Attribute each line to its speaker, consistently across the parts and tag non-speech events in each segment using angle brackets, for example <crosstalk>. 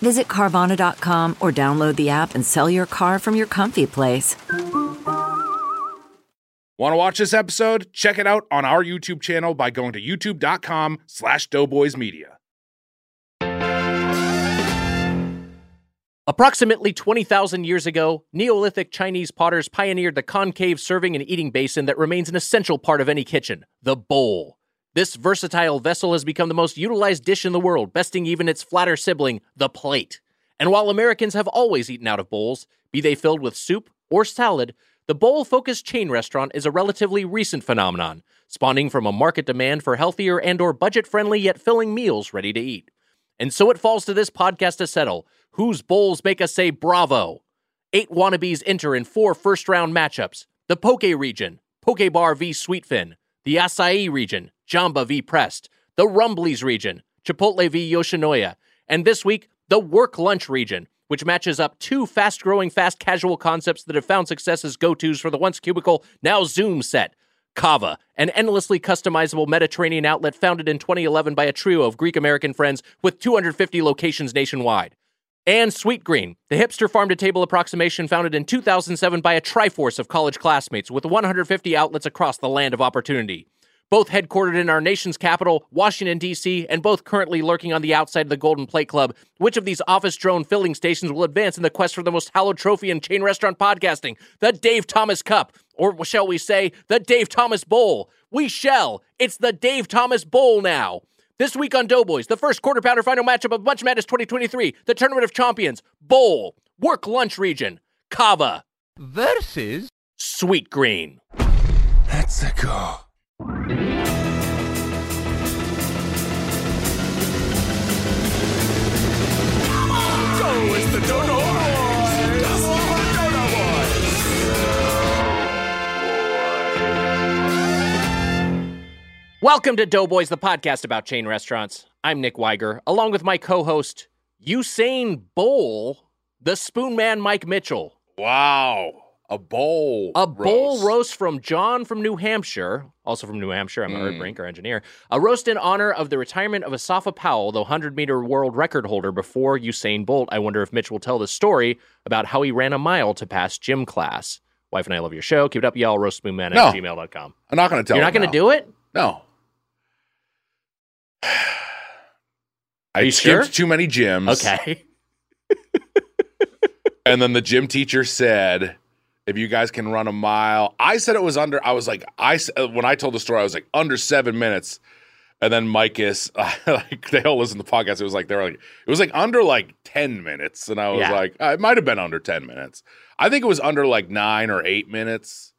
Speaker 1: Visit Carvana.com or download the app and sell your car from your comfy place.
Speaker 2: Want to watch this episode? Check it out on our YouTube channel by going to youtube.com slash doughboysmedia.
Speaker 3: Approximately 20,000 years ago, Neolithic Chinese potters pioneered the concave serving and eating basin that remains an essential part of any kitchen the bowl. This versatile vessel has become the most utilized dish in the world, besting even its flatter sibling, the plate. And while Americans have always eaten out of bowls, be they filled with soup or salad, the bowl focused chain restaurant is a relatively recent phenomenon, spawning from a market demand for healthier and or budget-friendly yet filling meals ready to eat. And so it falls to this podcast to settle whose bowls make us say bravo. Eight wannabes enter in four first round matchups the Poke region, Poke Bar v. Sweetfin, the Acai region, Jamba v. Prest, the Rumblies region, Chipotle v. Yoshinoya, and this week, the Work Lunch region, which matches up two fast growing, fast casual concepts that have found success as go tos for the once cubicle, now Zoom set. Kava, an endlessly customizable Mediterranean outlet founded in 2011 by a trio of Greek American friends with 250 locations nationwide. And Sweet Green, the hipster farm to table approximation founded in 2007 by a triforce of college classmates with 150 outlets across the land of opportunity. Both headquartered in our nation's capital, Washington, D.C., and both currently lurking on the outside of the Golden Plate Club. Which of these office drone filling stations will advance in the quest for the most hallowed trophy in chain restaurant podcasting? The Dave Thomas Cup, or shall we say, the Dave Thomas Bowl? We shall! It's the Dave Thomas Bowl now! This week on Doughboys, the first quarter pounder final matchup of Bunch Madness 2023, the Tournament of Champions, Bowl, Work Lunch Region, Kava,
Speaker 4: versus
Speaker 3: Sweet Green.
Speaker 5: That's a go.
Speaker 3: Welcome to Doughboys, the podcast about chain restaurants. I'm Nick Weiger, along with my co host, Usain Bowl, the spoon man Mike Mitchell.
Speaker 2: Wow. A bowl.
Speaker 3: A bowl roast from John from New Hampshire, also from New Hampshire. I'm a herd brinker engineer. A roast in honor of the retirement of Asafa Powell, the 100 meter world record holder before Usain Bolt. I wonder if Mitch will tell the story about how he ran a mile to pass gym class. Wife and I love your show. Keep it up, y'all. Roastspoonman
Speaker 2: No.
Speaker 3: at gmail.com.
Speaker 2: I'm not going to tell
Speaker 3: You're not going to do it?
Speaker 2: No. I
Speaker 3: you
Speaker 2: skipped
Speaker 3: sure?
Speaker 2: too many gyms.
Speaker 3: Okay.
Speaker 2: And then the gym teacher said, if you guys can run a mile, I said it was under, I was like, I, s- uh, when I told the story, I was like, under seven minutes. And then Micus, <laughs> like, they all listen to the podcast. It was like, they were like, it was like under like 10 minutes. And I was
Speaker 3: Yeah.
Speaker 2: like, uh, it might have been under 10 minutes. I think it was under like nine or eight minutes.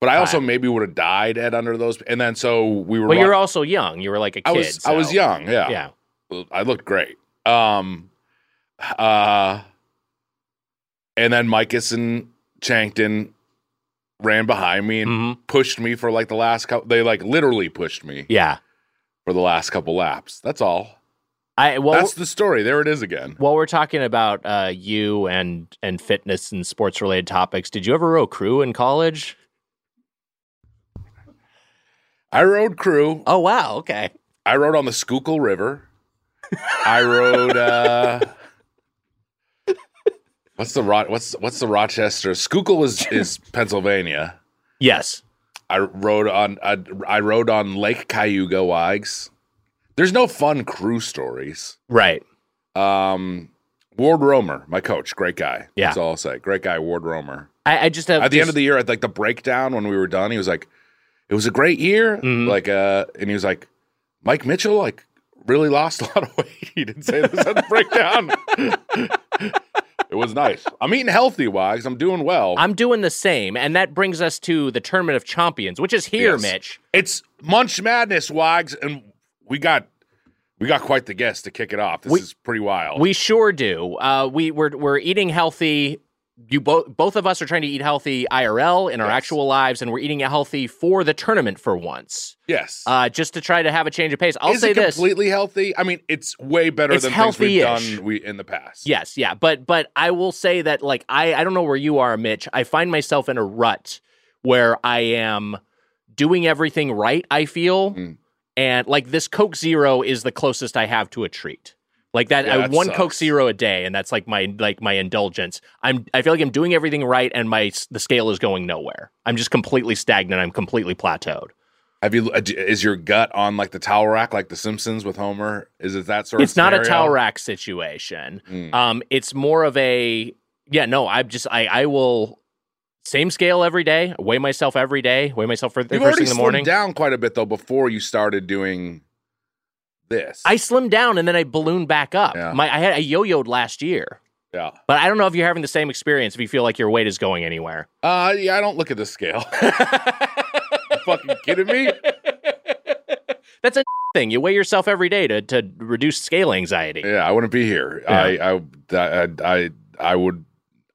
Speaker 2: But I also
Speaker 3: Right.
Speaker 2: maybe would have died at under those. And then so we were,
Speaker 3: Well,
Speaker 2: run-
Speaker 3: you're also young. You were like a kid.
Speaker 2: I was, I was
Speaker 3: so-
Speaker 2: young.
Speaker 3: Yeah.
Speaker 2: Well, I looked great. Um, uh, and then Micus and Chankton ran behind me and
Speaker 3: hmm
Speaker 2: pushed me for like the last couple. They like literally pushed me
Speaker 3: Yeah.
Speaker 2: for the last couple laps. That's all.
Speaker 3: I well,
Speaker 2: That's the story. There it is again.
Speaker 3: while we're talking about uh, you and and fitness and sports related topics, did you ever row crew in college?
Speaker 2: I rode crew.
Speaker 3: Oh wow. Okay.
Speaker 2: I rode on the Schuylkill River. I rode. Uh, <laughs> what's the Ro- what's what's the Rochester? Schuylkill is is Pennsylvania.
Speaker 3: Yes.
Speaker 2: I rode on I, I rode on Lake Cayuga Wags. There's no fun crew stories.
Speaker 3: Right.
Speaker 2: Um, Ward Romer, my coach, great guy.
Speaker 3: Yeah.
Speaker 2: That's all I'll say. Great guy, Ward Romer.
Speaker 3: I, I just have
Speaker 2: At the end of the year, at like the breakdown when we were done, he was like, "It was a great year."
Speaker 3: Mhm.
Speaker 2: Like, uh, and he was like, "Mike Mitchell, like, really lost a lot of weight." <laughs> he didn't say this at the breakdown. <laughs> it was nice. I'm eating healthy, Wags. I'm doing well.
Speaker 3: I'm doing the same, and that brings us to the tournament of champions, which is here,
Speaker 2: Yes.
Speaker 3: Mitch.
Speaker 2: It's Munch Madness, Wags, and we got we got quite the guest to kick it off. This
Speaker 3: We-
Speaker 2: is pretty wild.
Speaker 3: We sure do. Uh, we we're, we're eating healthy you both both of us are trying to eat healthy IRL in our
Speaker 2: Yes.
Speaker 3: actual lives, and we're eating healthy for the tournament for once,
Speaker 2: Yes.
Speaker 3: uh, just to try to have a change of pace. I'll
Speaker 2: Is
Speaker 3: say
Speaker 2: it
Speaker 3: this.
Speaker 2: completely healthy? I mean, it's way better
Speaker 3: It's
Speaker 2: than things we've
Speaker 3: healthy-ish.
Speaker 2: done we in the past.
Speaker 3: Yes, yeah, but but I will say that like I I don't know where you are, Mitch. I find myself in a rut where I am doing everything right. I feel
Speaker 2: Mm.
Speaker 3: and like this Coke Zero is the closest I have to a treat. Like that,
Speaker 2: Yeah,
Speaker 3: I
Speaker 2: that
Speaker 3: one Coke
Speaker 2: sucks.
Speaker 3: Zero a day, and that's like my like my indulgence. I'm I feel like I'm doing everything right, and my s- the scale is going nowhere. I'm just completely stagnant. I'm completely plateaued.
Speaker 2: Have you? uh, d- Is your gut on like the towel rack, like The Simpsons with Homer? Is it that sort
Speaker 3: it's
Speaker 2: of?
Speaker 3: not a
Speaker 2: scenario?
Speaker 3: towel rack situation.
Speaker 2: Mm.
Speaker 3: Um, it's more of a yeah. No, I'm just I I will same scale every day. Weigh myself every day. Weigh myself for the
Speaker 2: You've
Speaker 3: first
Speaker 2: already
Speaker 3: thing in the
Speaker 2: slimmed
Speaker 3: morning.
Speaker 2: down quite a bit though before you started doing this.
Speaker 3: I slimmed down and then I ballooned back up.
Speaker 2: Yeah.
Speaker 3: My I had I yo-yoed last year,
Speaker 2: yeah.
Speaker 3: but I don't know if you're having the same experience. If you feel like your weight is going anywhere,
Speaker 2: Uh, yeah. I don't look at the scale. <laughs> fucking kidding me?
Speaker 3: that's a thing. You weigh yourself every day to to reduce scale anxiety.
Speaker 2: Yeah, I wouldn't be here. I, I, I, I, I would.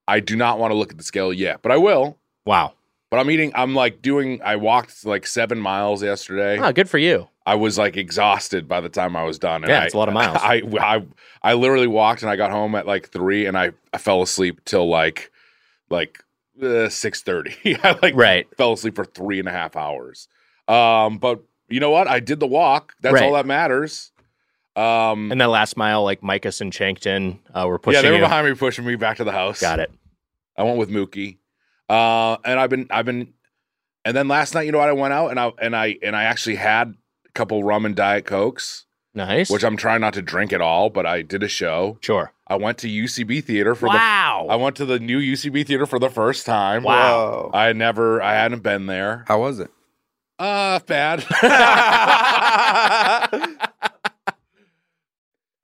Speaker 2: I do not want to look at the scale yet, but I will.
Speaker 3: Wow.
Speaker 2: But I'm eating. I'm like doing. I walked like seven miles yesterday.
Speaker 3: Ah, good for you.
Speaker 2: I was like exhausted by the time I was done. and
Speaker 3: Yeah,
Speaker 2: I-
Speaker 3: it's a lot of miles.
Speaker 2: <laughs> I, I I literally walked and I got home at like three, and I, I fell asleep till like like uh, six thirty. <laughs> I like
Speaker 3: Right.
Speaker 2: fell asleep for three and a half hours. Um, but you know what? I did the walk. That's
Speaker 3: Right.
Speaker 2: all that matters. Um,
Speaker 3: And that last mile, like Micus and Chankton uh, were
Speaker 2: yeah,
Speaker 3: pushing
Speaker 2: they were
Speaker 3: you.
Speaker 2: behind me, pushing me back to the house.
Speaker 3: Got it.
Speaker 2: I went with Mookie, uh, and I've been I've been, and then last night, you know what? I went out and I and I and I actually had a couple rum and diet cokes,
Speaker 3: Nice.
Speaker 2: which I'm trying not to drink at all. But I did a show.
Speaker 3: sure.
Speaker 2: I went to UCB theater for
Speaker 3: wow.
Speaker 2: the. I went to the new UCB theater for the first time.
Speaker 3: Wow.
Speaker 2: I had never, I hadn't been there.
Speaker 4: How was it?
Speaker 2: Uh,
Speaker 4: <laughs>
Speaker 2: bad. <laughs>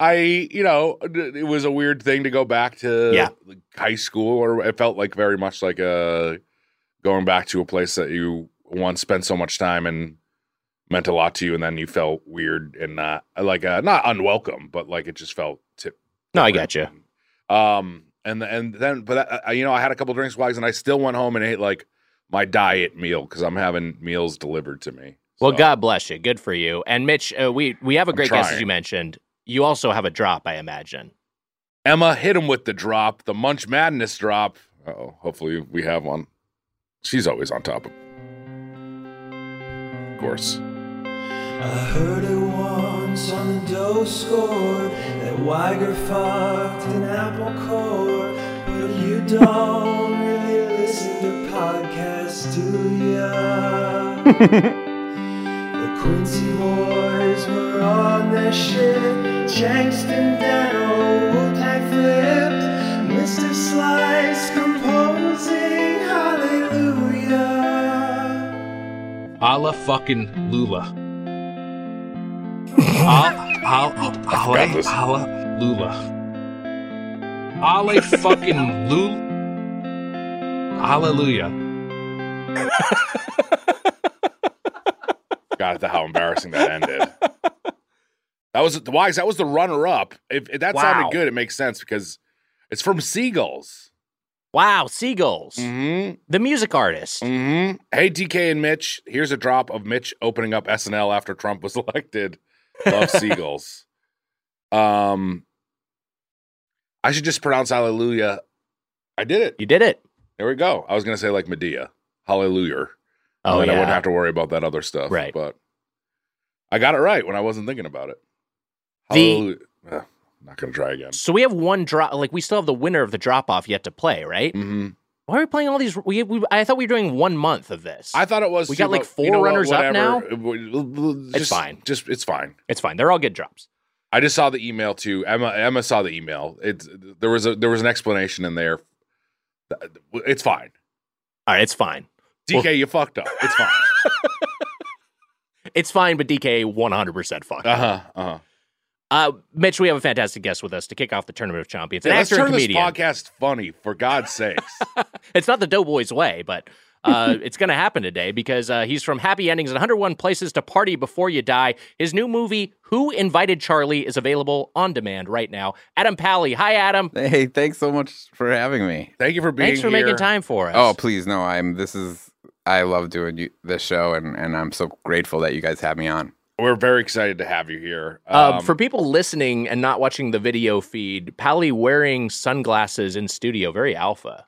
Speaker 2: I, you know, d- it was a weird thing to go back to
Speaker 3: Yeah.
Speaker 2: like, high school, or it felt like very much like uh going back to a place that you once spent so much time and meant a lot to you, and then you felt weird and not like uh, not unwelcome, but like it just felt tip.
Speaker 3: No, I got you.
Speaker 2: Um, and and then, but I, I- you know, I had a couple drinks, wags, and I still went home and ate like my diet meal because I'm having meals delivered to me.
Speaker 3: Well,
Speaker 2: So-
Speaker 3: God bless you. Good for you. And Mitch, uh, we we have a
Speaker 2: I'm
Speaker 3: great guest as
Speaker 2: trying.
Speaker 3: you mentioned. You also have a drop, I imagine.
Speaker 2: Emma hit him with the drop, the Munch Madness drop. Oh, hopefully we have one. She's always on top of. Of course.
Speaker 6: I heard it once on the dough score that Weiger fucked an apple core. But you don't really listen to podcasts, do ya? the Quincy boys were on their shit. Changston Dano, Wu-Tang flipped. Mr. Slice composing Hallelujah.
Speaker 7: A la fucking
Speaker 2: <laughs>
Speaker 7: Lula. Al, al, al,
Speaker 2: forgot this.
Speaker 7: al, Lula. A la fucking Lula. Hallelujah.
Speaker 2: God, how embarrassing that
Speaker 3: <laughs>
Speaker 2: ended. That was the wise. That was the runner up. If, if that
Speaker 3: Wow.
Speaker 2: sounded good, it makes sense because it's from Seagulls.
Speaker 3: Wow, Seagulls,
Speaker 2: Mm-hmm.
Speaker 3: the music artist.
Speaker 2: Mm-hmm. Hey, DK and Mitch, here's a drop of Mitch opening up SNL after Trump was <laughs> elected.
Speaker 3: <laughs>
Speaker 2: Love seagulls. Um, I should just pronounce hallelujah. I did it.
Speaker 3: You did it.
Speaker 2: There we go. I was gonna say like Medea, hallelujah.
Speaker 3: Oh
Speaker 2: and then I
Speaker 3: yeah.
Speaker 2: wouldn't have to worry about that other stuff.
Speaker 3: Right.
Speaker 2: But I got it right when I wasn't thinking about it.
Speaker 3: The-
Speaker 2: Hallelujah. Ugh, not gonna try again.
Speaker 3: so we have one drop. Like we still have the winner of the drop off yet to play, right?
Speaker 2: hmm
Speaker 3: Why are we playing all these? We, we I thought we were doing one month of this.
Speaker 2: I thought it was.
Speaker 3: We
Speaker 2: too,
Speaker 3: got, like,
Speaker 2: but
Speaker 3: four
Speaker 2: you know what,
Speaker 3: runners up
Speaker 2: whatever.
Speaker 3: now?
Speaker 2: Just,
Speaker 3: It's fine.
Speaker 2: Just it's fine.
Speaker 3: it's fine. They're all good drops.
Speaker 2: I just saw the email too. Emma Emma saw the email. It's there was a there was an explanation in there. It's fine.
Speaker 3: All right, it's fine.
Speaker 2: DK,
Speaker 3: Well-
Speaker 2: you fucked up. It's
Speaker 3: <laughs>
Speaker 2: fine.
Speaker 3: It's fine, but DK 100% fuck.
Speaker 2: uh huh. Uh huh.
Speaker 3: Uh, Mitch, we have a fantastic guest with us to kick off the Tournament of Champions. An
Speaker 2: let's
Speaker 3: actor and
Speaker 2: turn this
Speaker 3: comedian. <laughs>
Speaker 2: podcast funny for God's sakes.
Speaker 3: it's not the Doughboys way, but Uh,
Speaker 2: <laughs>
Speaker 3: it's going to happen today because uh, he's from Happy Endings and 101 Places to Party Before You Die. His new movie, Who Invited Charlie, is available on demand right now. Adam Pally. Hi, Adam.
Speaker 4: Hey, thanks so much for having me.
Speaker 2: Thank you for being
Speaker 3: Thanks for
Speaker 2: here.
Speaker 3: making time for us.
Speaker 4: Oh, please, no, I'm. This is. I love doing you, this show, and and I'm so grateful that you guys have me on.
Speaker 2: We're very excited to have you here.
Speaker 3: Um,
Speaker 2: Um,
Speaker 3: for people listening and not watching the video feed, Pally wearing sunglasses in studio, very alpha.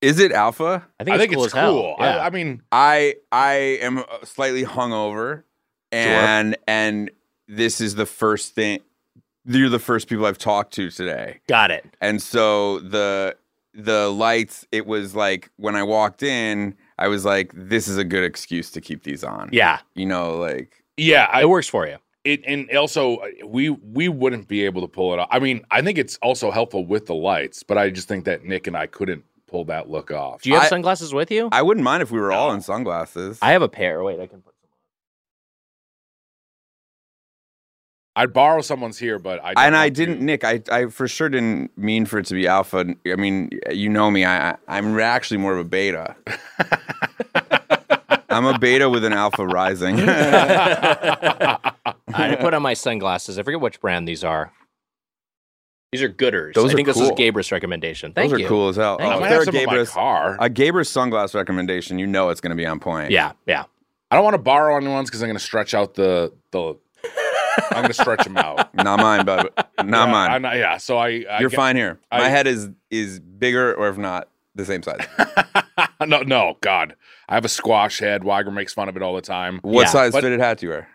Speaker 4: Is it Alpha?
Speaker 3: I think
Speaker 2: I
Speaker 3: it's
Speaker 2: think
Speaker 3: cool
Speaker 2: it's
Speaker 3: as hell.
Speaker 2: cool.
Speaker 3: Yeah.
Speaker 2: I, I mean,
Speaker 4: I I am uh, slightly hungover, and and this is the first thing. You're the first people I've talked to today.
Speaker 3: Got it.
Speaker 4: and so the the lights it was like when i walked in i was like this is a good excuse to keep these on
Speaker 3: Yeah,
Speaker 4: you know like
Speaker 2: yeah, I,
Speaker 3: it works for you.
Speaker 2: it and also uh, we we wouldn't be able to pull it off. I mean, I think it's also helpful with the lights, but I just think that Nick and I couldn't pull that look off.
Speaker 3: Do you have
Speaker 4: I-
Speaker 3: sunglasses with you? I,
Speaker 4: i wouldn't mind if we were all in sunglasses
Speaker 3: have a pair. Wait, I can put some.
Speaker 2: I'd borrow someone's here, but I don't
Speaker 4: and i
Speaker 2: want to.
Speaker 4: didn't nick I, I for sure didn't mean for it to be alpha i mean you know me i I- i'm actually more of a
Speaker 2: <laughs>
Speaker 4: beta i'm a beta with an alpha
Speaker 2: <laughs>
Speaker 4: rising
Speaker 3: I had to put on my sunglasses. I forget which brand these are. These are Gooders.
Speaker 4: Those
Speaker 3: I
Speaker 4: are
Speaker 3: think this is
Speaker 4: cool.
Speaker 3: Gabrus' recommendation. Thank
Speaker 4: those are
Speaker 3: you.
Speaker 4: cool as hell
Speaker 3: Thank
Speaker 2: I
Speaker 3: you.
Speaker 4: if
Speaker 2: might
Speaker 4: they're
Speaker 2: have
Speaker 4: a
Speaker 2: some in my
Speaker 4: gabrus
Speaker 2: car.
Speaker 4: a gabrus sunglass recommendation you know it's going to be on point
Speaker 3: Yeah, yeah.
Speaker 2: I don't want to borrow anyone's because I'm going to stretch out the the. I'm going to stretch them <laughs> out.
Speaker 4: not mine bud not
Speaker 2: Yeah,
Speaker 4: mine
Speaker 2: I'm not- yeah, so I. I
Speaker 4: You're
Speaker 2: get-
Speaker 4: fine here.
Speaker 2: I-
Speaker 4: My head is is bigger, or if not, the same
Speaker 2: <laughs>
Speaker 4: size.
Speaker 2: no, no, God, I have a squash head. Weiger makes fun of it all the time.
Speaker 4: What
Speaker 3: Yeah,
Speaker 4: size
Speaker 2: but-
Speaker 4: fitted hat do you wear?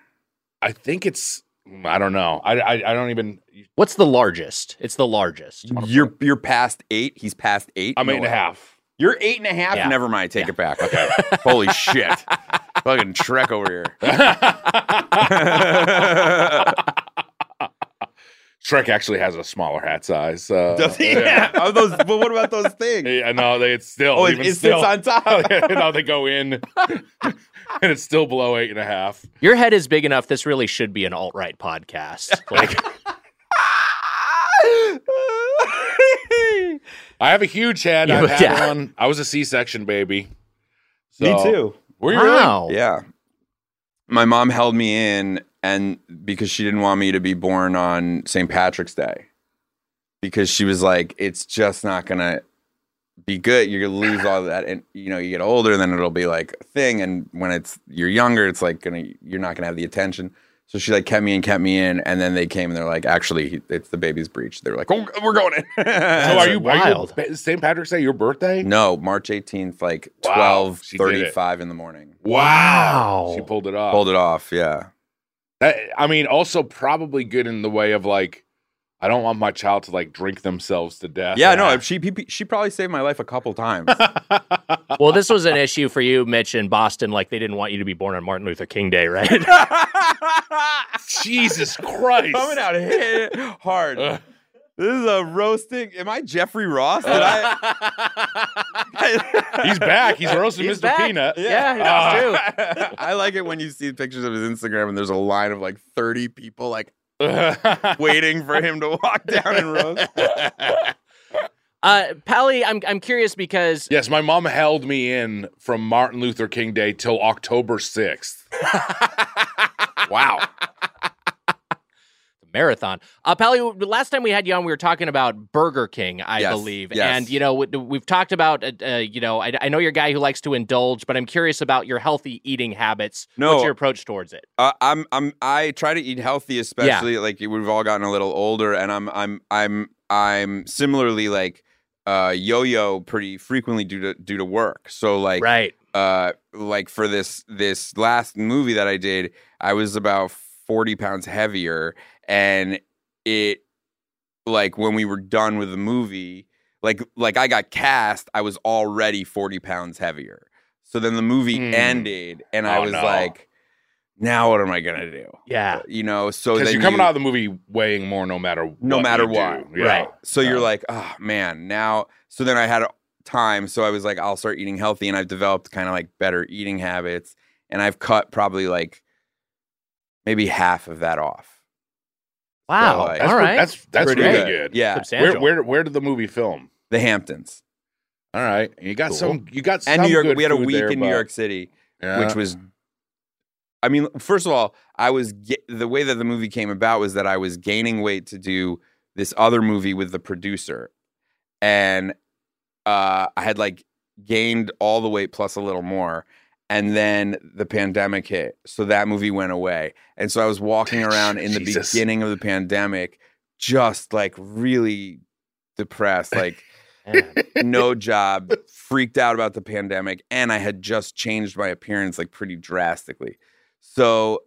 Speaker 2: I think it's. I don't know. I I, I don't even.
Speaker 3: What's the largest? It's the largest.
Speaker 4: You're you're past eight. He's past eight.
Speaker 2: I'm
Speaker 4: No
Speaker 2: eight and a
Speaker 4: way.
Speaker 2: half.
Speaker 4: You're eight and a half.
Speaker 3: Yeah.
Speaker 4: Never mind. Take it back. Okay. Holy shit. Fucking Trek over here.
Speaker 2: Shrek actually has a smaller hat size. Uh,
Speaker 4: Does he? Yeah. Are those? But what about those things?
Speaker 2: Yeah, no, they, it's still.
Speaker 4: Oh, it,
Speaker 2: even
Speaker 4: it sits
Speaker 2: still, <laughs>
Speaker 4: on top. <laughs>
Speaker 2: no, they go in, <laughs> and it's still below eight and a half.
Speaker 3: Your head is big enough. This really should be an alt right <laughs> podcast. Like,
Speaker 2: I have a huge head.
Speaker 3: Yeah,
Speaker 2: I've had
Speaker 3: yeah.
Speaker 2: one. I was a C-section baby.
Speaker 4: Me
Speaker 2: So-
Speaker 4: too.
Speaker 2: Were you really?
Speaker 3: wow.
Speaker 4: Yeah. My mom held me in and because she didn't want me to be born on St. Patrick's Day. Because she was like, it's just not gonna be good. You're gonna lose all that. And you know, you get older, then it'll be like a thing. And when it's you're younger, it's like gonna you're not gonna have the attention. So she like kept me in, kept me in, and then they came and they're like, actually, it's the baby's breach. They're like, oh, we're going <laughs> in.
Speaker 2: So are you
Speaker 3: wild.
Speaker 2: wild? St. Patrick's Day, your birthday?
Speaker 4: no, March 18th, like
Speaker 2: Wow,
Speaker 4: twelve
Speaker 2: she did it.
Speaker 4: thirty-five in the morning.
Speaker 2: Wow.
Speaker 3: Wow.
Speaker 2: She pulled it off.
Speaker 4: Pulled it off, yeah.
Speaker 2: That- I mean, also probably good in the way of like, I don't want my child to like drink themselves to <laughs> death.
Speaker 4: Yeah, no, she he- she probably saved my life a couple times. <laughs>
Speaker 3: Well, this was an issue for you, Mitch, in Boston. Like, they didn't want you to be born on Martin Luther King Day, right?
Speaker 2: Jesus Christ.
Speaker 4: Coming out hit hard.
Speaker 2: Ugh.
Speaker 4: This is a roasting. Am I Jeffrey Ross? Did I?
Speaker 2: He's back. He's roasting
Speaker 3: <laughs> He's
Speaker 2: Mr.
Speaker 3: back.
Speaker 2: Peanut.
Speaker 3: Yeah, that's true.
Speaker 4: I like it when you see pictures of his Instagram and there's a line of like 30 people like
Speaker 2: Uh,
Speaker 4: waiting for him to walk down and roast.
Speaker 3: Uh, Pally, I'm I'm curious because
Speaker 2: <laughs> yes, my mom held me in from Martin Luther King Day till October 6th. wow.
Speaker 3: marathon. Uh, Pally, last time we had you on, we were talking about Burger King, I
Speaker 4: Yes,
Speaker 3: believe,
Speaker 4: yes.
Speaker 3: and you know we, we've talked about. Uh, uh, you know, I, I know you're a guy who likes to indulge, but I'm curious about your healthy eating habits.
Speaker 4: No.
Speaker 3: what's your approach towards it?
Speaker 4: Uh, I'm I'm I try to eat healthy, especially like we've all gotten a little older, and I'm I'm I'm I'm similarly like uh, yo-yo pretty frequently due to due to work. So like
Speaker 3: right.
Speaker 4: uh, like for this this last movie that I did, I was about forty pounds heavier, and it like when we were done with the movie, like like I got cast, I was already forty pounds heavier. So then the movie
Speaker 2: Mm.
Speaker 4: ended, and I
Speaker 2: Oh,
Speaker 4: was
Speaker 2: no.
Speaker 4: like, now what am I gonna do?
Speaker 3: Yeah.
Speaker 4: You know, so
Speaker 2: Because
Speaker 4: Oh, then
Speaker 2: you're coming
Speaker 4: you-
Speaker 2: out of the movie weighing more no matter
Speaker 4: No
Speaker 2: what
Speaker 4: matter
Speaker 2: you
Speaker 4: what,
Speaker 2: do. Yeah.
Speaker 3: right.
Speaker 4: So you're
Speaker 2: Oh.
Speaker 4: like, oh man, now. So then I had time, so I was like, I'll start eating healthy, and I've developed kind of like better eating habits, and I've cut probably like maybe half of that off.
Speaker 3: Wow.
Speaker 4: like-
Speaker 2: That's
Speaker 3: All
Speaker 2: pre-
Speaker 3: right.
Speaker 2: That's that's
Speaker 3: Pretty
Speaker 2: really
Speaker 3: good.
Speaker 2: good.
Speaker 4: Yeah,
Speaker 3: Substantial.
Speaker 2: Where where where did the movie film?
Speaker 4: the Hamptons.
Speaker 2: All right. You got
Speaker 3: Cool.
Speaker 2: some. You got some.
Speaker 4: and New York.
Speaker 2: good
Speaker 4: We had a
Speaker 2: food
Speaker 4: week
Speaker 2: there,
Speaker 4: in New
Speaker 2: but-
Speaker 4: York City,
Speaker 2: Yeah.
Speaker 4: which was. I mean, first of all, I was ga- the way that the movie came about was that I was gaining weight to do this other movie with the producer, and uh, I had like gained all the weight plus a little more, and then the pandemic hit, so that movie went away, and so I
Speaker 2: <laughs>
Speaker 4: was walking around in the
Speaker 2: Jesus.
Speaker 4: beginning of the pandemic, just like really
Speaker 2: <laughs>
Speaker 4: depressed, like
Speaker 3: Man.
Speaker 4: no job, freaked out about the pandemic, and I had just changed my appearance like pretty drastically. So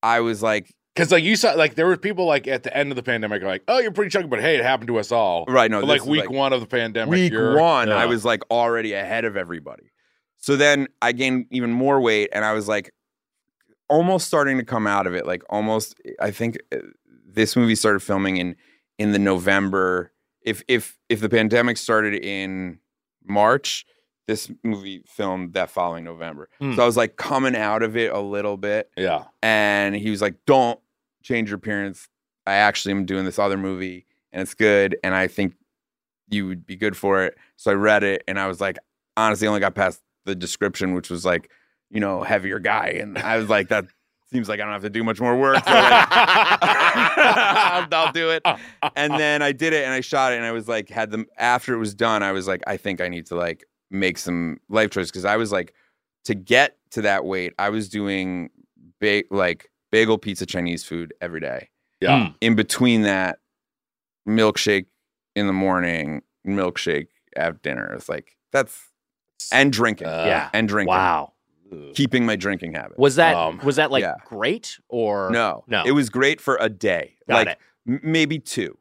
Speaker 4: I was like,
Speaker 2: Because like you saw, like there were people like at the end of the pandemic, like, oh, you're pretty chunky, but hey, it happened to us all.
Speaker 4: right, Mm, no,
Speaker 2: But,
Speaker 4: this
Speaker 2: like
Speaker 4: is,
Speaker 2: week one of the pandemic.
Speaker 4: week
Speaker 2: you're-
Speaker 4: one,
Speaker 2: yeah.
Speaker 4: I was like already ahead of everybody. So then I gained even more weight, and I was like almost starting to come out of it. Like almost, I think uh, this movie started filming in in the November. If if if the pandemic started in March, this movie filmed that following November.
Speaker 3: Hmm.
Speaker 4: So I was like coming out of it a little bit
Speaker 2: Yeah.
Speaker 4: and he was like, "Don't change your appearance. I actually am doing this other movie, and it's good, and I think you would be good for it." So I read it, and I was like, honestly, only got past the description, which was like, you know, heavier guy, and I was like, that seems like I don't have to do much more work. <laughs> So like, I'll, <laughs> I'll do it. And then I did it, and I shot it, and I was like, had them after it was done. I was like, I think I need to like make some life choices because I was like, to get to that weight, I was doing big like bagel pizza Chinese food every day.
Speaker 2: Yeah.
Speaker 4: In between that, milkshake in the morning, milkshake at dinner. It's like that's and drinking,
Speaker 2: Uh,
Speaker 3: Yeah.
Speaker 4: and drinking.
Speaker 3: Wow.
Speaker 4: keeping my drinking habit.
Speaker 3: Was that
Speaker 2: Um,
Speaker 3: was that like
Speaker 4: yeah.
Speaker 3: great or
Speaker 4: No,
Speaker 3: No.
Speaker 4: it was great for a day,
Speaker 3: Got
Speaker 4: like
Speaker 3: it.
Speaker 4: m- maybe two.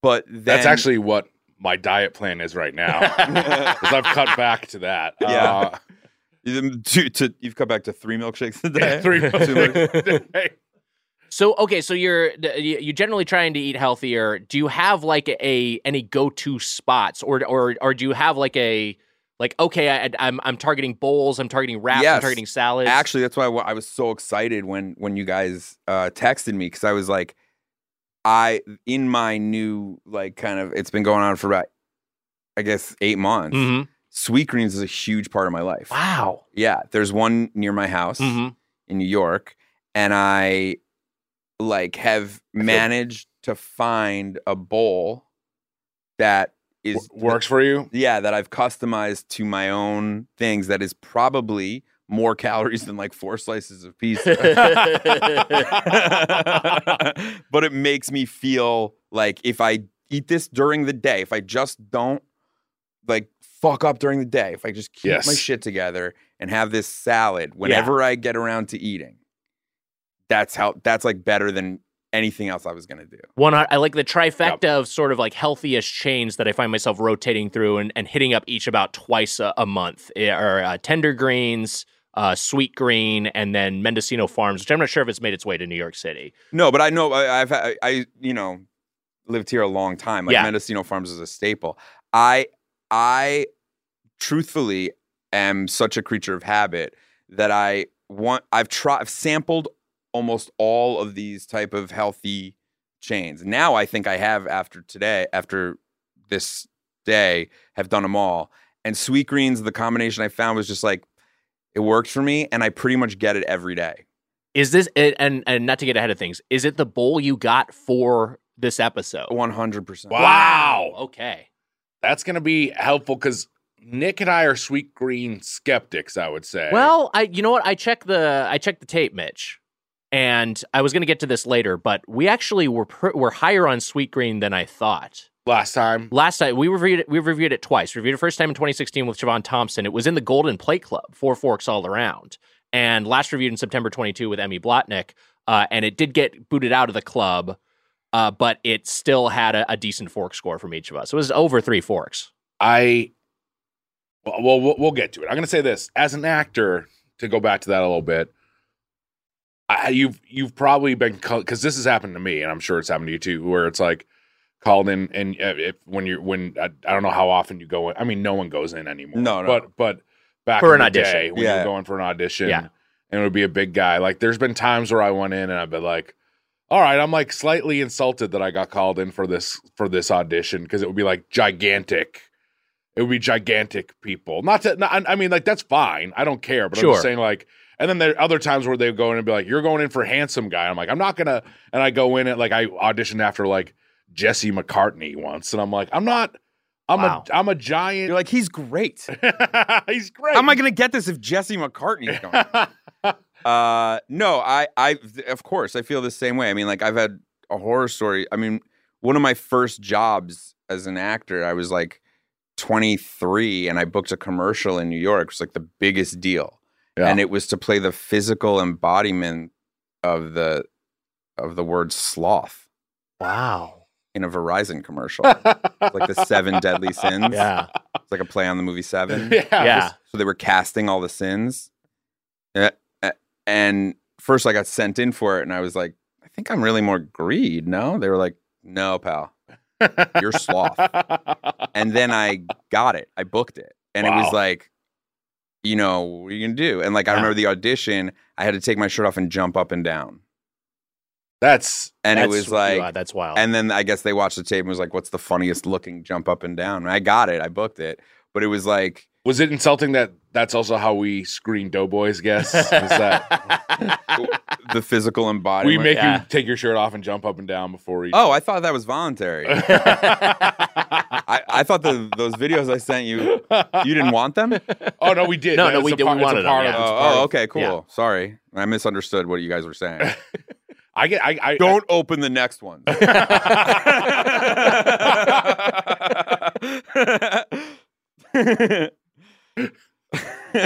Speaker 4: But then,
Speaker 2: That's
Speaker 4: <laughs>
Speaker 2: actually what my diet plan is right now. <laughs> Because I've cut back to that. Uh,
Speaker 4: Yeah. you- two, to, you've come back to three milkshakes <laughs> a
Speaker 2: Uh,
Speaker 4: day.
Speaker 2: three
Speaker 4: Two mil-
Speaker 3: So okay, so you're you- you're generally trying to eat healthier. Do you have like a any go to spots, or or or do you have like a like okay, I, I'm I'm targeting bowls, I'm targeting wraps, I'm
Speaker 4: Yes.
Speaker 3: targeting salads.
Speaker 4: Actually, that's why I wa- I was so excited when when you guys uh, texted me because I was like, I in my new like kind of it's been going on for about I guess eight months.
Speaker 2: Mm-hmm.
Speaker 3: Mhm.
Speaker 4: Sweet greens is a huge part of my life.
Speaker 3: wow.
Speaker 4: Yeah, there's one near my house
Speaker 2: Mm-hmm.
Speaker 3: Mhm.
Speaker 4: in New York, and I like have managed to find a bowl that is
Speaker 2: W- works for you?
Speaker 4: yeah, that I've customized to my own things that is probably more calories than like four slices of pizza. <laughs> but it makes me feel like if I eat this during the day, if I just don't like fuck up during the day, if I just keep my
Speaker 2: Yes.
Speaker 4: shit together and have this salad whenever I get around to eating, that's how that's like better than anything else I was gonna do.
Speaker 3: One, I I like the trifecta of sort of like healthiest chains that I find myself rotating through and, and hitting up each about twice a, a month. Eh, Are uh, tender greens, uh, sweet green, and then Mendocino Farms, which I'm not sure if it's made its way to New York City.
Speaker 4: No, but I know I, I've I, I you know lived here a long time. Like
Speaker 3: Yeah.
Speaker 4: Mendocino Farms is a staple. I I truthfully am such a creature of habit that I want. I've tried. I've sampled almost all of these type of healthy chains. Now I think I have after today, after this day, have done them all. And sweet greens, the combination I found was just like it worked for me, and I pretty much get it every day.
Speaker 3: Is this eh, and and not to get ahead of things? Is it the bowl you got for this episode?
Speaker 4: One hundred percent.
Speaker 2: Wow.
Speaker 3: Okay.
Speaker 2: That's going to be helpful because Nick and I are sweet green skeptics, I would say.
Speaker 3: Well, I you know what? I checked the I checked the tape, Mitch, and I was going to get to this later, but we actually were pr- were higher on sweet green than I thought.
Speaker 2: last time.
Speaker 3: Last time we reviewed it, we reviewed it twice. We reviewed it first time in 2016 with Siobhan Thompson. It was in the Golden Plate Club, Four Forks All Around, and last reviewed in September 22 with Emmy Blotnick. Uh, and it did get booted out of the club, uh, but it still had a, a decent fork score from each of us. It was over three forks.
Speaker 2: I well, well, we'll we'll get to it. I'm going to say this as an actor to go back to that a little bit. I, you've you've probably been because this has happened to me, and I'm sure it's happened to you too, where it's like called in and uh, if, when you're when I, I don't know how often you go in. I mean, no one goes in anymore.
Speaker 4: No, no.
Speaker 2: but but back
Speaker 3: For
Speaker 2: in
Speaker 3: an
Speaker 2: the
Speaker 3: audition.
Speaker 2: day, when
Speaker 4: Yeah.
Speaker 2: you're going for an audition,
Speaker 3: Yeah.
Speaker 2: and it would be a big guy. Like there's been times where I went in and I've been like, all right, I'm like slightly insulted that I got called in for this for this audition because it would be like gigantic It would be gigantic people. Not to, not, I I mean, like that's fine. I don't care. But I'm
Speaker 3: Sure.
Speaker 2: just saying, like, and then there are other times where they go in and be like, "You're going in for handsome guy." I'm like, "I'm not gonna." And I go in at like I auditioned after like Jesse McCartney once, and I'm like, "I'm not. I'm
Speaker 3: Wow.
Speaker 2: a I'm a giant.
Speaker 4: You're like,
Speaker 2: <laughs>
Speaker 4: he's great.
Speaker 2: He's great.
Speaker 4: How am I going to get this if
Speaker 2: <laughs>
Speaker 4: Jesse McCartney's going? uh, no, I, I, of course, I feel the same way. I mean, like, I've had a horror story. I mean, one of my first jobs as an actor, I was like 23 and I booked a commercial in New York. It was like the biggest deal.
Speaker 2: Yeah.
Speaker 4: And it was to play the physical embodiment of the of the word sloth
Speaker 2: <laughs>
Speaker 3: Wow.
Speaker 4: in a Verizon commercial. It's like the seven deadly sins.
Speaker 3: <laughs> Yeah.
Speaker 4: It's like a play on the movie Seven.
Speaker 2: yeah.
Speaker 3: yeah.
Speaker 4: So they were casting all the sins. Uh, uh, And first I got sent in for it and I was like, I think I'm really more greed. No? They were like, no, pal, you're sloth. and
Speaker 3: <laughs>
Speaker 4: then I got it. I booked it. And it
Speaker 2: Wow.
Speaker 4: was like, you know, what are you going to do? And like, I
Speaker 3: Yeah.
Speaker 4: remember the audition, I had to take my shirt off and jump up and down.
Speaker 2: That's
Speaker 4: And
Speaker 3: That's-
Speaker 4: it was like,
Speaker 3: wow, that's wild.
Speaker 4: and then I guess they watched the tape and was like, what's the funniest looking jump up and down? And I got it. I booked it. But it was like,
Speaker 2: was it insulting that that's also how we screen Doughboys guess? Is
Speaker 3: <laughs>
Speaker 2: that
Speaker 4: the physical
Speaker 2: we
Speaker 4: embodiment.
Speaker 2: make
Speaker 3: Yeah.
Speaker 2: you take your shirt off and jump up and down before each
Speaker 4: Oh, I thought that
Speaker 2: <laughs>
Speaker 4: was voluntary. I, I thought the, those videos I sent you, you didn't want them?
Speaker 2: Oh no, we did.
Speaker 3: No,
Speaker 2: That
Speaker 3: no,
Speaker 2: is
Speaker 3: we
Speaker 2: a
Speaker 3: did. We
Speaker 2: part- it's a
Speaker 3: wanted 'em,
Speaker 2: part
Speaker 3: yeah.
Speaker 2: of- it's a part
Speaker 4: Oh,
Speaker 2: of-
Speaker 4: oh, okay, cool.
Speaker 3: yeah.
Speaker 4: Sorry. I misunderstood what you guys were saying.
Speaker 2: <laughs> I get. I, I
Speaker 4: Don't open the next one.
Speaker 2: <laughs> <laughs>
Speaker 3: <laughs>
Speaker 4: Uh,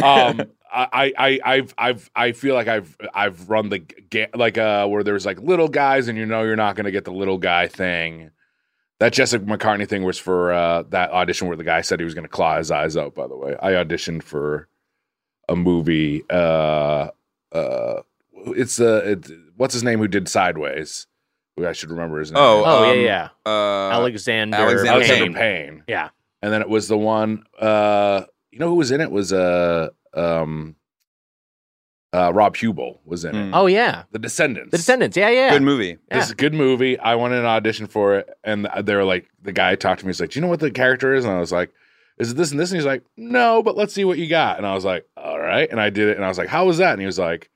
Speaker 2: um I, I I've I've I feel like I've I've run the ga- like uh where there's like little guys and you know you're not gonna get the little guy thing. That Jessica McCartney thing was for uh that audition where the guy said he was gonna claw his eyes out. By the way, I auditioned for a movie. Uh, uh, it's uh, it, what's his name who did Sideways? I should remember his name.
Speaker 4: Oh,
Speaker 3: <laughs> oh
Speaker 4: um,
Speaker 3: yeah, yeah.
Speaker 4: uh,
Speaker 3: Alexander.
Speaker 4: Alexander
Speaker 3: Oh, Payne.
Speaker 2: Alexander Payne.
Speaker 3: Yeah.
Speaker 2: And then it was the one uh you know who was in it was uh um uh Rob Hubel was in
Speaker 4: Hmm.
Speaker 2: it.
Speaker 3: Oh yeah.
Speaker 2: The Descendants.
Speaker 3: The Descendants. Yeah, yeah.
Speaker 4: Good movie.
Speaker 2: This is a good movie. I went in an audition for it and they were like the guy talked to me he's like, "Do you know what the character is?" And I was like, "Is it this and this?" And he's like, "No, but let's see what you got." And I was like, "All right." And I did it and I was like, "How was that?" And he was like,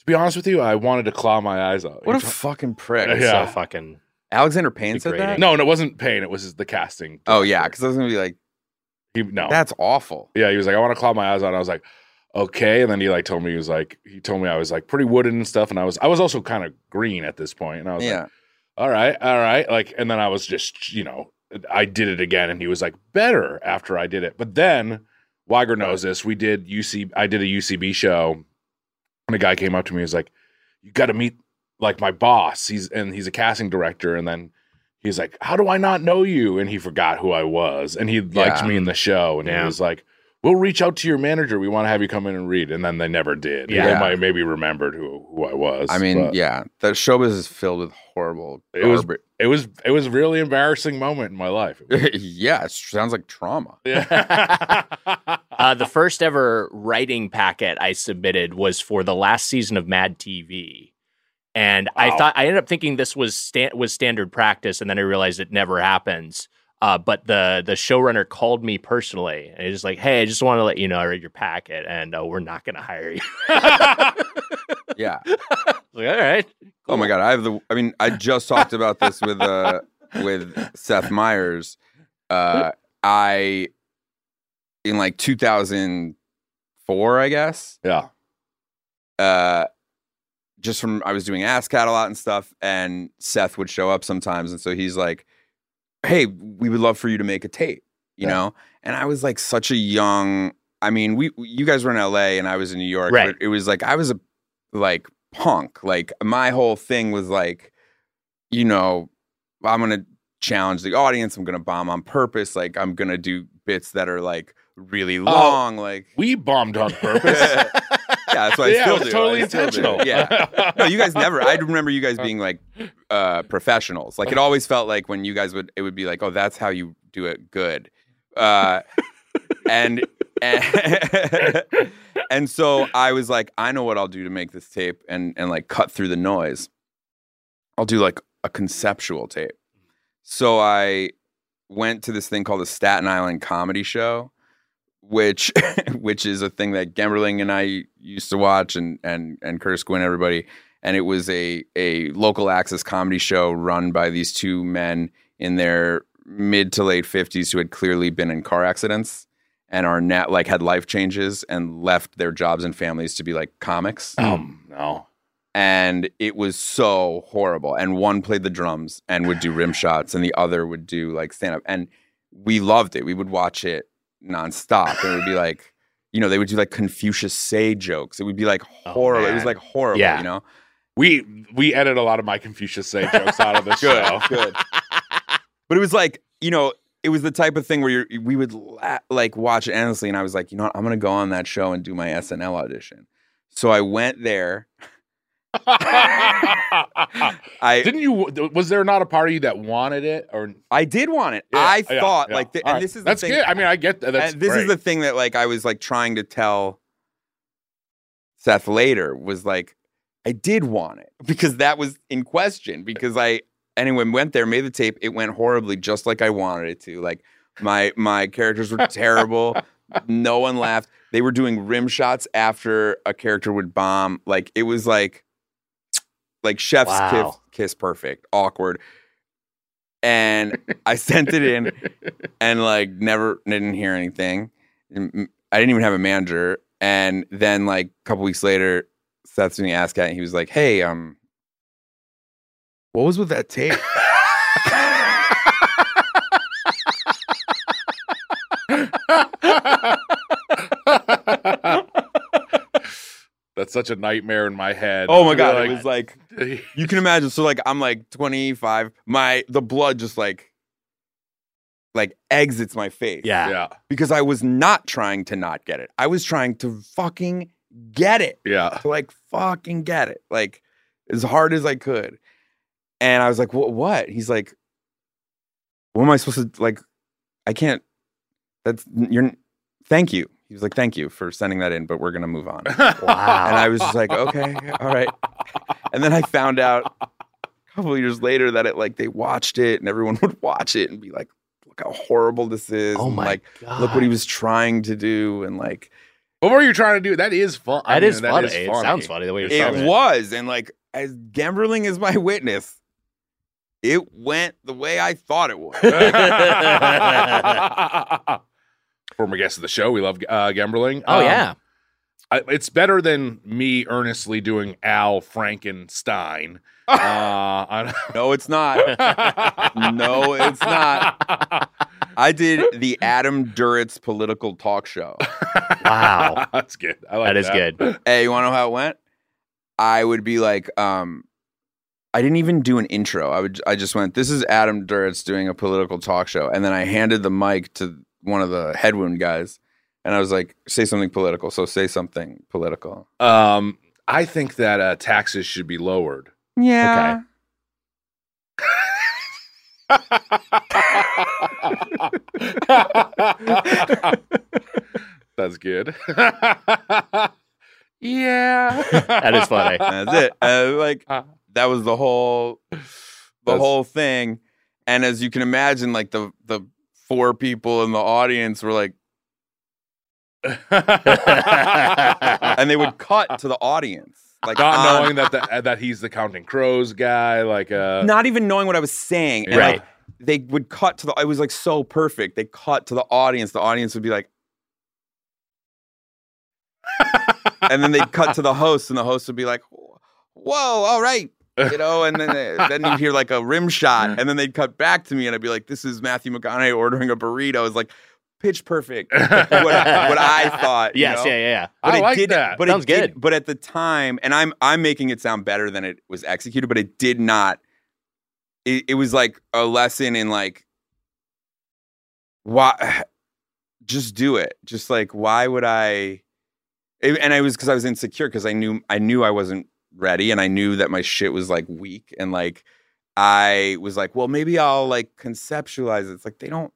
Speaker 2: "To be honest with you, I wanted to claw my eyes out."
Speaker 4: What a
Speaker 2: He t-
Speaker 4: fucking prick.
Speaker 2: Yeah.
Speaker 3: So fucking.
Speaker 4: Alexander Payne said that?
Speaker 3: Degrading.
Speaker 2: No, and it wasn't Payne. It was the casting.
Speaker 4: Oh, yeah. Because I was going to be like,
Speaker 2: He, no.
Speaker 4: that's awful.
Speaker 2: Yeah, he was like, I want to claw my eyes out. I was like, okay. And then he like told me he was like, he told me I was like pretty wooden and stuff, and I was I was also kind of green at this point, and I was
Speaker 4: Yeah.
Speaker 2: like, all right, all right, like, and then I was just you know I did it again, and he was like better after I did it, but then Weiger knows this. We did UC, I did a UCB show, and a guy came up to me, he was like, you got to meet like my boss. He's and he's a casting director, and then. He's like, how do I not know you? And he forgot who I was, and he liked
Speaker 4: Yeah.
Speaker 2: me in the show, and
Speaker 3: Yeah.
Speaker 2: he was like, we'll reach out to your manager. We want to have you come in and read. And then they never did.
Speaker 3: Yeah.
Speaker 2: They might maybe remembered who, who I was.
Speaker 4: I mean,
Speaker 2: but
Speaker 4: yeah, the showbiz is filled with horrible.
Speaker 2: It was-
Speaker 4: garbage.
Speaker 2: It was it was a really embarrassing moment in my life.
Speaker 4: <laughs> yeah, it sounds like trauma.
Speaker 2: Yeah.
Speaker 3: Uh, the first ever writing packet I submitted was for the last season of Mad TV. And I
Speaker 2: Wow.
Speaker 3: thought I ended up thinking this was sta- was standard practice, and then I realized it never happens. Uh, but the the showrunner called me personally, and he's like, "Hey, I just want to let you know I read your packet, and uh, we're not going to hire you." <laughs>
Speaker 4: Yeah.
Speaker 3: like, all right,
Speaker 4: Oh my god, I have the. I mean, I just talked about this with uh with Seth Meyers. Uh, I in like 2004, I guess.
Speaker 2: <laughs> yeah.
Speaker 4: uh, just from I was doing ASCAT a lot and stuff, and Seth would show up sometimes, and so he's like, "Hey, we would love for you to make a tape," you
Speaker 2: Yeah.
Speaker 4: know. And I was like such a young. I mean, we you guys were in LA and I was in New York.
Speaker 3: Right.
Speaker 4: But it was like I was a like punk. Like my whole thing was like, you know, I'm gonna challenge the audience. I'm gonna bomb on purpose. Like I'm gonna do bits that are like
Speaker 2: Oh.
Speaker 4: really long. like
Speaker 2: We bombed on purpose.
Speaker 4: yeah, <laughs> that's what I
Speaker 2: <laughs> yeah,
Speaker 4: still
Speaker 2: it was
Speaker 4: do.
Speaker 2: totally
Speaker 4: I still do.
Speaker 2: intentional.
Speaker 4: Yeah. No, you guys never. I remember you guys being like uh, professionals. Like it always felt like when you guys would, it would be like, oh, that's how you do it good. Uh, and <laughs> and, and so I was like, I know what I'll do to make this tape and and like cut through the noise. I'll do like a conceptual tape. So I went to this thing called the Staten Island Comedy Show, which <laughs> which is a thing that Gemberling and I used to watch, and and and Curtis Gwynn, everybody, and it was a a local access comedy show run by these two men in their mid to late fifties who had clearly been in car accidents and are now like had life changes and left their jobs and families to be like comics
Speaker 2: <laughs> Um, no.
Speaker 4: and it was so horrible. And one played the drums and would do rim shots, and the other would do like stand up. And we loved it. We would watch it nonstop. And it would be like, you know, they would do like Confucius say jokes. It would be like
Speaker 2: Oh,
Speaker 4: horrible. it
Speaker 2: man.
Speaker 4: was like horrible,
Speaker 2: Yeah.
Speaker 4: you know?
Speaker 2: We we edit a lot of my Confucius say jokes out of the show.
Speaker 4: <laughs> good. but it was like, you know, it was the type of thing where you're, we would la- like watch it endlessly. And I was like, you know what? I'm going to go on that show and do my SNL audition. So I went there. I,
Speaker 2: Didn't you? Was there not a party that wanted it? Or
Speaker 4: I did want it.
Speaker 2: Yeah,
Speaker 4: I
Speaker 2: yeah,
Speaker 4: thought
Speaker 2: yeah.
Speaker 4: like, th-
Speaker 2: All
Speaker 4: and
Speaker 2: right.
Speaker 4: this is the
Speaker 2: that's
Speaker 4: thing.
Speaker 2: good. I mean, I get that. Uh, That's
Speaker 4: and Uh, this is the
Speaker 2: great.
Speaker 4: thing that like I was like trying to tell Seth later was like I did want it <laughs> because that was in question because I anyway went there made the tape it went horribly just like I wanted it to like my my characters were terrible no one laughed they were doing rim shots after a character would bomb like it was like like chef's
Speaker 3: Wow.
Speaker 4: kiss, kiss perfect awkward and I sent it in and like never didn't hear anything. M- m- I didn't even have a manager. And then like a couple weeks later, Seth's me asked at and he was like, "Hey, um, what was with that tape?"
Speaker 2: That's such a nightmare in my head.
Speaker 4: <laughs> oh my god,
Speaker 2: Like,
Speaker 4: it was like you can imagine. So like I'm like 25, my the blood just like like exits my face.
Speaker 3: Yeah.
Speaker 2: <laughs> yeah,
Speaker 4: because I was not trying to not get it. I was trying to fucking get it.
Speaker 2: yeah.
Speaker 4: to like fucking get it, like as hard as I could. And I was like, "What? What?" He's like, "What am I supposed to like? I can't. That's you're. Thank you." He was like, "Thank you for sending that in, but we're gonna move on."
Speaker 3: Wow.
Speaker 4: And I was just like, "Okay, all right." And then I found out a couple of years later that it like they watched it and everyone <laughs> would watch it and be like, "Look how horrible this is!"
Speaker 3: oh
Speaker 4: and,
Speaker 3: my
Speaker 4: like,
Speaker 3: god!
Speaker 4: look what he was trying to do and like
Speaker 2: What were you trying to do? That is fun. I
Speaker 3: That
Speaker 2: mean,
Speaker 3: is funny. It
Speaker 2: <laughs>
Speaker 3: sounds funny the way you're
Speaker 4: It
Speaker 3: saying
Speaker 4: was, and like as Gemberling is my <laughs> witness, it went the way I thought it would.
Speaker 2: Former guest of the show, we love uh, Gemberling.
Speaker 3: Oh
Speaker 2: Um,
Speaker 3: yeah.
Speaker 2: I, it's better than me earnestly doing Al
Speaker 4: <laughs>
Speaker 2: Frankenstein. uh, on-
Speaker 4: no, it's not. No,
Speaker 2: <laughs>
Speaker 4: it's not. I did the Adam Duritz political talk show.
Speaker 3: Wow.
Speaker 2: that's good. I like
Speaker 3: that is
Speaker 4: <laughs>
Speaker 3: good.
Speaker 4: Hey, you want to know how it went? I would be like, um, I didn't even do an intro. I would, I just went, "This is Adam Duritz doing a political talk show," and then I handed the mic to one of the headwound guys, and I was like, "Say something political." So say something political.
Speaker 2: Um, I think that uh, taxes should be
Speaker 4: <laughs>
Speaker 2: lowered.
Speaker 4: Yeah.
Speaker 3: Okay.
Speaker 2: That's good. <laughs> yeah.
Speaker 3: That is funny.
Speaker 4: That's it. Uh, like
Speaker 2: Uh.
Speaker 4: that was the whole the
Speaker 2: That's-
Speaker 4: whole thing. And as you can imagine, like the the four people in the audience were like, <laughs> and they would cut to the audience,
Speaker 2: <laughs>
Speaker 4: like uh,
Speaker 2: not
Speaker 4: on-
Speaker 2: knowing that the, uh, that he's the Counting Crows guy, like uh,
Speaker 4: not even knowing what I was saying. And
Speaker 3: Right.
Speaker 4: like they would cut to the. It was like so perfect. They cut to the audience. The audience would be like. and then they'd cut to the host, and the host would be like, "Whoa, all right." You know, and then then you hear like a rim shot, and then they'd cut back to me, and I'd be like, "This is Matthew McConaughey ordering a burrito." It's like pitch perfect, what, what
Speaker 2: <laughs>
Speaker 4: I thought.
Speaker 3: <laughs>
Speaker 4: you
Speaker 3: Yes.
Speaker 4: know?
Speaker 3: Yeah. Yeah.
Speaker 2: I
Speaker 4: it
Speaker 2: like
Speaker 4: did,
Speaker 2: that.
Speaker 4: But
Speaker 3: Sounds
Speaker 4: it did,
Speaker 3: good.
Speaker 4: But at the time, and I'm I'm making it sound better than it was executed, but it did not. It, it was like a lesson in like why <sighs> just do it. Just like why would I? it- and I was because I was insecure because I knew I knew I wasn't ready, and I knew that my shit was like weak, and like I was like, well, maybe I'll like conceptualize. It. It's like they don't.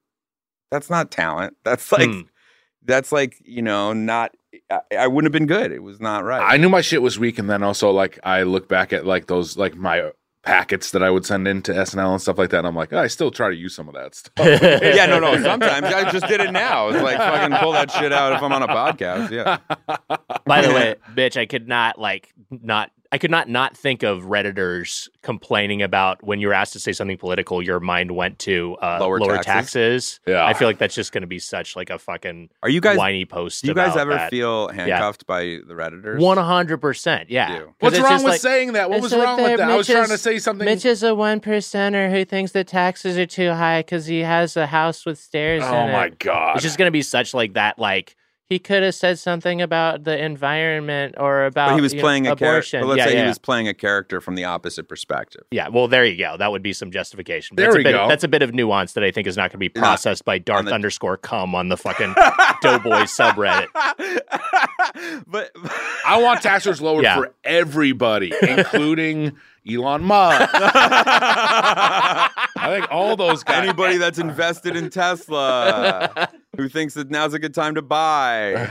Speaker 4: That's not talent. That's like
Speaker 3: Hmm.
Speaker 4: that's like you know not I, I wouldn't have been good it was not right
Speaker 2: I knew my shit was weak, and then also like I look back at like those like my packets that I would send into SNL and stuff like that. And I'm like, I still try to use some of that stuff.
Speaker 4: yeah, no, no. Sometimes I just did it now. It's like fucking pull that shit out if I'm on a podcast. Yeah.
Speaker 3: By the way, bitch, I could not like not I could not not think of redditors complaining about when you were asked to say something political, your mind went to uh,
Speaker 4: Lower
Speaker 3: lower,
Speaker 4: taxes?
Speaker 3: taxes.
Speaker 2: Yeah.
Speaker 3: I feel like that's just going to be such like a fucking
Speaker 4: Are you guys?
Speaker 3: whiny post.
Speaker 4: do you guys
Speaker 3: about
Speaker 4: ever
Speaker 3: that.
Speaker 4: feel handcuffed by the redditors?
Speaker 3: One hundred percent,
Speaker 4: You
Speaker 3: yeah.
Speaker 4: do.
Speaker 3: 'Cause
Speaker 2: What's
Speaker 3: it's
Speaker 2: wrong
Speaker 3: just
Speaker 2: with
Speaker 3: like-
Speaker 2: saying that? What
Speaker 3: it's
Speaker 2: was
Speaker 3: like
Speaker 2: wrong with
Speaker 3: the
Speaker 2: that? I was
Speaker 3: Mitch
Speaker 2: trying to
Speaker 3: is-
Speaker 2: say something.
Speaker 3: Mitch is a one percenter who thinks the taxes are too high because he has a house with stairs.
Speaker 2: oh
Speaker 3: in it.
Speaker 2: my god!
Speaker 3: It's just gonna be such like that. Like he could have said something about the environment or about
Speaker 4: But he was
Speaker 3: you know,
Speaker 4: playing a character.
Speaker 3: abortion.
Speaker 4: But let's
Speaker 3: yeah,
Speaker 4: say
Speaker 3: yeah.
Speaker 4: he was playing a character from the opposite perspective.
Speaker 3: Yeah, well, there you go. That would be some justification. But
Speaker 2: There
Speaker 3: that's
Speaker 2: we
Speaker 3: a bit,
Speaker 2: go.
Speaker 3: That's a bit of nuance that I think is not going to be
Speaker 4: Not
Speaker 3: processed by Darth
Speaker 4: the-
Speaker 3: underscore cum on the fucking
Speaker 4: <laughs>
Speaker 3: Doughboy subreddit.
Speaker 4: but <laughs>
Speaker 2: I want taxes
Speaker 3: <laughs>
Speaker 2: lowered
Speaker 3: Yeah.
Speaker 2: for
Speaker 3: <laughs>
Speaker 2: everybody, including Elon Musk. I think all those guys.
Speaker 4: anybody that's invested in Tesla who thinks that now's a good time to buy.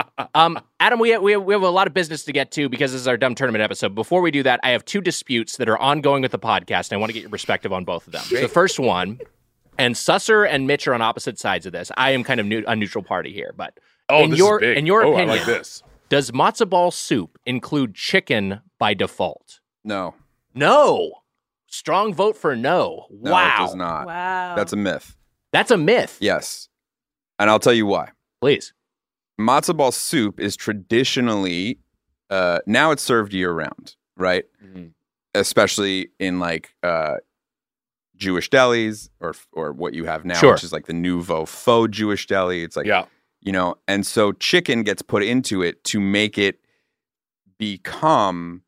Speaker 3: <laughs> Um, Adam, we have, we, have, we have a lot of business to get to because this is our dumb tournament episode. Before we do that, I have two disputes that are ongoing with the podcast, and I want to get your perspective on both of them. The first one, and Susser and Mitch are on opposite sides of this. I am kind of new, a neutral party here, but
Speaker 2: oh,
Speaker 3: in
Speaker 2: this
Speaker 3: your
Speaker 2: is big.
Speaker 3: in your
Speaker 2: oh,
Speaker 3: opinion,
Speaker 2: I like this.
Speaker 3: does matzo ball soup include chicken by default?
Speaker 4: no,
Speaker 3: No. Strong vote for no.
Speaker 4: no,
Speaker 3: wow.
Speaker 4: it does not.
Speaker 8: Wow.
Speaker 4: That's a myth.
Speaker 3: That's a myth.
Speaker 4: Yes, and I'll tell you why.
Speaker 3: Please.
Speaker 4: matzo ball soup is traditionally uh, now it's served year round, right? Especially in like uh, Jewish delis or or what you have now,
Speaker 3: Sure.
Speaker 4: which is like the nouveau faux Jewish deli. It's like
Speaker 2: yeah,
Speaker 4: you know, and so chicken gets put into it to make it become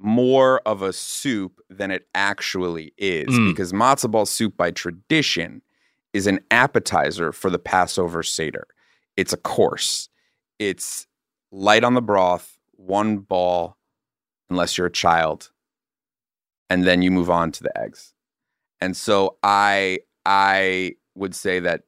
Speaker 4: more of a soup than it actually is
Speaker 3: Mm.
Speaker 4: because matzo ball soup by tradition is an appetizer for the Passover Seder. It's a course. It's light on the broth, one ball, unless you're a child, and then you move on to the eggs. And so I I would say that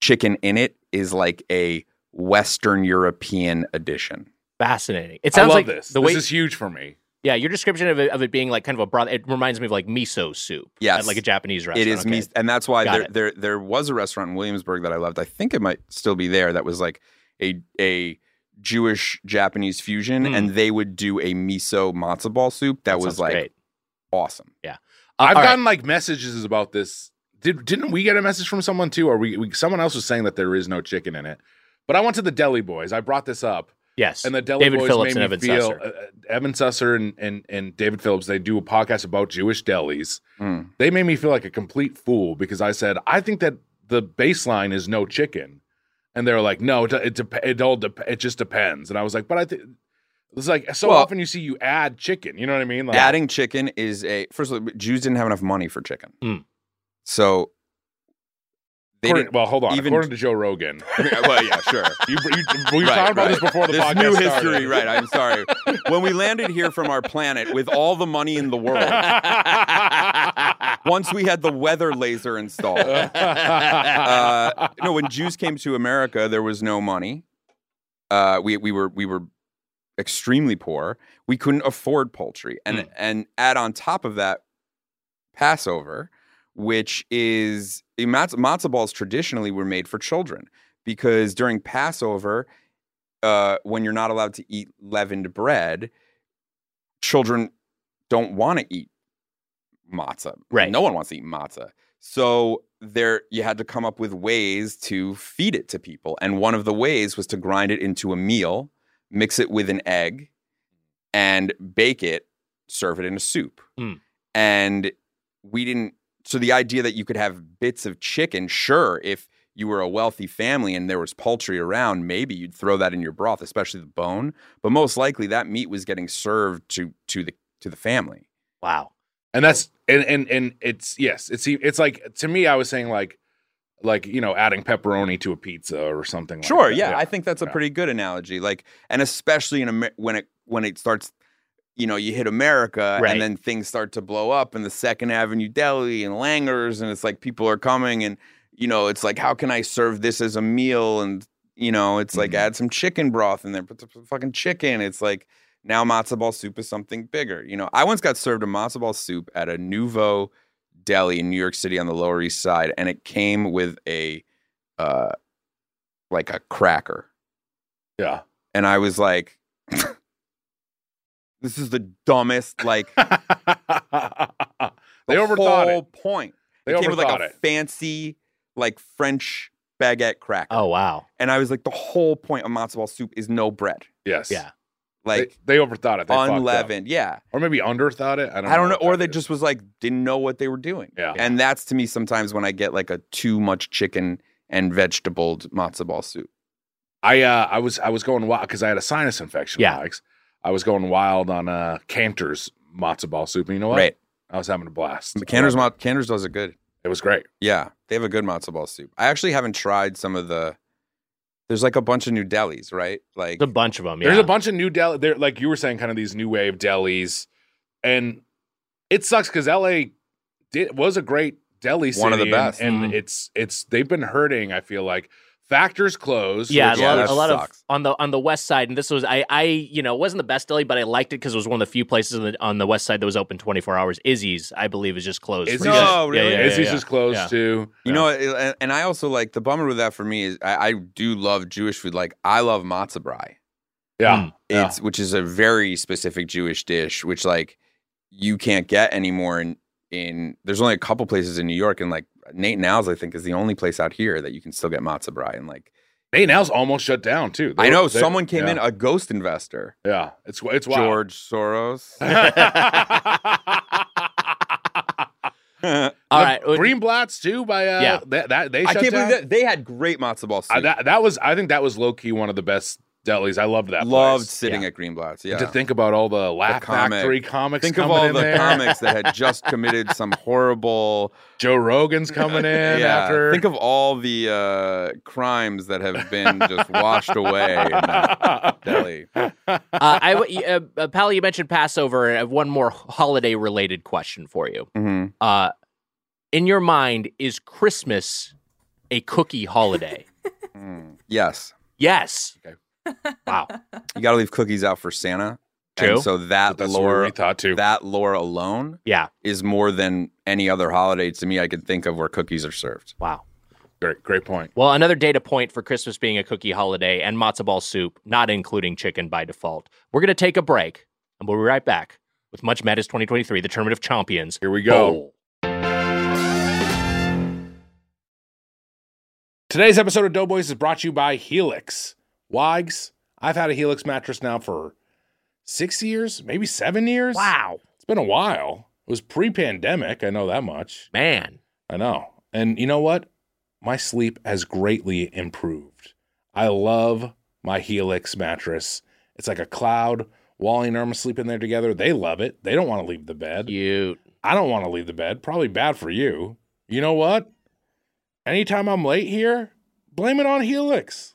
Speaker 4: chicken in it is like a Western European edition.
Speaker 3: Fascinating. It sounds
Speaker 2: I love
Speaker 3: like
Speaker 2: this.
Speaker 3: the
Speaker 2: this
Speaker 3: way
Speaker 2: is huge for me.
Speaker 3: Yeah, your description of it, of it being like kind of a broth, it reminds me of like miso soup.
Speaker 4: Yes.
Speaker 3: at, like a Japanese restaurant.
Speaker 4: It is
Speaker 3: okay.
Speaker 4: me, and that's why
Speaker 3: Got
Speaker 4: there,
Speaker 3: it.
Speaker 4: there there was a restaurant in Williamsburg that I loved. I think it might still be there. That was like a a Jewish Japanese fusion,
Speaker 3: Mm.
Speaker 4: and they would do a miso matzo ball soup that, was
Speaker 3: sounds
Speaker 4: like
Speaker 3: great.
Speaker 4: awesome.
Speaker 3: Uh,
Speaker 2: I've
Speaker 3: all right.
Speaker 2: gotten like messages about this. Did didn't we get a message from someone too? Or we, we someone else was saying that there is no chicken in it. But I went to the Deli Boys. I brought this up,
Speaker 3: yes,
Speaker 2: and the Deli
Speaker 3: David
Speaker 2: Boys
Speaker 3: Phillips
Speaker 2: made me
Speaker 3: and Evan
Speaker 2: feel
Speaker 3: Susser.
Speaker 2: uh, uh, Evan Susser and, and and David Phillips. They do a podcast about Jewish delis.
Speaker 4: Mm.
Speaker 2: They made me feel like a complete fool because I said I think that the baseline is no chicken, and they were like, no, it it, dep- it all dep- it just depends. And I was like, but I think it's like so
Speaker 4: Well-
Speaker 2: often you see you add chicken. You know what I mean? Like,
Speaker 4: Adding chicken is a first of all, Jews didn't have enough money for chicken,
Speaker 3: Mm.
Speaker 4: so they
Speaker 2: according-
Speaker 4: <laughs> didn't.
Speaker 2: well, hold on.
Speaker 4: even-
Speaker 2: according to Joe Rogan,
Speaker 4: <laughs> well, yeah, sure.
Speaker 2: You, you, we
Speaker 4: Right,
Speaker 2: talked about this
Speaker 4: right.
Speaker 2: before the podcast
Speaker 4: new
Speaker 2: started.
Speaker 4: history, right?
Speaker 2: <laughs>
Speaker 4: I'm sorry. when we landed here from our planet with all the money in the world, once we had the weather laser installed. Uh, no, when Jews came to America, there was no money. Uh, we we were we were extremely poor. We couldn't afford poultry, and
Speaker 2: Hmm.
Speaker 4: and add on top of that, Passover, which is the matzo, matzo balls traditionally were made for children because during Passover, uh, when you're not allowed to eat leavened bread, children don't want to eat matzah.
Speaker 3: Right.
Speaker 4: No one wants to eat matzah. So there, you had to come up with ways to feed it to people, and one of the ways was to grind it into a meal, mix it with an egg, and bake it. Serve it in a soup,
Speaker 3: Mm.
Speaker 4: and we didn't. So the idea that you could have bits of chicken, sure, if you were a wealthy family and there was poultry around, maybe you'd throw that in your broth, especially the bone. But most likely, that meat was getting served to to the to the family.
Speaker 3: wow,
Speaker 2: <laughs> and that's and and and it's yes, it's it's like to me, I was saying like like you know adding pepperoni to a pizza or something. like
Speaker 4: Sure,
Speaker 2: that.
Speaker 4: yeah, I think that's a
Speaker 2: yeah.
Speaker 4: pretty good analogy. Like, and especially in Amer- when it when it starts, you know, you hit America,
Speaker 3: Right.
Speaker 4: and then things start to blow up, and the Second Avenue Deli and Langers, and it's like people are coming, and you know, it's like, how can I serve this as a
Speaker 2: Mm-hmm.
Speaker 4: meal? And you know, it's like add some chicken broth in there, put the fucking chicken. It's like Now matzo ball soup is something bigger. You know, I once got served a matzo ball soup at a Nouveau deli in New York City on the Lower East Side, and it came with a uh like a cracker.
Speaker 2: Yeah. <laughs>
Speaker 4: And I was like, <laughs> this is the dumbest, like
Speaker 2: <laughs> they
Speaker 4: the
Speaker 2: overthought
Speaker 4: whole
Speaker 2: it.
Speaker 4: point.
Speaker 2: They
Speaker 4: it came
Speaker 2: overthought
Speaker 4: with like a
Speaker 2: it.
Speaker 4: fancy, like French baguette cracker.
Speaker 3: Oh wow.
Speaker 4: And I was like, the whole point of matzo ball soup is no bread.
Speaker 2: Yes.
Speaker 3: Yeah.
Speaker 2: They-
Speaker 4: Like
Speaker 2: they, overthought it. They fucked up.
Speaker 4: unleavened. Yeah.
Speaker 2: Or maybe underthought it. I don't.
Speaker 4: I don't know.
Speaker 2: what
Speaker 4: Or
Speaker 2: that
Speaker 4: they
Speaker 2: is.
Speaker 4: just was like, didn't know what they were doing.
Speaker 2: Yeah.
Speaker 4: And that's to me sometimes when I get like a too much chicken and vegetable matzo ball soup.
Speaker 2: I uh, I was I was going wild because I had a sinus infection.
Speaker 3: Yeah.
Speaker 2: Alex. I was going wild on uh Cantor's matzo ball soup. And you know what?
Speaker 4: Right.
Speaker 2: I was having a blast.
Speaker 4: But Cantor's, ma- Cantor's does it good.
Speaker 2: It was great.
Speaker 4: Yeah. They have a good matzo ball soup. I actually haven't tried some of the, there's like a bunch of new delis, right? Like,
Speaker 3: There's a bunch of them. Yeah.
Speaker 2: There's a bunch of new deli. There, like you were saying, kind of these new wave delis, and it sucks because LA did was a great deli city.
Speaker 4: One of the
Speaker 2: and-
Speaker 4: best.
Speaker 2: and,
Speaker 3: Mm.
Speaker 2: it's it's they've been hurting. I feel like factors closed.
Speaker 3: Yeah,
Speaker 2: which-
Speaker 3: a lot,
Speaker 4: yeah,
Speaker 3: of-
Speaker 4: that
Speaker 3: a lot of
Speaker 4: sucks.
Speaker 3: on the on the west side, and this was I I you know it wasn't the best deli, but I liked it because it was one of the few places on the, on the west side that was open twenty four hours. Izzy's I believe is just closed.
Speaker 2: Izzy's
Speaker 3: for
Speaker 2: is-
Speaker 3: now.
Speaker 4: Oh, really?
Speaker 3: Yeah, yeah,
Speaker 2: Izzy's
Speaker 3: yeah,
Speaker 2: is closed
Speaker 3: yeah.
Speaker 2: too.
Speaker 4: You know, it- and- and I also like the bummer with that for me is I, I do love Jewish food. Like I love matzo brie.
Speaker 2: yeah,
Speaker 3: Mm.
Speaker 2: Yeah.
Speaker 4: It's which is a very specific Jewish dish, which like you can't get anymore. In in there's only a couple places in New York, and like Nate Now's, I think, is the only place out here that you can still get matzo brie. And like
Speaker 2: They now's almost shut down too. They
Speaker 4: I
Speaker 2: were-
Speaker 4: know
Speaker 2: they-
Speaker 4: someone came
Speaker 2: yeah,
Speaker 4: in, a ghost investor,
Speaker 2: Yeah, it's it's wild.
Speaker 4: George
Speaker 2: <laughs>
Speaker 4: Soros.
Speaker 3: All right. uh,
Speaker 2: Greenblatt's too by uh,
Speaker 3: Yeah.
Speaker 2: that, that they
Speaker 4: I
Speaker 2: shut
Speaker 4: can't believe
Speaker 2: down.
Speaker 4: that they had great matzo ball soup.
Speaker 2: I, that that was I think that was low key one of the best delis. I loved that.
Speaker 4: Loved
Speaker 2: place.
Speaker 4: sitting at Greenblatt's. Yeah.
Speaker 2: And to think about all the Laugh
Speaker 4: comic.
Speaker 2: Factory comics.
Speaker 4: Think of
Speaker 2: coming
Speaker 4: all
Speaker 2: in
Speaker 4: the
Speaker 2: there.
Speaker 4: comics
Speaker 2: <laughs>
Speaker 4: that had just committed some horrible
Speaker 2: Joe Rogan's coming in
Speaker 4: <laughs>
Speaker 2: after.
Speaker 4: Think of all the uh, crimes that have been just washed away
Speaker 2: <laughs>
Speaker 4: in that deli.
Speaker 3: uh, I w- uh, uh, Pally, you mentioned Passover. and I have one more holiday related question for you.
Speaker 4: Mhm.
Speaker 3: Uh, in your mind, is Christmas a cookie holiday?
Speaker 4: Mm. Yes,
Speaker 3: yes.
Speaker 2: Okay.
Speaker 3: Wow.
Speaker 4: you got to leave cookies out for Santa.
Speaker 3: True.
Speaker 4: And so that
Speaker 2: that's what we
Speaker 4: lore,
Speaker 2: thought too.
Speaker 4: that lore alone,
Speaker 3: Yeah.
Speaker 4: is more than any other holiday to me I could think of where cookies are served.
Speaker 3: Wow.
Speaker 2: great, great point.
Speaker 3: Well, another data point for Christmas being a cookie holiday and matzo ball soup, not including chicken by default. We're going to take a break and we'll be right back with Much Madness 2023, the Tournament of Champions.
Speaker 2: Here we go.
Speaker 3: Bowl.
Speaker 2: Today's episode of Doughboys is brought to you by Helix. Wags, I've had a Helix mattress now for six years, maybe seven years.
Speaker 3: Wow.
Speaker 2: It's been a while. It was pre pandemic. I know that much.
Speaker 3: Man.
Speaker 2: I know. And you know what? My sleep has greatly improved. I love my Helix mattress. It's like a cloud. Wally and Irma sleep in there together. They love it. They don't want to leave the bed.
Speaker 3: Cute.
Speaker 2: I don't want to leave the bed. Probably bad for you. You know what? Anytime I'm late here, blame it on Helix.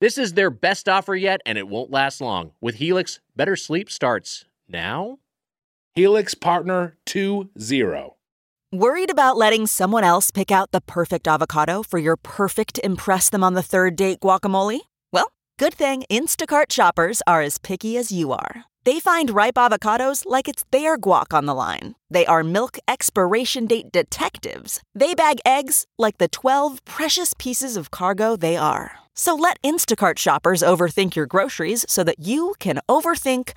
Speaker 3: This is their best offer yet, and it won't last long. With Helix, better sleep starts now.
Speaker 2: HelixPartner20.
Speaker 8: Worried about letting someone else pick out the perfect avocado for your perfect Impress Them on the Third Date guacamole? Well, good thing Instacart shoppers are as picky as you are. They find ripe avocados like it's their guac on the line. They are milk expiration date detectives. They bag eggs like the 12 precious pieces of cargo they are. So let Instacart shoppers overthink your groceries so that you can overthink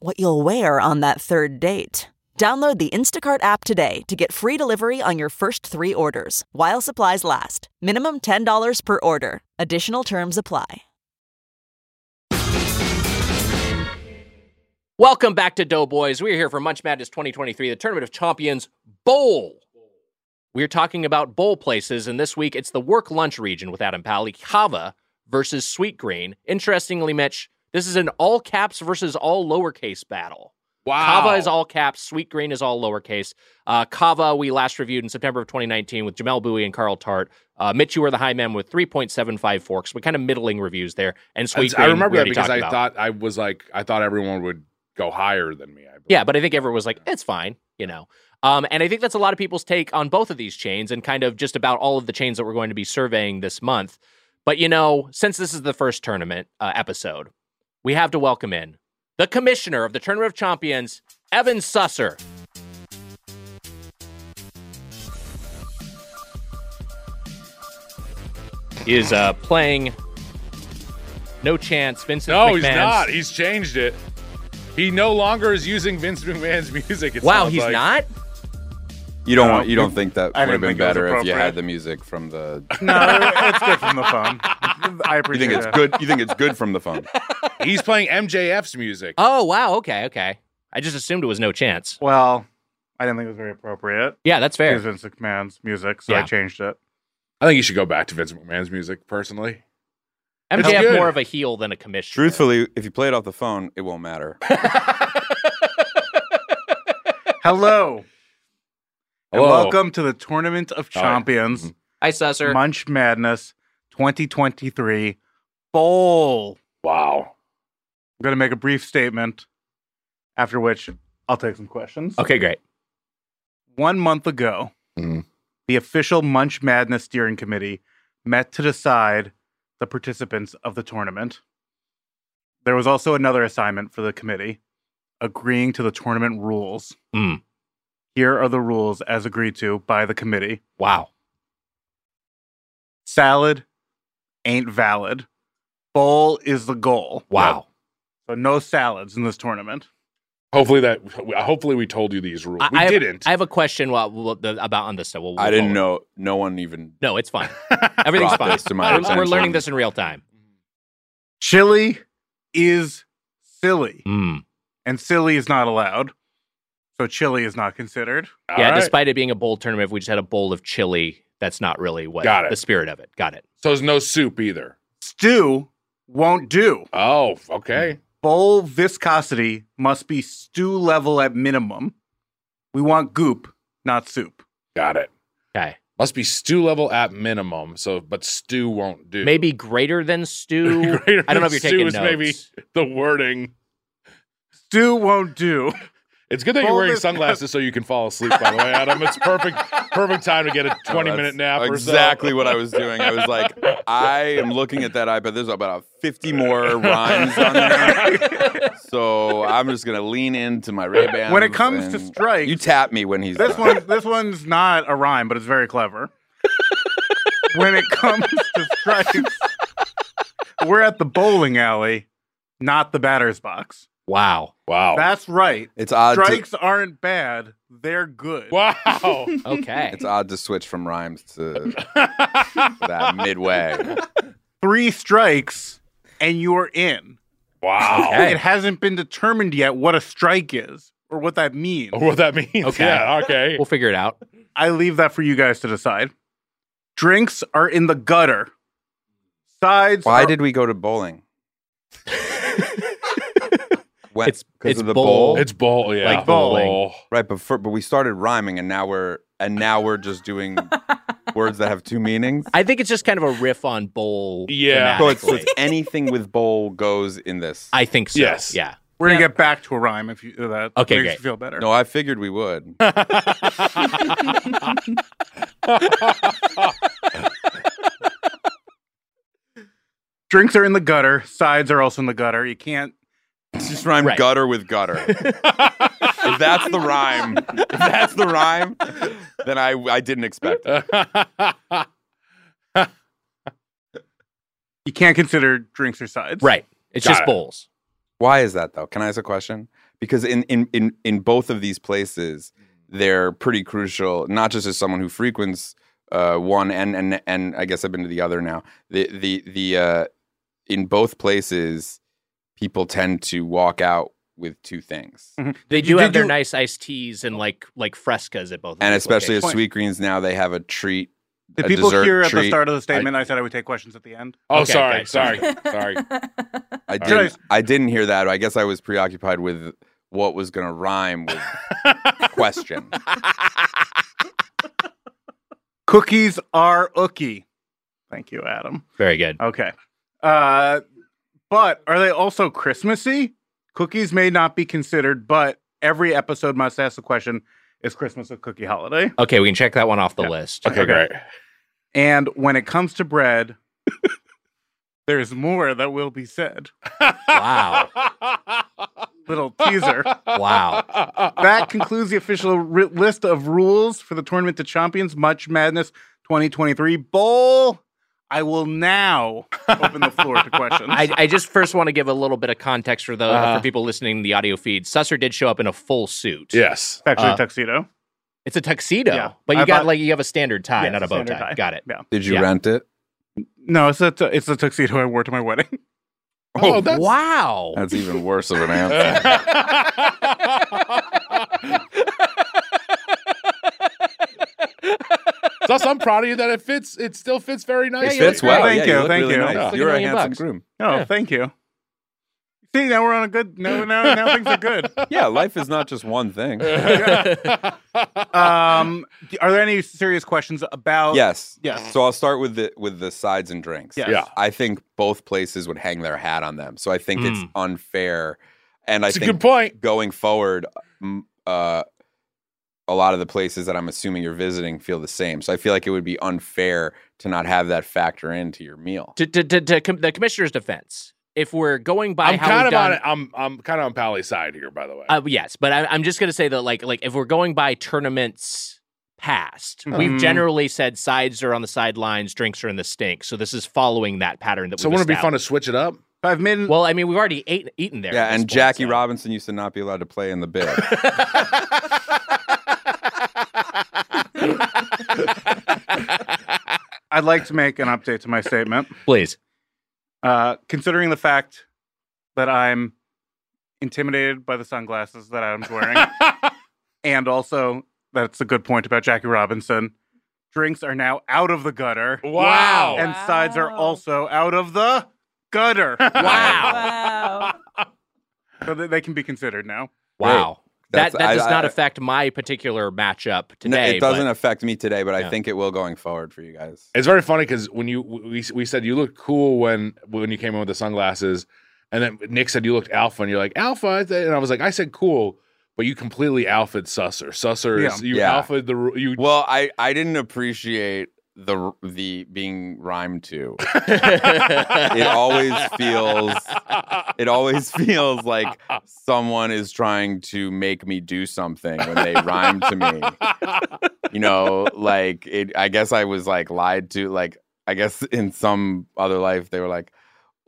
Speaker 8: what you'll wear on that third date. Download the Instacart app today to get free delivery on your first three orders while supplies last. Minimum $10 per order. Additional terms apply.
Speaker 3: Welcome back to Doughboys. We're here for Munch Madness 2023, the Tournament of Champions Bowl. We're talking about bowl places, and this week it's the work lunch region with Adam Pally, Hava versus Sweet Green. Interestingly, Mitch, this is an all caps versus all lowercase battle.
Speaker 2: Wow.
Speaker 3: Kava is all caps. Sweet green is all lowercase. Uh, Kava, we last reviewed in September of 2019 with Jamel Bowie and Carl Tart. Uh, Mitch, you were the high man with 3.75 forks, but kind of middling reviews there. And
Speaker 2: I,
Speaker 3: sweet
Speaker 2: I
Speaker 3: green,
Speaker 2: remember
Speaker 3: we
Speaker 2: that
Speaker 3: already
Speaker 2: because
Speaker 3: talked
Speaker 2: I
Speaker 3: about.
Speaker 2: thought I was like, I thought everyone would go higher than me. I believe.
Speaker 3: Yeah, but I think everyone was like, it's fine, you know. Um, and I think that's a lot of people's take on both of these chains and kind of just about all of the chains that we're going to be surveying this month. But, you know, since this is the first tournament uh, episode, we have to welcome in the commissioner of the Tournament of Champions, Evan Susser. Is uh, playing no chance, Vincent.
Speaker 2: No,
Speaker 3: McMahon's.
Speaker 2: he's not. He's changed it. He no longer is using Vince McMahon's <laughs> music. It
Speaker 3: wow,
Speaker 2: sounds
Speaker 3: he's
Speaker 2: like.
Speaker 3: not.
Speaker 4: You don't want. You don't think that
Speaker 9: I
Speaker 4: would have
Speaker 9: didn't
Speaker 4: been
Speaker 9: think it was
Speaker 4: better if you
Speaker 9: appropriate.
Speaker 4: had the music
Speaker 2: <laughs>
Speaker 4: from the.
Speaker 9: No, it's good from the phone. I
Speaker 4: You
Speaker 9: appreciate
Speaker 4: think it's
Speaker 9: it.
Speaker 4: good? You think it's good from the
Speaker 2: <laughs>
Speaker 4: phone?
Speaker 2: He's playing MJF's music.
Speaker 3: Oh wow, okay, okay. I just assumed it was no chance.
Speaker 9: Well, I didn't think it was very appropriate.
Speaker 3: Yeah, that's
Speaker 9: It was
Speaker 3: fair.
Speaker 9: Vince McMahon's music, so
Speaker 3: Yeah.
Speaker 9: I changed it.
Speaker 2: I think you should go back to Vince McMahon's music personally. It's
Speaker 3: MJF
Speaker 2: good.
Speaker 3: more of a heel than a commissioner.
Speaker 4: Truthfully, if you play it off the phone, it won't matter.
Speaker 9: Hello. And
Speaker 2: Hello.
Speaker 9: welcome to the Tournament of
Speaker 2: All right. Mm-hmm.
Speaker 9: Champions,
Speaker 3: Hi, Susser.
Speaker 9: Munch Madness 2023 Bowl.
Speaker 2: Wow.
Speaker 9: I'm going to make a brief statement, after which I'll take some questions.
Speaker 3: okay, great.
Speaker 9: One month ago,
Speaker 2: Mhm.
Speaker 9: the official Munch Madness Steering Committee met to decide the participants of the tournament. There was also another assignment for the committee agreeing to the tournament rules.
Speaker 3: Mm.
Speaker 9: Here are the rules as agreed to by the committee
Speaker 3: Wow.
Speaker 9: salad ain't valid, bowl is the goal.
Speaker 3: Wow.
Speaker 9: So, no salads in this tournament.
Speaker 2: Hopefully that. Hopefully we told you these rules. we
Speaker 3: I, I have-
Speaker 2: didn't.
Speaker 3: I have a question while, while the, about on this. So we'll,
Speaker 4: I didn't
Speaker 3: we'll-
Speaker 4: know. No one even.
Speaker 3: No,
Speaker 2: <laughs>
Speaker 3: it's fine. Everything's
Speaker 4: Brought
Speaker 3: fine.
Speaker 4: this to my
Speaker 3: We're, we're
Speaker 4: attention.
Speaker 3: learning this in real time.
Speaker 9: Chili is silly,
Speaker 3: Mm.
Speaker 9: and silly is not allowed. So, chili is not considered.
Speaker 2: All
Speaker 3: Yeah,
Speaker 2: right.
Speaker 3: despite it being a bowl tournament, if we just had a bowl of chili, that's not really what
Speaker 2: Got it.
Speaker 3: the spirit of it. Got it.
Speaker 2: so there's no soup either.
Speaker 9: stew won't do.
Speaker 2: Oh,
Speaker 3: Hmm.
Speaker 2: okay.
Speaker 9: Bowl viscosity must be stew level at minimum. We want goop, not soup.
Speaker 2: Got it.
Speaker 3: Okay.
Speaker 2: Must be stew level at minimum. So, but stew won't do.
Speaker 3: Maybe greater than stew.
Speaker 2: <laughs> Greater
Speaker 3: I don't know
Speaker 2: than
Speaker 3: if you're
Speaker 2: stew
Speaker 3: taking
Speaker 2: is
Speaker 3: notes.
Speaker 2: maybe- the wording.
Speaker 9: Stew won't do.
Speaker 2: It's good that you're
Speaker 9: Well,
Speaker 2: wearing
Speaker 9: this-
Speaker 2: sunglasses so you can fall asleep. By the way, Adam, it's perfect. Perfect time to get a 20 minute nap.
Speaker 4: That's
Speaker 2: or so.
Speaker 4: Exactly what I was doing. I was like, I am looking at that iPad. There's about 50 more rhymes on
Speaker 9: <laughs>
Speaker 4: there. so I'm just gonna lean into my Ray Ban.
Speaker 9: When it comes to strikes-
Speaker 4: you tap me when he's
Speaker 9: This
Speaker 4: done.
Speaker 9: one, this one's not a rhyme, but it's very clever. when it comes to strikes, we're at the bowling alley, not the batter's box.
Speaker 2: <laughs>
Speaker 3: Wow.
Speaker 2: Wow.
Speaker 9: That's right.
Speaker 4: It's odd. To,
Speaker 9: Strikes aren't bad; they're good.
Speaker 3: <laughs>
Speaker 2: wow.
Speaker 3: Okay.
Speaker 4: it's odd to switch from
Speaker 9: <laughs>
Speaker 4: rhymes to that midway.
Speaker 9: Three strikes and you're in.
Speaker 2: Wow.
Speaker 9: It hasn't been determined yet what a strike is or what that means.
Speaker 4: Oh.
Speaker 2: What that means?
Speaker 3: Okay.
Speaker 2: Yeah. Okay.
Speaker 3: We'll figure it out.
Speaker 9: I leave that for you guys to decide. Drinks are in the gutter. Sides.
Speaker 4: Why
Speaker 9: are-
Speaker 4: did we go to
Speaker 9: <laughs>
Speaker 4: bowling? when,
Speaker 3: It's-
Speaker 4: 'cause
Speaker 3: it's
Speaker 4: of the
Speaker 3: bowl.
Speaker 4: bowl.
Speaker 2: It's bowl. Yeah.
Speaker 3: Like bowling.
Speaker 4: right, but for, but we started rhyming, and now we're and now we're just doing words that have two meanings.
Speaker 3: I think it's just kind of a riff on bowl.
Speaker 2: Yeah.
Speaker 4: So it's, so
Speaker 3: thematically.
Speaker 4: it's anything with bowl goes in this.
Speaker 3: I think so.
Speaker 2: Yes.
Speaker 3: Yeah.
Speaker 9: We're gonna get back to a rhyme if you if that
Speaker 3: Okay,
Speaker 9: makes
Speaker 3: great.
Speaker 9: you feel better.
Speaker 4: no, I figured we would.
Speaker 3: <laughs>
Speaker 9: Drinks are in the gutter. Sides are also in the gutter. You can't.
Speaker 4: Just rhyme
Speaker 3: Right.
Speaker 4: gutter with gutter. if that's the rhyme, if that's the rhyme, then I I didn't expect it.
Speaker 9: You can't consider drinks or sides.
Speaker 3: Right. It's
Speaker 2: Got
Speaker 3: just
Speaker 2: it.
Speaker 3: bowls.
Speaker 4: Why is that though? Can I ask a question? Because in in in in both of these places, they're pretty crucial. Not just as someone who frequents uh, one and and and I guess I've been to the other now. The the the uh, in both places, people tend to walk out with two things,
Speaker 3: They
Speaker 9: you-
Speaker 3: do have
Speaker 9: did
Speaker 3: their
Speaker 9: you-
Speaker 3: nice iced teas and like like frescas at both. of
Speaker 4: and
Speaker 3: these
Speaker 4: especially at
Speaker 3: locations.
Speaker 9: point.
Speaker 4: Sweetgreens now they have a treat.
Speaker 9: Did
Speaker 4: a
Speaker 9: people
Speaker 4: dessert
Speaker 9: hear at the
Speaker 4: treat.
Speaker 9: start of the statement I, said I would take questions at the end?
Speaker 2: oh,
Speaker 3: Okay,
Speaker 2: sorry.
Speaker 3: okay,
Speaker 2: sorry.
Speaker 3: <laughs> sorry.
Speaker 2: Sorry.
Speaker 4: I
Speaker 9: Should I
Speaker 4: didn't.
Speaker 9: s-
Speaker 4: I didn't hear that. I guess I was preoccupied with what was going to rhyme with
Speaker 9: <laughs>
Speaker 4: question.
Speaker 9: Cookies are ookie. Thank you, Adam.
Speaker 3: very good.
Speaker 9: Okay. Uh, but are they also Christmassy? Cookies may not be considered, but every episode must ask the question: Is Christmas a cookie holiday?
Speaker 3: Okay, we can check that one off the list.
Speaker 2: Okay, great.
Speaker 9: And when it comes to bread, <laughs> there's more that will be said.
Speaker 3: Wow.
Speaker 9: Little
Speaker 3: <laughs>
Speaker 9: teaser.
Speaker 3: Wow.
Speaker 9: that concludes the official ri list of rules for the tournament to champions much madness 2023 bowl i will now open the floor
Speaker 3: <laughs>
Speaker 9: to questions
Speaker 3: I, I just first want to give a little bit of context for the
Speaker 2: Uh-huh.
Speaker 3: for people listening to the audio feed. Susser did show up in a full suit.
Speaker 2: Yes.
Speaker 9: actually
Speaker 3: uh,
Speaker 9: tuxedo
Speaker 3: It's a tuxedo,
Speaker 9: Yeah.
Speaker 3: but you
Speaker 9: I
Speaker 3: got
Speaker 9: bought-
Speaker 3: like you have a standard tie,
Speaker 9: Yeah,
Speaker 3: not a
Speaker 9: it's a
Speaker 3: bow tie.
Speaker 9: standard tie.
Speaker 3: Got it.
Speaker 9: Yeah.
Speaker 4: Did you
Speaker 3: Yeah.
Speaker 4: rent it?
Speaker 9: no it's a tu- it's a tuxedo i wore to my wedding <laughs>
Speaker 2: Oh, that's.
Speaker 3: wow.
Speaker 4: That's even worse of an answer.
Speaker 2: Thus, I'm proud of you that it fits. It still fits very
Speaker 4: it
Speaker 2: nicely.
Speaker 4: fits well. yeah,
Speaker 9: Thank you,
Speaker 4: look
Speaker 9: thank
Speaker 4: really
Speaker 9: you.
Speaker 4: nice.
Speaker 2: It's like a
Speaker 4: You're a
Speaker 3: million
Speaker 4: handsome
Speaker 3: bucks.
Speaker 9: <laughs>
Speaker 4: groom.
Speaker 9: oh thank you see now we're on a good no now, now things are good
Speaker 4: Yeah, life is not just one thing.
Speaker 9: Uh, um d- are there any serious questions about
Speaker 4: yes.
Speaker 9: Yes.
Speaker 4: So I'll start with the with the sides and drinks.
Speaker 9: Yes.
Speaker 2: Yeah.
Speaker 4: I think both places would hang their hat on them. So I think it's
Speaker 3: Mm.
Speaker 9: Hmm.
Speaker 4: unfair. And I
Speaker 2: It's a
Speaker 4: think
Speaker 2: good point.
Speaker 4: going forward, m- uh, a lot of the places that I'm assuming you're visiting feel the same. So I feel like it would be unfair to not have that factor into your meal.
Speaker 3: To, to, to, to com- the commissioner's defense, if we're going by
Speaker 2: I'm
Speaker 3: how
Speaker 2: kind
Speaker 3: we've
Speaker 2: of on
Speaker 3: done,
Speaker 2: it. I'm I'm kind of on Pally's side here, by the way.
Speaker 3: Uh, yes, but I, I'm just gonna say that like like if we're going by tournaments past,
Speaker 2: Mm-hmm.
Speaker 9: Mhm.
Speaker 3: we've generally said sides are on the sidelines, drinks are in the stink. So this is following that pattern that.
Speaker 2: so
Speaker 3: we've
Speaker 2: wouldn't it be fun to
Speaker 3: established.
Speaker 2: switch it up?
Speaker 9: i've made an
Speaker 3: Well, I mean, we've already ate, eaten there.
Speaker 4: yeah,
Speaker 3: at this
Speaker 4: and
Speaker 3: point,
Speaker 4: Jackie
Speaker 3: so.
Speaker 4: Robinson used to not be allowed to play in
Speaker 3: <laughs>
Speaker 4: the bid.
Speaker 9: i'd like to make an update to my statement
Speaker 3: Please.
Speaker 9: Uh, considering the fact that I'm intimidated by the sunglasses that Adam's wearing, and also that's a good point about Jackie Robinson. Drinks are now out of the gutter,
Speaker 2: Wow. <laughs>
Speaker 9: and sides are
Speaker 10: Wow.
Speaker 9: also out of the gutter,
Speaker 3: Wow.
Speaker 10: Wow.
Speaker 9: so that they can be considered now.
Speaker 3: Wow. That
Speaker 4: That's-
Speaker 3: that does
Speaker 4: I-
Speaker 3: not
Speaker 4: I-
Speaker 3: affect my particular matchup
Speaker 4: No,
Speaker 3: today.
Speaker 4: it doesn't
Speaker 3: but-
Speaker 4: affect me today, but I
Speaker 3: Yeah.
Speaker 4: think it will going forward for you guys.
Speaker 2: It's very funny because when you we, we said you looked cool when when you came in with the sunglasses, and then Nick said you looked alpha, and you're like alpha, and I was like I said cool, but you completely alphaed Susser. Susser is you
Speaker 4: Yeah.
Speaker 2: alphaed the ru- you.
Speaker 4: Well, I I didn't appreciate the the being rhymed to.
Speaker 3: <laughs>
Speaker 4: <laughs> it always feels it always <laughs> feels like someone is trying to make me do something when they rhyme to me. You know, like it I guess I was like lied to like I guess in some other life they were like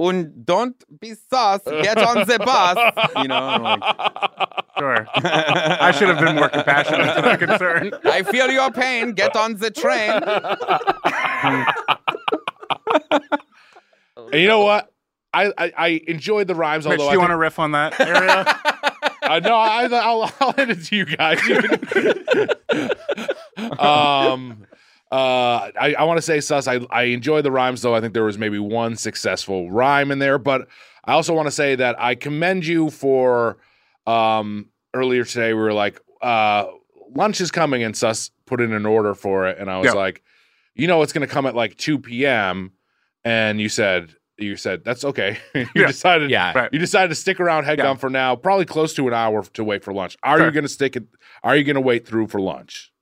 Speaker 4: and don't be sus, get on the bus. You know, I'm like,
Speaker 9: Sure, I should have been more compassionate
Speaker 4: <laughs>
Speaker 9: to that concern.
Speaker 4: I feel your pain. Get on the train.
Speaker 2: <laughs> And you know what? I, I, I enjoyed the rhymes,
Speaker 9: Mitch, do
Speaker 2: although
Speaker 9: you
Speaker 2: I
Speaker 9: want to riff on that area?
Speaker 2: uh, no, I, I'll, I'll hand it to you guys. um, uh, I, I want to say, Sus, I, I enjoy the rhymes, though. I think there was maybe one successful rhyme in there. But I also want to say that I commend you for um, earlier today, we were like, uh, lunch is coming, and Sus put in an order for it. And I was
Speaker 9: Yeah.
Speaker 2: like, you know, it's going to come at like 2 p.m. And you said, you said, that's okay. <laughs> you
Speaker 9: Yeah.
Speaker 2: decided
Speaker 3: Yeah.
Speaker 9: Right.
Speaker 2: you decided to stick around head
Speaker 9: Yeah.
Speaker 2: gum for now, probably close to an hour to wait for lunch. Are
Speaker 9: Sure.
Speaker 2: you going to stick it? Are you going to wait through for lunch?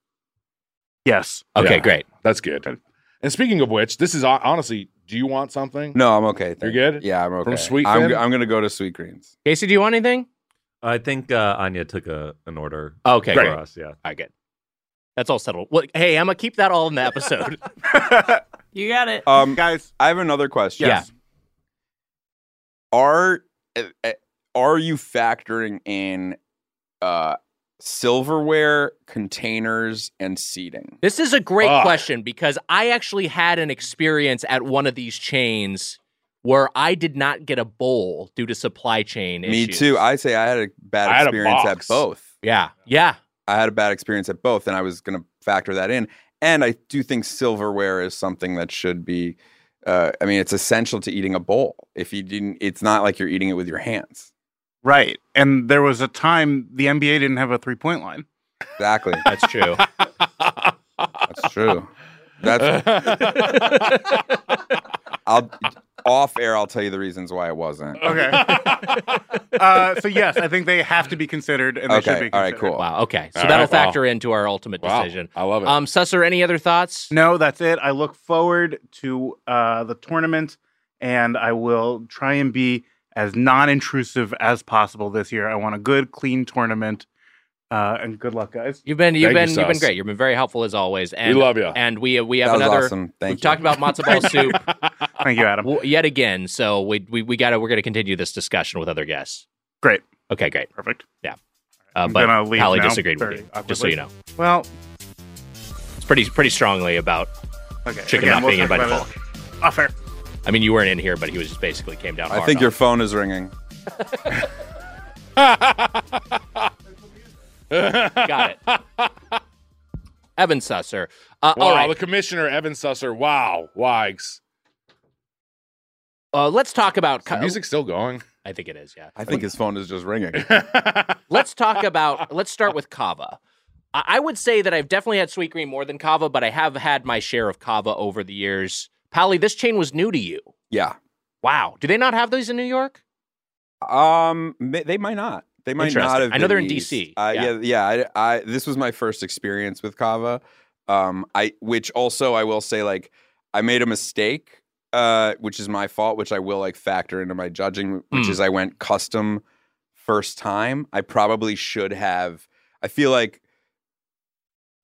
Speaker 9: yes.
Speaker 3: Okay,
Speaker 2: Yeah.
Speaker 3: great.
Speaker 2: That's good. And speaking of which, this is hon- honestly, do you want something?
Speaker 4: No, I'm okay. thank
Speaker 2: You're
Speaker 4: you.
Speaker 2: good?
Speaker 4: Yeah, I'm okay.
Speaker 2: From Sweet
Speaker 4: I'm,
Speaker 2: Finn?
Speaker 4: I'm gonna go to Sweet Greens.
Speaker 3: Casey, do you want anything? Oh,
Speaker 11: I think uh, Anya took a, an order
Speaker 3: Okay,
Speaker 11: for
Speaker 3: great. All
Speaker 11: us. Yeah.
Speaker 3: right, good. That's all settled. Well, hey, I'm gonna keep that all in
Speaker 11: <laughs>
Speaker 3: the episode.
Speaker 12: You got it.
Speaker 4: Um,
Speaker 9: Guys,
Speaker 4: I have another question.
Speaker 3: Yes.
Speaker 4: Are uh, uh, are you factoring in uh, silverware, containers, and seating?
Speaker 3: This is a great
Speaker 2: Ugh.
Speaker 3: question because I actually had an experience at one of these chains where I did not get a bowl due to supply chain
Speaker 4: Me
Speaker 3: issues.
Speaker 4: too. I say I had a bad
Speaker 2: I had a
Speaker 4: experience at
Speaker 2: box.
Speaker 4: both.
Speaker 3: yeah, yeah,
Speaker 4: I had a bad experience at both, and I was going to factor that in. And I do think silverware is something that should be. Uh, I mean, it's essential to eating a bowl. If you didn't, it's not like you're eating it with your hands.
Speaker 9: Right. And there was a time the NBA didn't have a three point line.
Speaker 4: Exactly.
Speaker 3: that's true.
Speaker 4: <laughs> That's true.
Speaker 9: <laughs>
Speaker 4: That's I'll off air. I'll tell you the reasons why it wasn't.
Speaker 9: Okay. <laughs> uh, so, yes, I think they have to be considered and they should
Speaker 4: Okay.
Speaker 9: be considered.
Speaker 4: All right. Cool.
Speaker 3: wow. Okay, so
Speaker 2: All right, wow.
Speaker 3: that'll factor into our
Speaker 2: <laughs>
Speaker 3: ultimate
Speaker 2: wow,
Speaker 3: decision.
Speaker 2: I love it.
Speaker 3: Um, Susser, any other thoughts?
Speaker 9: No, that's it. I look forward to uh, the tournament and I will try and be as non intrusive as possible this year. I want a good, clean tournament. Uh, and good luck, guys.
Speaker 3: You've been you've
Speaker 2: Thank you,
Speaker 3: been you, have been
Speaker 2: Sus.
Speaker 3: great. You've been very helpful as always.
Speaker 2: we
Speaker 3: And
Speaker 2: love you.
Speaker 3: and we we have
Speaker 4: That was
Speaker 3: another.
Speaker 4: awesome. Thank
Speaker 3: We've
Speaker 4: you.
Speaker 3: talked about matzo
Speaker 4: <laughs>
Speaker 3: ball soup
Speaker 9: Thank
Speaker 3: <laughs>
Speaker 9: you, Adam.
Speaker 3: w- yet again, so we we, we gotta we're gonna continue this discussion with other guests.
Speaker 9: Great.
Speaker 3: Okay, great.
Speaker 9: Perfect.
Speaker 3: Uh,
Speaker 9: I'm
Speaker 3: but
Speaker 9: gonna leave
Speaker 3: Hallie
Speaker 9: now,
Speaker 3: disagreed
Speaker 9: very
Speaker 3: with you, just so
Speaker 9: awkwardly.
Speaker 3: you know.
Speaker 9: Well,
Speaker 3: It's pretty pretty strongly about
Speaker 9: okay.
Speaker 3: Chicken
Speaker 9: Again,
Speaker 3: not being
Speaker 9: talk
Speaker 3: invited
Speaker 9: about it Off air.
Speaker 3: I mean, you weren't in here, but he was just basically came down.
Speaker 4: I
Speaker 3: hard
Speaker 4: think
Speaker 3: on
Speaker 4: your
Speaker 3: it.
Speaker 4: phone is ringing.
Speaker 3: got it. <laughs> Evan Susser. Uh,
Speaker 2: wow,
Speaker 3: all right,
Speaker 2: the commissioner, Evan Susser. Wow, Wags.
Speaker 3: uh, let's talk about. oh,
Speaker 2: The music's still going. <laughs>
Speaker 3: I think it is. Yeah.
Speaker 4: I think his phone is just ringing.
Speaker 9: <laughs>
Speaker 3: Let's talk about. let's start with Kava. I, I would say that I've definitely had sweet green more than Kava, but I have had my share of Kava over the years. Pally, this chain was new to you.
Speaker 4: Yeah.
Speaker 3: Wow. Do they not have these in New York?
Speaker 4: Um, ma- they might not. They might
Speaker 3: Interesting.
Speaker 4: not have.
Speaker 3: I know they're
Speaker 4: been
Speaker 3: in
Speaker 4: these.
Speaker 3: DC.
Speaker 4: Uh,
Speaker 3: Yeah.
Speaker 4: yeah, yeah. I, I this was my first experience with Kava. Um, I which also I will say like I made a mistake, uh, which is my fault, which I will like factor into my judging, which
Speaker 3: Mm.
Speaker 4: is I went custom first time. I probably should have. I feel like.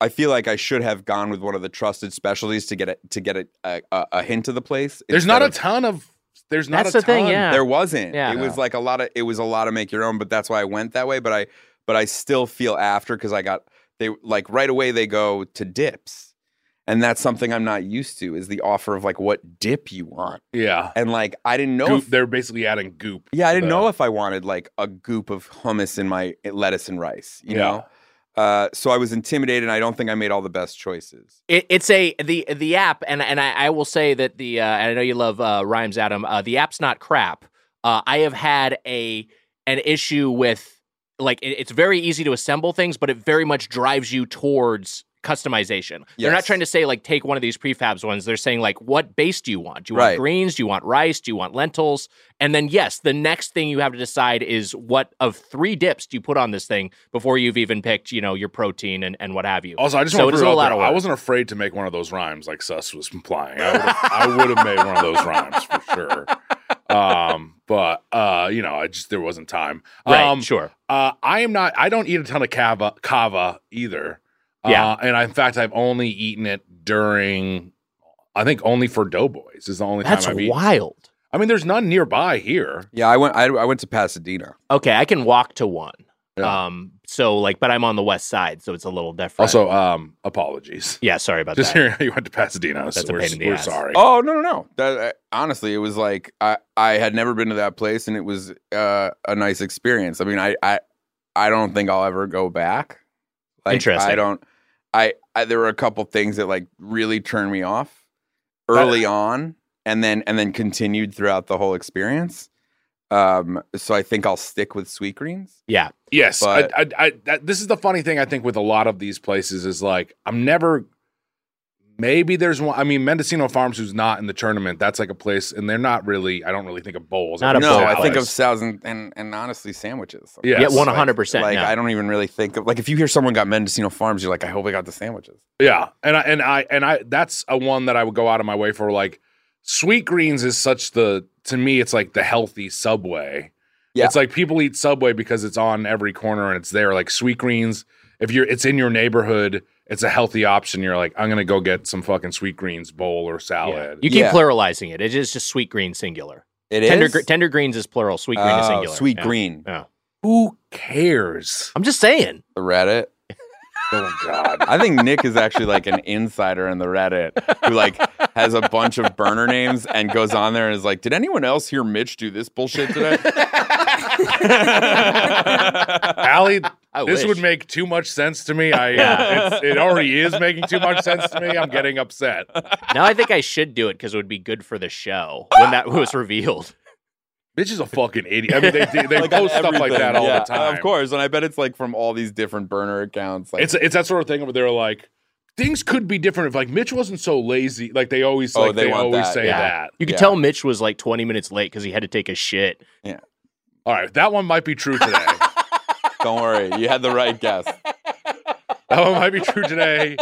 Speaker 4: I feel like I should have gone with one of the trusted specialties to get it to get a, a, a a hint of the place.
Speaker 2: There's
Speaker 4: instead
Speaker 2: not a
Speaker 4: of-
Speaker 2: ton of. There's not
Speaker 3: That's
Speaker 2: a
Speaker 3: the thing,
Speaker 2: ton.
Speaker 3: yeah.
Speaker 4: there wasn't.
Speaker 3: Yeah.
Speaker 4: It was like a lot of it was a lot of make your own, but that's why I went that way. But I but I still feel after because I got they like right away they go to dips. And that's something I'm not used to is the offer of like what dip you want.
Speaker 2: Yeah.
Speaker 4: And like I didn't know
Speaker 2: Goop,
Speaker 4: if,
Speaker 2: they're basically adding goop.
Speaker 4: Yeah, I
Speaker 2: to
Speaker 4: didn't
Speaker 2: the-
Speaker 4: know if I wanted like a goop of hummus in my eh, lettuce and rice, you
Speaker 2: Yeah.
Speaker 4: know? Uh, so I was intimidated and I don't think I made all the best choices.
Speaker 3: It, it's a the the app, and and I, I will say that the uh, and I know you love uh, rhymes, Adam. Uh, the app's not crap. Uh, I have had a an issue with like it- it's very easy to assemble things, but it very much drives you towards customization. They're not
Speaker 4: Yes.
Speaker 3: trying to say like take one of these prefabs ones. They're saying like what base do you want? Do you want
Speaker 4: Right.
Speaker 3: greens? Do you want rice? Do you want lentils? And then yes, the next thing you have to decide is what of three dips do you put on this thing before you've even picked you know your protein and, and what have you.
Speaker 2: Also, I just
Speaker 3: So
Speaker 2: want
Speaker 3: it's
Speaker 2: to
Speaker 3: a
Speaker 2: throw out
Speaker 3: lot
Speaker 2: there,
Speaker 3: of
Speaker 2: I
Speaker 3: work.
Speaker 2: wasn't afraid to make one of those rhymes like Sus was implying. I would've- I would have made one of those rhymes for sure. Um, but uh, you know, I just there wasn't time.
Speaker 3: right?
Speaker 2: Um,
Speaker 3: sure.
Speaker 2: uh, I am not. I don't eat a ton of cava, cava either.
Speaker 3: Yeah.
Speaker 2: Uh, and I, in fact, I've only eaten it during. I think only for Doughboys is the only
Speaker 3: That's
Speaker 2: time I've eaten.
Speaker 3: wild.
Speaker 2: I mean, there's none nearby here.
Speaker 4: Yeah, I went I, I went to Pasadena.
Speaker 3: Okay, I can walk to one.
Speaker 2: Yeah.
Speaker 3: Um, so like, but I'm on the west side, so it's a little different.
Speaker 2: Also, um, apologies.
Speaker 3: Yeah, sorry about
Speaker 2: Just
Speaker 3: that.
Speaker 2: hearing how <laughs> you went to Pasadena.
Speaker 3: That's a
Speaker 2: we're
Speaker 3: pain in the
Speaker 2: we're
Speaker 3: ass.
Speaker 2: sorry.
Speaker 4: Oh no no no! That, I, honestly, it was like I I had never been to that place, and it was uh, a nice experience. I mean, I I I don't think I'll ever go back. Like,
Speaker 3: Interesting.
Speaker 4: I don't. I, I there were a couple things that like really turned me off early on, and then and then continued throughout the whole experience. Um, so I think I'll stick with sweet greens.
Speaker 3: Yeah.
Speaker 2: Yes,
Speaker 4: But-
Speaker 2: I, I, I, that, this is the funny thing I think with a lot of these places is like I'm never. Maybe there's one. I mean, Mendocino Farms, who's not in the tournament, that's like a place, and they're not really. I don't really think of bowls. I think
Speaker 4: no,
Speaker 2: of
Speaker 4: I think of
Speaker 2: salads.
Speaker 4: salads and, and, and honestly sandwiches.
Speaker 2: Yes. Yeah, 100%,
Speaker 4: Like,
Speaker 2: no.
Speaker 4: I don't even really think of like if you hear someone got Mendocino Farms, you're like, I hope I got the sandwiches.
Speaker 2: Yeah, and I and I and I that's a one that I would go out of my way for. Like sweet greens is such the to me, it's like the healthy Subway.
Speaker 4: Yeah.
Speaker 2: it's like people eat Subway because it's on every corner and it's there. Like sweet greens, if you're it's in your neighborhood, it's a healthy option. You're like, I'm gonna go get some fucking sweet greens bowl or salad.
Speaker 3: You keep pluralizing it. It is just sweet green singular.
Speaker 4: It
Speaker 3: tender,
Speaker 2: is?
Speaker 3: gr- tender greens is plural. Sweet green is
Speaker 2: Oh,
Speaker 3: singular.
Speaker 2: sweet
Speaker 3: Yeah.
Speaker 4: green.
Speaker 3: Yeah.
Speaker 2: Who cares?
Speaker 3: I'm just
Speaker 4: <laughs>
Speaker 3: saying.
Speaker 4: The Reddit.
Speaker 2: Oh God!
Speaker 4: I think Nick is actually like an insider in the Reddit who like has a bunch of burner names and goes on there and is like, "Did anyone else hear Mitch do this bullshit today?" <laughs>
Speaker 2: Allie,
Speaker 4: <laughs> I
Speaker 2: this
Speaker 4: wish.
Speaker 2: would make too much sense to me. I
Speaker 4: <laughs>
Speaker 3: Yeah.
Speaker 2: it's, it already is making too much sense to me. I'm getting upset.
Speaker 3: Now I think I should do it because it would be good for the show when
Speaker 4: <laughs>
Speaker 3: that was revealed.
Speaker 2: Bitch is a fucking idiot. I mean, they they, they
Speaker 4: <laughs> Like,
Speaker 2: <laughs>
Speaker 4: on
Speaker 2: post stuff like
Speaker 4: everything.
Speaker 2: that all
Speaker 4: Yeah,
Speaker 2: the time.
Speaker 4: Of course, and I bet it's like from all these different burner accounts. Like,
Speaker 2: it's it's that sort of thing where they're like, things could be different if like Mitch wasn't so lazy. Like they always
Speaker 4: Oh,
Speaker 2: like
Speaker 4: they
Speaker 2: they,
Speaker 4: want
Speaker 2: always
Speaker 4: that,
Speaker 2: say
Speaker 4: yeah.
Speaker 2: that.
Speaker 3: You could
Speaker 4: Yeah.
Speaker 3: tell Mitch was like 20 minutes late because he had to take a shit.
Speaker 4: Yeah.
Speaker 2: All right, that one might be true today.
Speaker 4: <laughs> don't worry, you had the right guess.
Speaker 2: that one might be true today.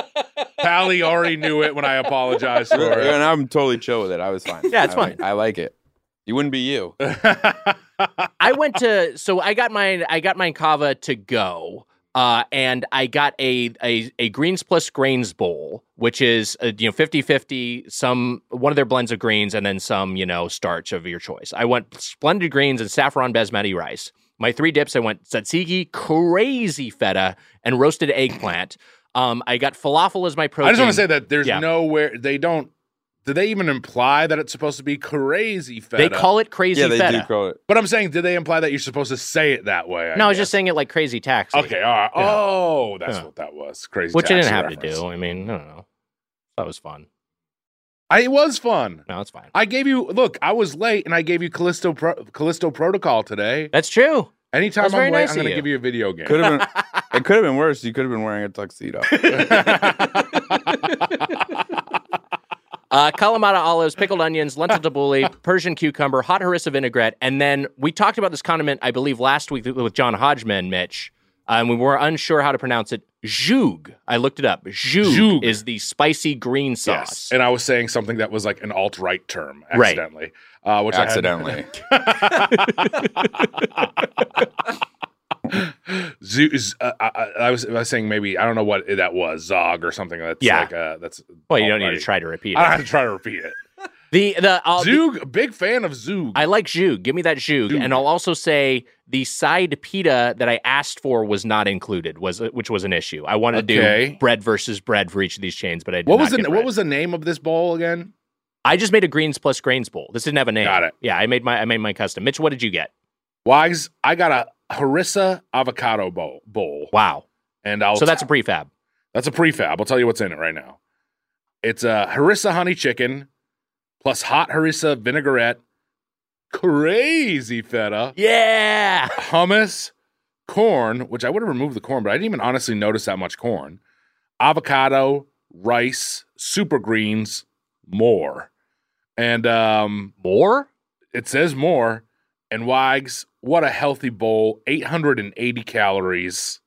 Speaker 2: Pally already knew it when I apologized for
Speaker 4: and
Speaker 2: it.
Speaker 4: I'm totally chill with it. I was fine.
Speaker 3: Yeah, it's
Speaker 4: I like- I like it. You wouldn't be you.
Speaker 3: I went to so I got mine I got mine kava to go. Uh, and I got a, a a greens plus grains bowl, which is uh, you know 50-50, some one of their blends of greens and then some you know starch of your choice. I went splendid greens and saffron basmati rice. My three dips, I went tzatziki, crazy feta, and roasted eggplant. Um, I got falafel as my
Speaker 2: <laughs>
Speaker 3: protein.
Speaker 2: I just want to say that there's
Speaker 3: Yeah.
Speaker 2: nowhere they don't. Did they even imply that it's supposed to be crazy feta?
Speaker 3: They call it crazy
Speaker 4: yeah, they
Speaker 3: feta.
Speaker 4: do call it.
Speaker 2: But I'm saying, did they imply that you're supposed to say it that way? I
Speaker 3: no, I was
Speaker 2: guess?
Speaker 3: just saying it like crazy tax.
Speaker 2: Okay, all right.
Speaker 3: Yeah.
Speaker 2: Oh, that's
Speaker 3: Yeah.
Speaker 2: what that was. Crazy.
Speaker 3: which I didn't
Speaker 2: taxi
Speaker 3: have
Speaker 2: reference.
Speaker 3: to do. I mean, I don't know. That was fun.
Speaker 2: I, it was fun.
Speaker 3: No, it's fine.
Speaker 2: I gave you look. I was late, and I gave you Callisto Pro, Callisto Protocol today.
Speaker 3: That's true.
Speaker 2: <laughs> Anytime
Speaker 3: That's
Speaker 2: I'm
Speaker 3: very
Speaker 2: late,
Speaker 3: nice
Speaker 2: I'm
Speaker 3: of
Speaker 2: going to
Speaker 3: you.
Speaker 2: give you a video game.
Speaker 4: Could have
Speaker 3: <laughs>
Speaker 4: been. it could have been worse. You could have been wearing a tuxedo.
Speaker 3: Uh, Kalamata olives, pickled onions, lentil
Speaker 2: <laughs>
Speaker 3: tabbouleh, Persian cucumber, hot harissa vinaigrette, and then we talked about this condiment, I believe, last week with John Hodgman, Mitch, uh, and we were unsure how to pronounce it. Zhug. I looked it up. Zhug,
Speaker 2: Zhug.
Speaker 3: is the spicy green
Speaker 2: yes,
Speaker 3: sauce.
Speaker 2: and I was saying something that was like an alt right term
Speaker 3: Right.
Speaker 2: accidentally, uh, which I had- <laughs>
Speaker 4: Accidentally.
Speaker 2: Zoo- z- uh, I, I- I was I was saying maybe I don't know what that was Zog or something. That's
Speaker 3: Yeah.
Speaker 2: like uh, that's
Speaker 3: Well, you don't need to
Speaker 2: alt-right.
Speaker 3: try to repeat
Speaker 2: I don't
Speaker 3: it.
Speaker 2: have to try to repeat it.
Speaker 3: The the uh, the-
Speaker 2: Zug, big fan of Zug.
Speaker 3: I like Zhug. Give me that Zhug.
Speaker 2: Zhug.
Speaker 3: And I'll also say the side pita that I asked for was not included, was which was an issue. I wanted to
Speaker 2: Okay.
Speaker 3: do bread versus bread for each of these chains, but I did
Speaker 2: What
Speaker 3: not
Speaker 2: was the
Speaker 3: get
Speaker 2: what
Speaker 3: bread.
Speaker 2: was the name of this bowl again?
Speaker 3: I just made a greens plus grains bowl. This didn't have a name.
Speaker 2: Got it.
Speaker 3: Yeah, I made my I made my custom. Mitch, what did you get?
Speaker 2: Wags. I got a harissa avocado bowl. Bowl.
Speaker 3: Wow.
Speaker 2: And I'll
Speaker 3: so that's a prefab.
Speaker 2: That's a prefab. I'll tell you what's in it right now. It's a harissa honey chicken plus hot harissa vinaigrette, crazy feta,
Speaker 3: Yeah.
Speaker 2: hummus, corn, which I would have removed the corn, but I didn't even honestly notice that much corn, avocado, rice, super greens, more. And um,
Speaker 3: More?
Speaker 2: it says more. And Wags, what a healthy bowl, 880 calories.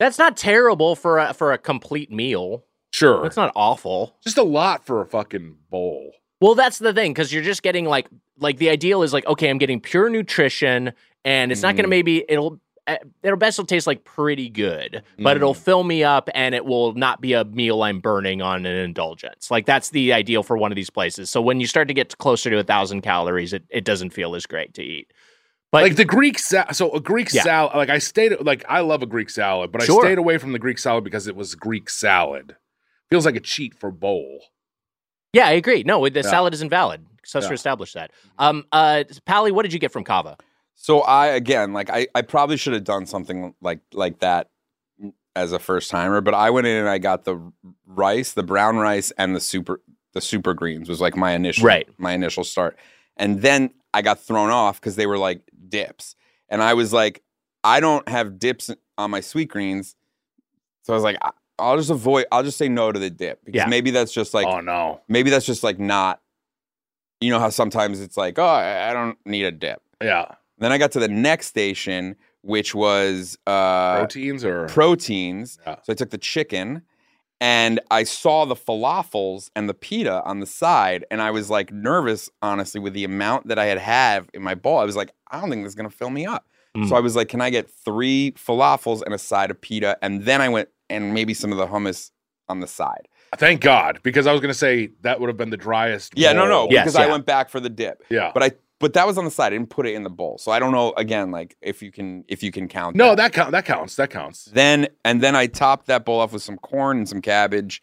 Speaker 3: That's not terrible for a for a complete meal.
Speaker 2: Sure.
Speaker 3: That's not awful.
Speaker 2: Just a lot for a fucking bowl.
Speaker 3: Well, that's the thing because you're just getting like like the ideal is like okay, I'm getting pure nutrition, and it's not gonna
Speaker 2: Mm-hmm.
Speaker 4: Mhm.
Speaker 3: maybe it'll eh, it'll best will taste like pretty good, but
Speaker 2: Mm.
Speaker 3: it'll fill me up and it will not be a meal I'm burning on an indulgence. Like that's the ideal for one of these places. So when you start to get closer to a thousand calories, it it doesn't feel as great to eat.
Speaker 2: Like, the Greek salad. So a Greek
Speaker 3: Yeah.
Speaker 2: salad. Like I stayed. Like I love a Greek salad, but
Speaker 3: Sure.
Speaker 2: I stayed away from the Greek salad because it was Greek salad. Feels like a cheat for bowl.
Speaker 3: Yeah, I agree. No, the
Speaker 2: Yeah.
Speaker 3: salad is invalid. So to
Speaker 4: Yeah.
Speaker 3: establish that. Um, uh, Pally, what did you get from Kava?
Speaker 4: <laughs> So I again, like I, I probably should have done something like like that as a first timer, but I went in and I got the rice, the brown rice, and the super the super greens was like my initial
Speaker 3: Right.
Speaker 4: my initial start, and then I got thrown off because they were like dips, and I was like, I don't have dips on my sweet greens, so I was like, I- I'll just avoid, I'll just say no to the dip because
Speaker 2: Yeah.
Speaker 4: maybe that's just like
Speaker 2: oh no,
Speaker 4: maybe that's just like not, you know how sometimes it's like oh I I don't need a dip.
Speaker 2: Yeah.
Speaker 4: Then I got to the next station, which was uh,
Speaker 2: Proteins or
Speaker 4: proteins. So I took the chicken, and I saw the falafels and the pita on the side, and I was like nervous, honestly, with the amount that I had have in my bowl. I was like, I don't think this is gonna fill me up. So I was like, can I get three falafels and a side of pita? And then I went and maybe some of the hummus on the side.
Speaker 2: Thank God, because I was gonna say that would have been the driest.
Speaker 4: Yeah, no, no,
Speaker 2: bowl.
Speaker 4: because I went back for the dip.
Speaker 2: Yeah.
Speaker 4: but I but that was on the side. I didn't put it in the bowl, so I don't know. Again, like if you can if you can count.
Speaker 2: No, that count. That counts. That counts.
Speaker 4: Then and then I topped that bowl off with some corn and some cabbage,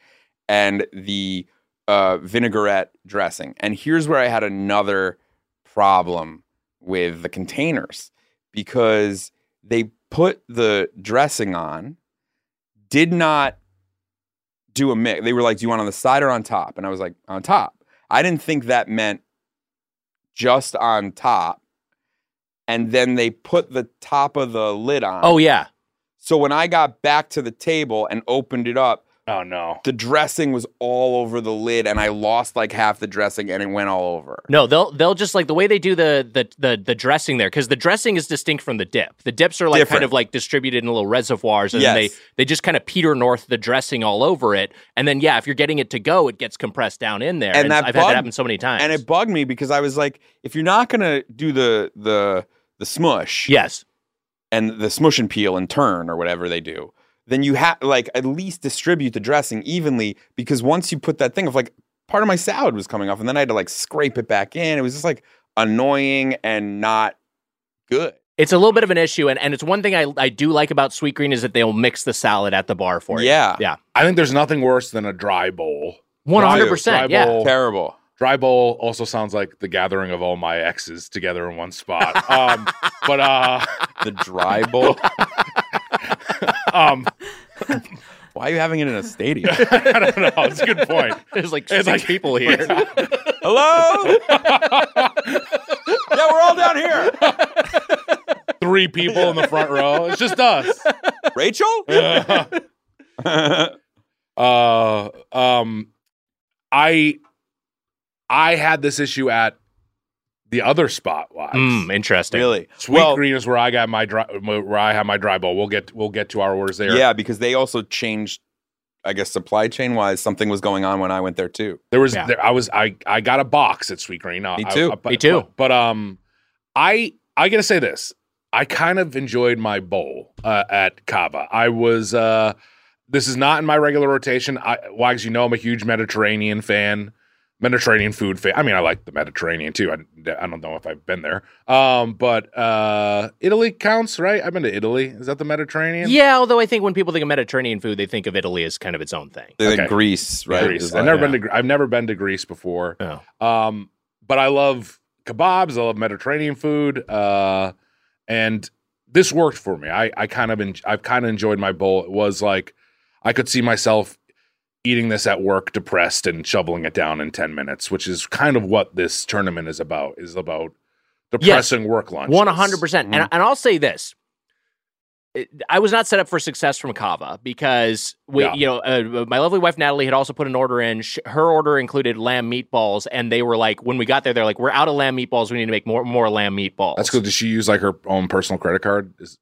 Speaker 4: and the uh, vinaigrette dressing. And here's where I had another problem with the containers because they put the dressing on, did not do a mix. They were like, "Do you want on the side or on top?" And I was like, "On top." I didn't think that meant just on top. And then they put the top of the lid
Speaker 2: Uh,
Speaker 4: on.
Speaker 3: Oh, yeah.
Speaker 4: So when I got back to the table and opened it up,
Speaker 2: oh no,
Speaker 4: the dressing was all over the lid, and I lost like half the dressing, and it went all over.
Speaker 3: No, they'll they'll just like the way they do the the the, the dressing there because the dressing is distinct from the dip. The dips are like kind
Speaker 4: Different.
Speaker 3: of like distributed in little reservoirs, and then
Speaker 4: Yes.
Speaker 3: they they just kind of peter north the dressing all over it. And then yeah, if you're getting it to go, it gets compressed down in there.
Speaker 4: And that
Speaker 3: I've had
Speaker 4: bug-
Speaker 3: that happen so many times.
Speaker 4: And it bugged me because I was like, if you're not gonna do the the the smush,
Speaker 3: yes,
Speaker 4: and the smush and peel and turn or whatever they do, then you have like at least distribute the dressing evenly because once you put that thing of like part of my salad was coming off, and then I had to like scrape it back in. It was just like annoying and not good.
Speaker 3: It's a little bit of an issue, and, and it's one thing I, I do like about Sweet Green is that they'll mix the salad at the bar for you.
Speaker 4: Yeah.
Speaker 3: Yeah.
Speaker 2: I think there's nothing worse than a dry bowl.
Speaker 3: 100%,
Speaker 2: Dry
Speaker 3: yeah.
Speaker 2: bowl-
Speaker 4: Terrible.
Speaker 2: Dry bowl also sounds like the gathering of all my exes together in one
Speaker 4: <laughs>
Speaker 2: spot. Um, but uh,
Speaker 4: the dry bowl.
Speaker 2: um, <laughs>
Speaker 4: Why are you having it in a stadium?
Speaker 2: I don't know. It's a good
Speaker 3: <laughs>
Speaker 2: point.
Speaker 3: There's like
Speaker 2: <laughs> It's
Speaker 3: six
Speaker 2: like-
Speaker 3: people here.
Speaker 4: Hello? yeah, we're all down here.
Speaker 2: <laughs> Three people in the front row. It's just us.
Speaker 4: Rachel?
Speaker 2: uh, um, I I had this issue at the other spot. Wise.
Speaker 3: Mm, interesting.
Speaker 4: Really?
Speaker 2: Sweet green is where I got my dry, where I have my dry bowl. We'll get we'll get to our orders there.
Speaker 4: Yeah, because they also changed, I guess, supply chain wise, something was going on when I went there too.
Speaker 2: There was
Speaker 3: Yeah.
Speaker 2: there, I was I I got a box at Sweet Green. I-
Speaker 4: Me
Speaker 2: I-
Speaker 4: too.
Speaker 2: I- but,
Speaker 3: Me too.
Speaker 2: But, but, um, I I gotta say this. I kind of enjoyed my bowl uh, at Kava. I was uh, this is not in my regular rotation. I Wags, you know, I'm a huge Mediterranean fan, Mediterranean food fan. I mean, I like the Mediterranean too. I, I don't know if I've been there, um, but uh, Italy counts, right? I've been to Italy. Is that the Mediterranean?
Speaker 3: Yeah, although I think when people think of Mediterranean food, they think of Italy as kind of its own thing.
Speaker 4: They're
Speaker 2: Okay.
Speaker 4: Like Greece, right?
Speaker 2: Greece.
Speaker 4: is
Speaker 2: I've
Speaker 4: like-
Speaker 2: never been
Speaker 4: yeah.
Speaker 2: to. Gre- I've never been to Greece before.
Speaker 3: Oh.
Speaker 2: Um, but I love kebabs. I love Mediterranean food. Uh, and this worked for me. I I kind of en- I've kind of enjoyed my bowl. It was like I could see myself eating this at work, depressed, and shoveling it down in ten minutes, which is kind of what this tournament is about. Is about depressing work lunch.
Speaker 3: One hundred percent.
Speaker 2: Mm.
Speaker 3: And and I'll say this: It- I was not set up for success from Kava because we,
Speaker 2: Yeah.
Speaker 3: you know, uh, my lovely wife Natalie had also put an order in. Sh- Her order included lamb meatballs, and they were like, when we got there, they're like, we're out of lamb meatballs. We need to make more more lamb meatballs.
Speaker 2: That's cool. Did she use like her own personal credit card? Is,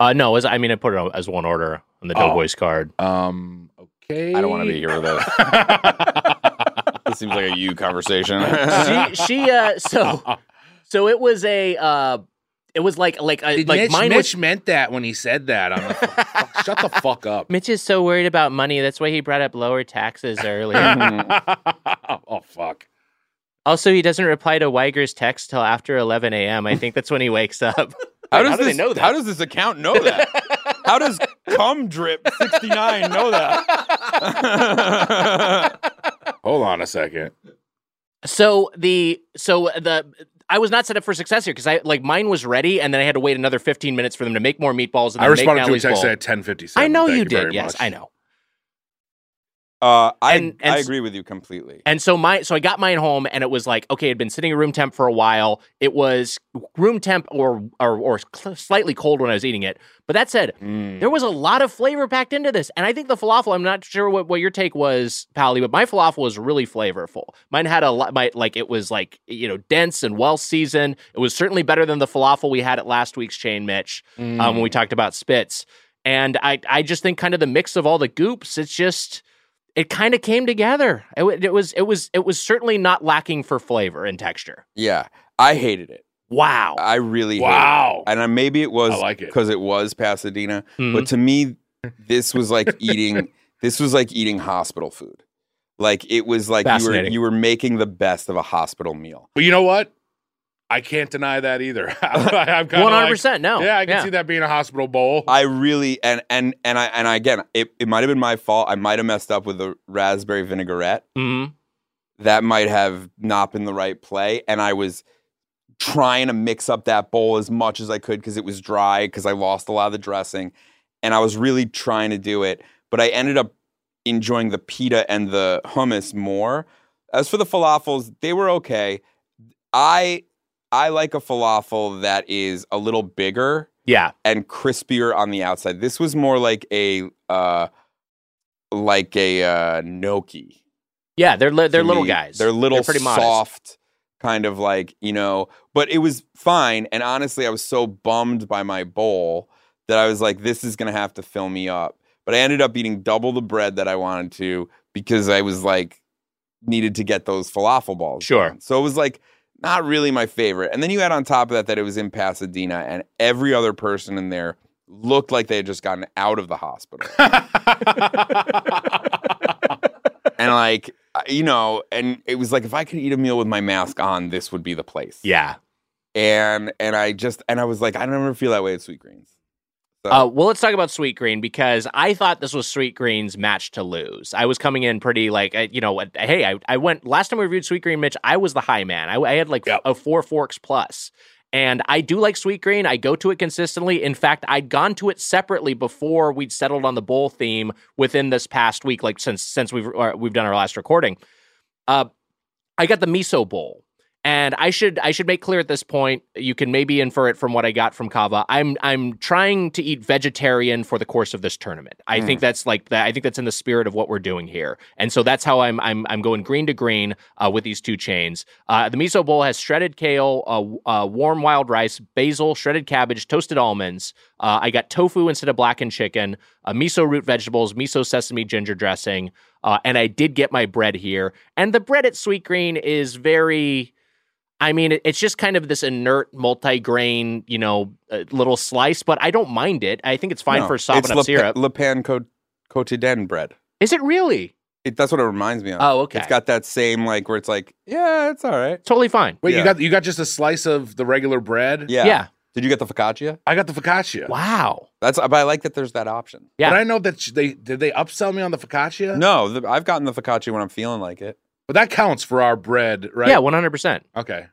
Speaker 3: Uh, no, as I mean, I put it on- as one order on the
Speaker 2: Oh.
Speaker 3: Doughboys card.
Speaker 2: um. Okay.
Speaker 4: I don't want to be here with us.
Speaker 2: <laughs>
Speaker 4: this seems like a you conversation. <laughs>
Speaker 3: she, she, uh, so, so it was a, uh, it was like, like, a,
Speaker 2: Did
Speaker 3: like
Speaker 2: Mitch,
Speaker 3: mine was
Speaker 2: Mitch meant that when he said that. I'm like,
Speaker 3: <laughs>
Speaker 2: fuck, shut the fuck up. <laughs>
Speaker 3: Mitch is so worried
Speaker 2: <laughs>
Speaker 3: about money. That's why he brought up lower taxes earlier.
Speaker 2: oh fuck.
Speaker 13: Also, he doesn't reply to Weiger's text till after 11 a.m. I think that's when he wakes up.
Speaker 4: How does, this, How does this account know
Speaker 2: <laughs>
Speaker 4: that? how does cum drip 69
Speaker 2: <laughs>
Speaker 4: know that?
Speaker 2: Hold on a second.
Speaker 3: So the so the I was not set up for success here because I like mine was ready and then I had to wait another 15 minutes for them to make more meatballs. And
Speaker 2: I
Speaker 3: then
Speaker 2: responded
Speaker 3: make
Speaker 2: to a
Speaker 3: Natalie's
Speaker 2: text
Speaker 3: bowl.
Speaker 2: at ten fifty seven.
Speaker 3: I know you, did. Yes, I know.
Speaker 4: <laughs> Uh, I
Speaker 3: And- and
Speaker 4: I
Speaker 3: s-
Speaker 4: agree with you completely.
Speaker 3: And so my so I got mine home and it was like okay, it'd been sitting at room temp for a while. It was room temp or or or cl- slightly cold when I was eating it. But that said,
Speaker 2: Mm.
Speaker 3: there was a lot of flavor packed into this, and I think the falafel. I'm not sure what, what your take was, Pally, but my falafel was really flavorful. Mine had a lot, my like it was like you know dense and well seasoned. It was certainly better than the falafel we had at last week's chain, Mitch, um,
Speaker 4: Mm.
Speaker 2: Mm.
Speaker 3: when we talked about Spitz. And I I just think kind of the mix of all the goops. It's just it kind of came together. It, wa- it was it was it was certainly not lacking for flavor and texture.
Speaker 4: Yeah, I hated it.
Speaker 3: Wow.
Speaker 4: I really hated it.
Speaker 3: Wow.
Speaker 4: And I, maybe it was
Speaker 2: I like it.
Speaker 4: because it. was Pasadena,
Speaker 3: Hmm.
Speaker 2: Mhm.
Speaker 4: but to me, this was like
Speaker 2: <laughs>
Speaker 4: eating. this was like eating hospital food. Like it was like you were
Speaker 2: Fascinating.
Speaker 4: you were making the best of a hospital meal.
Speaker 2: But you know what? I can't deny that
Speaker 3: <laughs>
Speaker 2: either. <laughs> I'm kinda like,
Speaker 3: 100% no.
Speaker 2: Yeah, I can
Speaker 3: Yeah.
Speaker 2: see that being a hospital bowl.
Speaker 4: I really and and and I and I, again, it, it might have been my fault. I might have messed up with the raspberry vinaigrette.
Speaker 3: Mm-hmm.
Speaker 4: That might have not been the right play, and I was trying to mix up that bowl as much as I could because it was dry because I lost a lot of the dressing, and I was really trying to do it, but I ended up enjoying the pita and the hummus more. As for the falafels, they were okay. I I like a falafel that is a little bigger
Speaker 3: Yeah.
Speaker 4: and crispier on the outside. This was more like a uh like a uh gnocchi.
Speaker 3: Yeah, they're li- they're
Speaker 4: to
Speaker 3: little
Speaker 4: me.
Speaker 3: guys.
Speaker 4: They're little
Speaker 3: pretty modest.
Speaker 4: soft kind of like, you know, but it was fine and honestly I was so bummed by my bowl that I was like this is going to have to fill me up. But I ended up eating double the bread that I wanted to because I was like needed to get those falafel balls.
Speaker 3: Sure.
Speaker 4: down. So it was like not really my favorite. And then you add on top of that that it was in Pasadena and every other person in there looked like they had just gotten out of the hospital. <laughs> and like I- you know, and it was like if I could eat a meal with my mask on, this would be the place.
Speaker 3: <laughs> Yeah.
Speaker 4: And and I just and I was like I don't ever feel that way at Sweet Greens.
Speaker 3: Uh, well, let's talk about Sweet Green because I thought this was Sweet Green's match to lose. I was coming in pretty like, I- you know, uh, hey, I, I went last time we reviewed Sweet Green, Mitch. I was the high man. I, I had like a four forks plus, and I do like Sweet Green. I go to it consistently. In fact, I'd gone to it separately before we'd settled on the bowl theme within this past week, like since since we've or we've done our last recording. Uh, I got the miso bowl. And I should I should make clear at this point, you can maybe infer it from what I got from Kava. I'm I'm trying to eat vegetarian for the course of this tournament. I
Speaker 13: Mm.
Speaker 3: think that's like that. I think that's in the spirit of what we're doing here. And so that's how I'm I'm I'm going green to green uh, with these two chains. Uh, the miso bowl has shredded kale, uh, w- uh, warm wild rice, basil, shredded cabbage, toasted almonds. Uh, I got tofu instead of blackened chicken, uh, miso root vegetables, miso sesame ginger dressing, uh, and I did get my bread here. And the bread at Sweet Green is very. I mean, it- it's just kind of this inert multi-grain, you know, uh, little slice, but I don't mind it. I think it's fine
Speaker 4: No,
Speaker 3: for sopping
Speaker 4: it's
Speaker 3: up
Speaker 4: Le Pen-
Speaker 3: syrup.
Speaker 4: Le Pan Co- Cotiden bread.
Speaker 3: Is it really?
Speaker 4: It, that's what it reminds me of.
Speaker 3: Oh, okay.
Speaker 4: It's got that same like where it's like yeah, it's all right.
Speaker 3: Totally fine.
Speaker 2: Wait,
Speaker 4: Yeah.
Speaker 2: you got you got just a slice of the regular bread?
Speaker 4: yeah.
Speaker 3: Yeah.
Speaker 4: Did you get the focaccia?
Speaker 2: I got the focaccia.
Speaker 3: Wow.
Speaker 4: That's but I like that there's that option.
Speaker 3: Yeah.
Speaker 2: But I know that sh- they did they upsell me on the focaccia?
Speaker 4: No, the, I've gotten the focaccia when I'm feeling like it.
Speaker 2: But that counts for our bread, right?
Speaker 3: Yeah, one hundred percent.
Speaker 2: Okay.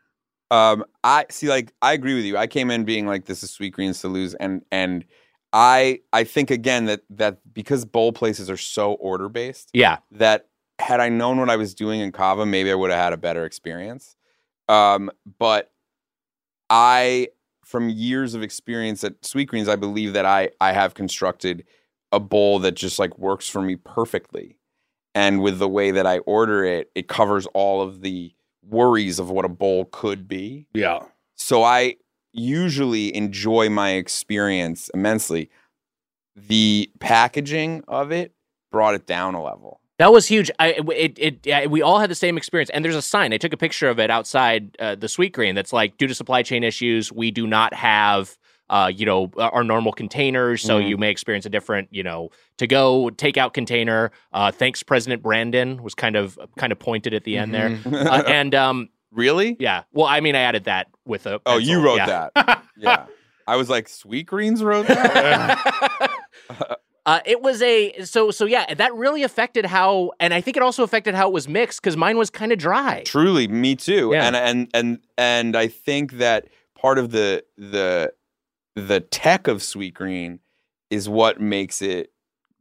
Speaker 4: Um, I see. Like, I agree with you. I came in being like, "This is sweet greens to lose," and and I I think again that that because bowl places are so order based,
Speaker 3: Yeah.
Speaker 4: that had I known what I was doing in Kava, maybe I would have had a better experience. Um, but I, from years of experience at Sweet Greens, I believe that I I have constructed a bowl that just like works for me perfectly, and with the way that I order it, it covers all of the worries of what a bowl could be.
Speaker 2: Yeah.
Speaker 4: So I usually enjoy my experience immensely. The packaging of it brought it down a level. <laughs>
Speaker 3: That was huge. I it it yeah, we all had the same experience. And there's a sign. I took a picture of it outside uh, the sweet green that's like due to supply chain issues, we do not have uh, you know our our normal containers, so
Speaker 4: Mm-hmm.
Speaker 13: Mhm.
Speaker 3: you may experience a different you know to go takeout
Speaker 4: Mm-hmm.
Speaker 3: container. Uh, thanks, President Brandon was kind of kind of pointed at the end
Speaker 13: Mhm.
Speaker 4: <laughs>
Speaker 3: there, uh, and um,
Speaker 4: Really?
Speaker 3: Yeah. Well, I mean, I added that with a.
Speaker 4: Oh, you
Speaker 3: pencil,
Speaker 4: wrote
Speaker 3: yeah. <laughs>
Speaker 4: that. yeah. I was like, Sweet Greens wrote that?
Speaker 3: Uh, it was a so so yeah. That really affected how, and I think it also affected how it was mixed because mine was kind of dry.
Speaker 4: Truly, me too.
Speaker 3: Yeah.
Speaker 4: And and and and I think that part of the the the tech of Sweet Green is what makes it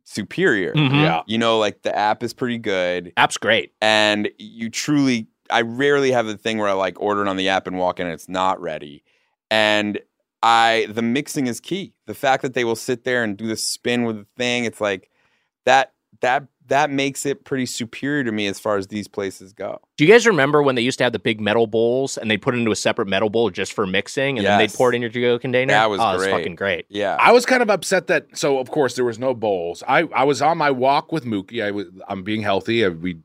Speaker 4: superior.
Speaker 3: Mhm. Yeah.
Speaker 4: You know, like the app is pretty good.
Speaker 3: App's great.
Speaker 4: And you truly I rarely have a thing where I like order it on the app and walk in and it's not ready. And I the mixing is key. The fact that they will sit there and do the spin with the thing, it's like that that that makes it pretty superior to me as far as these places go.
Speaker 3: Do you guys remember when they used to have the big metal bowls and they put it into a separate metal bowl just for mixing, and then they
Speaker 4: Yes.
Speaker 3: pour it in your to-go container?
Speaker 4: That was
Speaker 3: oh, it's
Speaker 4: great.
Speaker 3: fucking great.
Speaker 4: Yeah.
Speaker 2: I was kind of upset that so of course there was no bowls. I I was on my walk with Mookie. I was I'm being healthy. I, we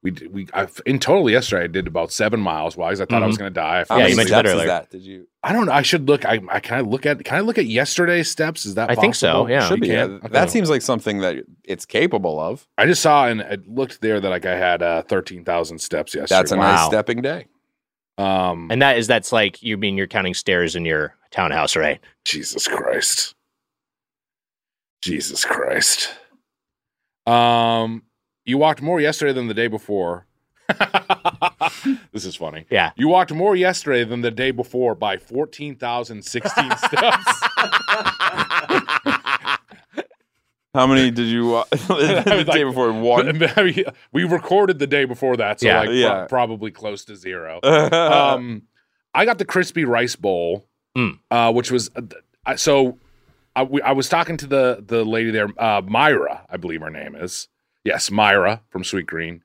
Speaker 2: we d- we I, in total yesterday I did about seven miles. Why? 'cause I thought I was
Speaker 3: Mhm.
Speaker 2: going to die. I
Speaker 4: How
Speaker 2: fell
Speaker 3: you
Speaker 4: many
Speaker 2: asleep.
Speaker 3: mentioned that
Speaker 4: steps is
Speaker 3: earlier.
Speaker 4: that? Did you?
Speaker 2: I don't know. I should look. I, I can I look at can I look at yesterday's steps? Is that
Speaker 3: I think so,
Speaker 2: possible?
Speaker 3: yeah.
Speaker 2: You
Speaker 4: Should be.
Speaker 2: can?
Speaker 4: yeah.
Speaker 2: Okay.
Speaker 4: That seems like something that it's capable of.
Speaker 2: I just saw and it looked there that like I had uh, thirteen thousand steps yesterday.
Speaker 4: That's a nice
Speaker 3: Wow.
Speaker 4: stepping day.
Speaker 2: um
Speaker 3: And that is that's like you mean you're counting stairs in your townhouse, right?
Speaker 2: Jesus Christ. Jesus Christ. Um, you walked more yesterday than the day before. <laughs> this is funny.
Speaker 3: Yeah.
Speaker 2: You walked more yesterday than the day before by
Speaker 3: <laughs>
Speaker 2: 14,016 steps.
Speaker 4: How many did you <laughs> uh, the
Speaker 2: Like-
Speaker 4: day before? One. <laughs>
Speaker 2: I mean, we recorded the day before that, so
Speaker 3: Yeah.
Speaker 2: like pro-
Speaker 4: Yeah.
Speaker 2: probably close to zero. <laughs>
Speaker 4: um,
Speaker 2: um, I got the crispy rice bowl,
Speaker 3: Mm.
Speaker 2: uh, which was uh, th- I- so. I, we, I was talking to the the lady there, uh, Myra, I believe her name is. Yes, Myra from Sweet Green.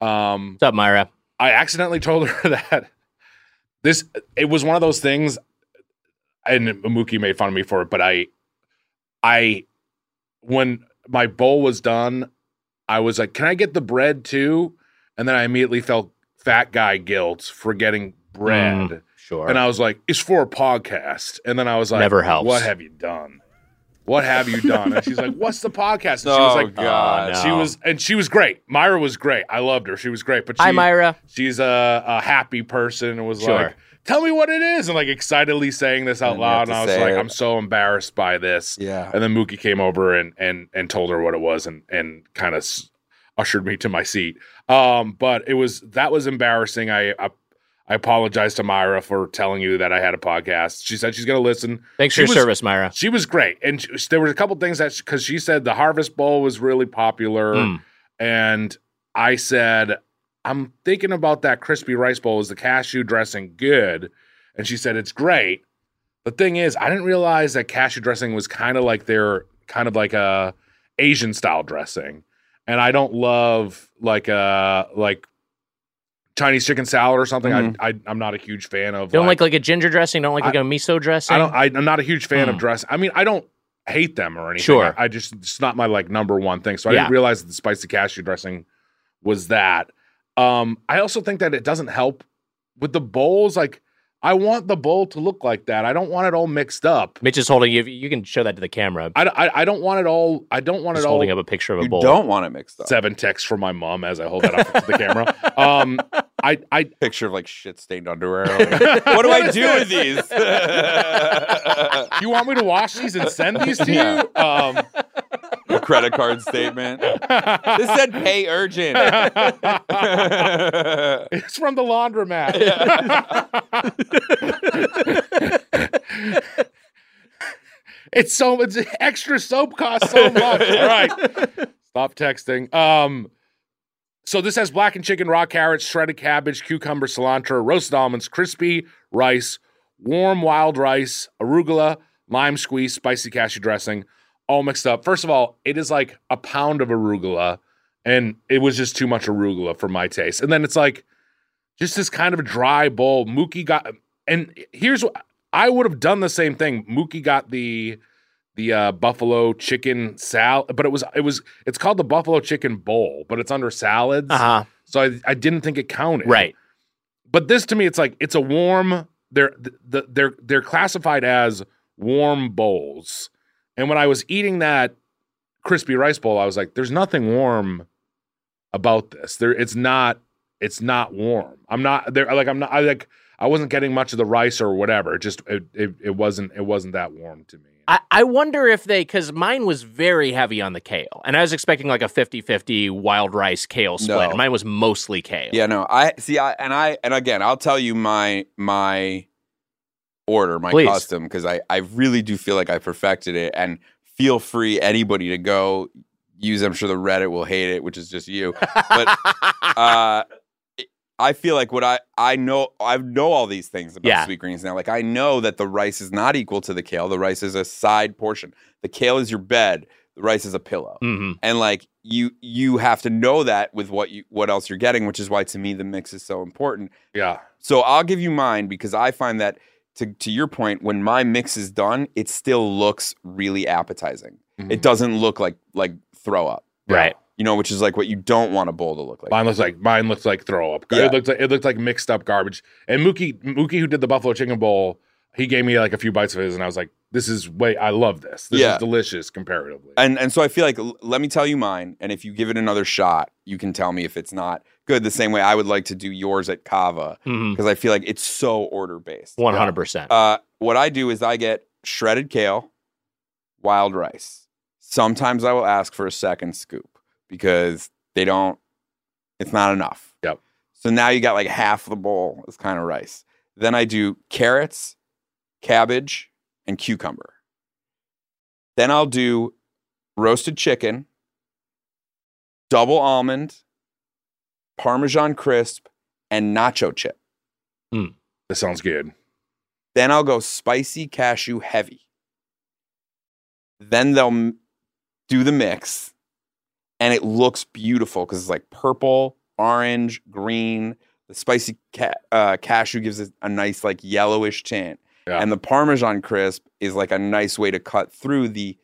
Speaker 2: Um,
Speaker 3: What's up, Myra?
Speaker 2: I accidentally told her <laughs> that this it was one of those things, and Mookie made fun of me for it. But I, I, when my bowl was done, I was like, "Can I get the bread too?" And then I immediately felt fat guy guilt for getting bread,
Speaker 3: Mm, Sure.
Speaker 2: and uh, I was like, "It's for a podcast." And then I was like,
Speaker 3: Never helps.
Speaker 2: What have you done?" What have you done? And she's like, "What's the podcast?" And she
Speaker 3: <laughs>
Speaker 2: was
Speaker 4: Oh,
Speaker 2: like,
Speaker 4: God.
Speaker 2: She
Speaker 3: no.
Speaker 2: was, and she was great. Myra was great. I loved her. She was great. But she,
Speaker 3: Hi, Myra.
Speaker 2: she's a, a happy person and was
Speaker 3: Sure.
Speaker 2: like, tell me what it is. And like excitedly saying this out
Speaker 4: And you have
Speaker 2: loud.
Speaker 4: to
Speaker 2: And I was
Speaker 4: say
Speaker 2: like,
Speaker 4: it.
Speaker 2: I'm so embarrassed by this.
Speaker 4: yeah.
Speaker 2: And then Mookie came over and, and, and told her what it was and, and kind of ushered me to my seat. Um, but it was, that was embarrassing. I, I, I apologize to Myra for telling you that I had a podcast. She said she's going to listen.
Speaker 3: Thanks for
Speaker 2: She
Speaker 3: your
Speaker 2: was-
Speaker 3: service, Myra.
Speaker 2: She was great, and she, there were a couple things that because she said the Harvest Bowl was really popular,
Speaker 3: Mm.
Speaker 2: and I said I'm thinking about that crispy rice bowl. Is the cashew dressing good? And she said it's great. The thing is, I didn't realize that cashew dressing was kind of like their kind of like a Asian style dressing, and I don't love like a like Chinese chicken salad or something.
Speaker 4: Mhm.
Speaker 2: I, I I'm not a huge fan of.
Speaker 3: Mm-hmm. Don't like like a ginger dressing. Don't like
Speaker 2: I-
Speaker 3: like a miso dressing.
Speaker 2: I don't. I, I'm not a huge fan
Speaker 3: Hmm.
Speaker 2: of dress. I mean, I don't hate them or anything.
Speaker 3: Sure.
Speaker 2: I, I just it's not my like number one thing. So I
Speaker 3: Yeah.
Speaker 2: didn't realize that the spicy cashew dressing was that. Um, I also think that it doesn't help with the bowls. Like, I want the bowl to look like that. I don't want it all mixed up.
Speaker 3: Mitch is holding you. You can show that to the camera.
Speaker 2: I, I, I don't want it all. I don't want
Speaker 3: Just
Speaker 2: it all.
Speaker 3: holding up a picture of a
Speaker 4: You
Speaker 3: bowl.
Speaker 4: don't want it mixed up.
Speaker 2: Seven texts from my mom as I hold that up to the camera. Um, I I
Speaker 4: Picture of like shit
Speaker 3: <laughs>
Speaker 4: stained underwear. Like, what do I do with these?
Speaker 2: you want me to wash these and send these
Speaker 3: <laughs>
Speaker 2: to
Speaker 4: Yeah.
Speaker 2: you? Um,
Speaker 4: <laughs> A credit card statement. This said
Speaker 3: <laughs>
Speaker 4: pay urgent.
Speaker 2: Um, It's from the laundromat. <laughs> it's so it's extra soap costs so much. All right. Stop texting. Um so this has blackened chicken, raw carrots, shredded cabbage, cucumber, cilantro, roasted almonds, crispy rice, warm wild rice, arugula, lime squeeze, spicy cashew dressing, all mixed up. First of all, it is like a pound of arugula and it was just too much arugula for my taste. And then it's like just this kind of dry bowl. Mookie got, and here's what I would have done the same thing. Mookie got the the uh, buffalo chicken salad, but it was it was it's called the buffalo chicken bowl, but it's under salads,
Speaker 3: Uh huh.
Speaker 2: so I I didn't think it counted.
Speaker 3: Right.
Speaker 2: But this to me, it's like it's a warm. They're th- th- they're they're classified as warm bowls. And when I was eating that crispy rice bowl, I was like, "There's nothing warm about this. There, it's not It's not warm. I'm not there. Like I'm not. I like. I wasn't getting much of the rice or whatever. It just it, it, it wasn't it wasn't that warm to me.
Speaker 3: I, I wonder if they, because mine was very heavy on the kale, and I was expecting like a 50 50 wild rice kale split.
Speaker 4: No.
Speaker 3: Mine was mostly kale.
Speaker 4: Yeah, no. I see. I and I and again, I'll tell you my my order, my
Speaker 3: Please.
Speaker 4: custom, because I I really do feel like I perfected it. And feel free anybody to go use. I'm sure the Reddit will hate it, which is just you. But uh, it- I feel like what I I know I know all these things about
Speaker 3: Yeah.
Speaker 4: sweet greens now. Like I know that the rice is not equal to the kale. The rice is a side portion. The kale is your bed. The rice is a pillow
Speaker 3: Mm-hmm.
Speaker 4: and like you you have to know that with what you what else you're getting which is why to me the mix is so important
Speaker 2: Yeah.
Speaker 4: so i'll give you mine because i find that to, to your point when my mix is done it still looks really appetizing it doesn't look like like throw up
Speaker 3: Right.
Speaker 4: you know which is like what you don't want a bowl to look like
Speaker 2: Mine looks like mine looks like throw up.
Speaker 4: Yeah.
Speaker 2: It looked like it looked like mixed up garbage. And Mookie Mookie who did the buffalo chicken bowl, he gave me like a few bites of his, and I was like, "This is way I love this. This
Speaker 4: Yeah.
Speaker 2: is delicious comparatively."
Speaker 4: and and so i feel like l- let me tell you mine and if you give it another shot you can tell me if it's not good the same way i would like to do yours at kava
Speaker 3: Mhm.
Speaker 4: because i feel like it's so order based
Speaker 3: 100%.
Speaker 4: Uh, what I do is I get shredded kale, wild rice. Sometimes I will ask for a second scoop because they don't, it's not enough.
Speaker 2: Yep.
Speaker 4: So now you got like half the bowl is kind of rice. Then I do carrots, cabbage, and cucumber. Then I'll do roasted chicken, double almond, parmesan crisp, and nacho chip.
Speaker 2: That sounds good.
Speaker 4: Then I'll go spicy cashew heavy. Then they'll m- do the mix, and it looks beautiful because it's like purple, orange, green. The spicy ca- uh, cashew gives it a nice like yellowish tint,
Speaker 2: Yeah.
Speaker 4: and the Parmesan crisp is like a nice way to cut through the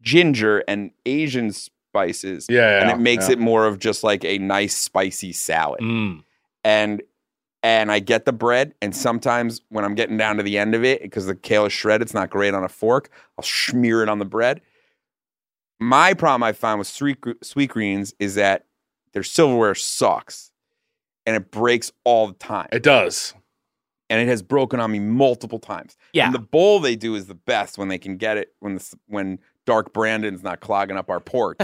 Speaker 4: ginger and Asian spices.
Speaker 2: Yeah,
Speaker 4: and
Speaker 2: yeah,
Speaker 4: it makes
Speaker 2: yeah.
Speaker 4: it more of just like a nice spicy salad
Speaker 3: Mm.
Speaker 4: and and I get the bread. And sometimes when I'm getting down to the end of it, because the kale is shredded, it's not great on a fork. I'll smear it on the bread. My problem I found with sweet, gr- sweet greens is that their silverware sucks, and it breaks all the time.
Speaker 2: It does,
Speaker 4: and it has broken on me multiple times.
Speaker 3: Yeah.
Speaker 4: and the <laughs> bowl they do is the best when they can get it when the, s- when Dark Brandon's not clogging up our porch.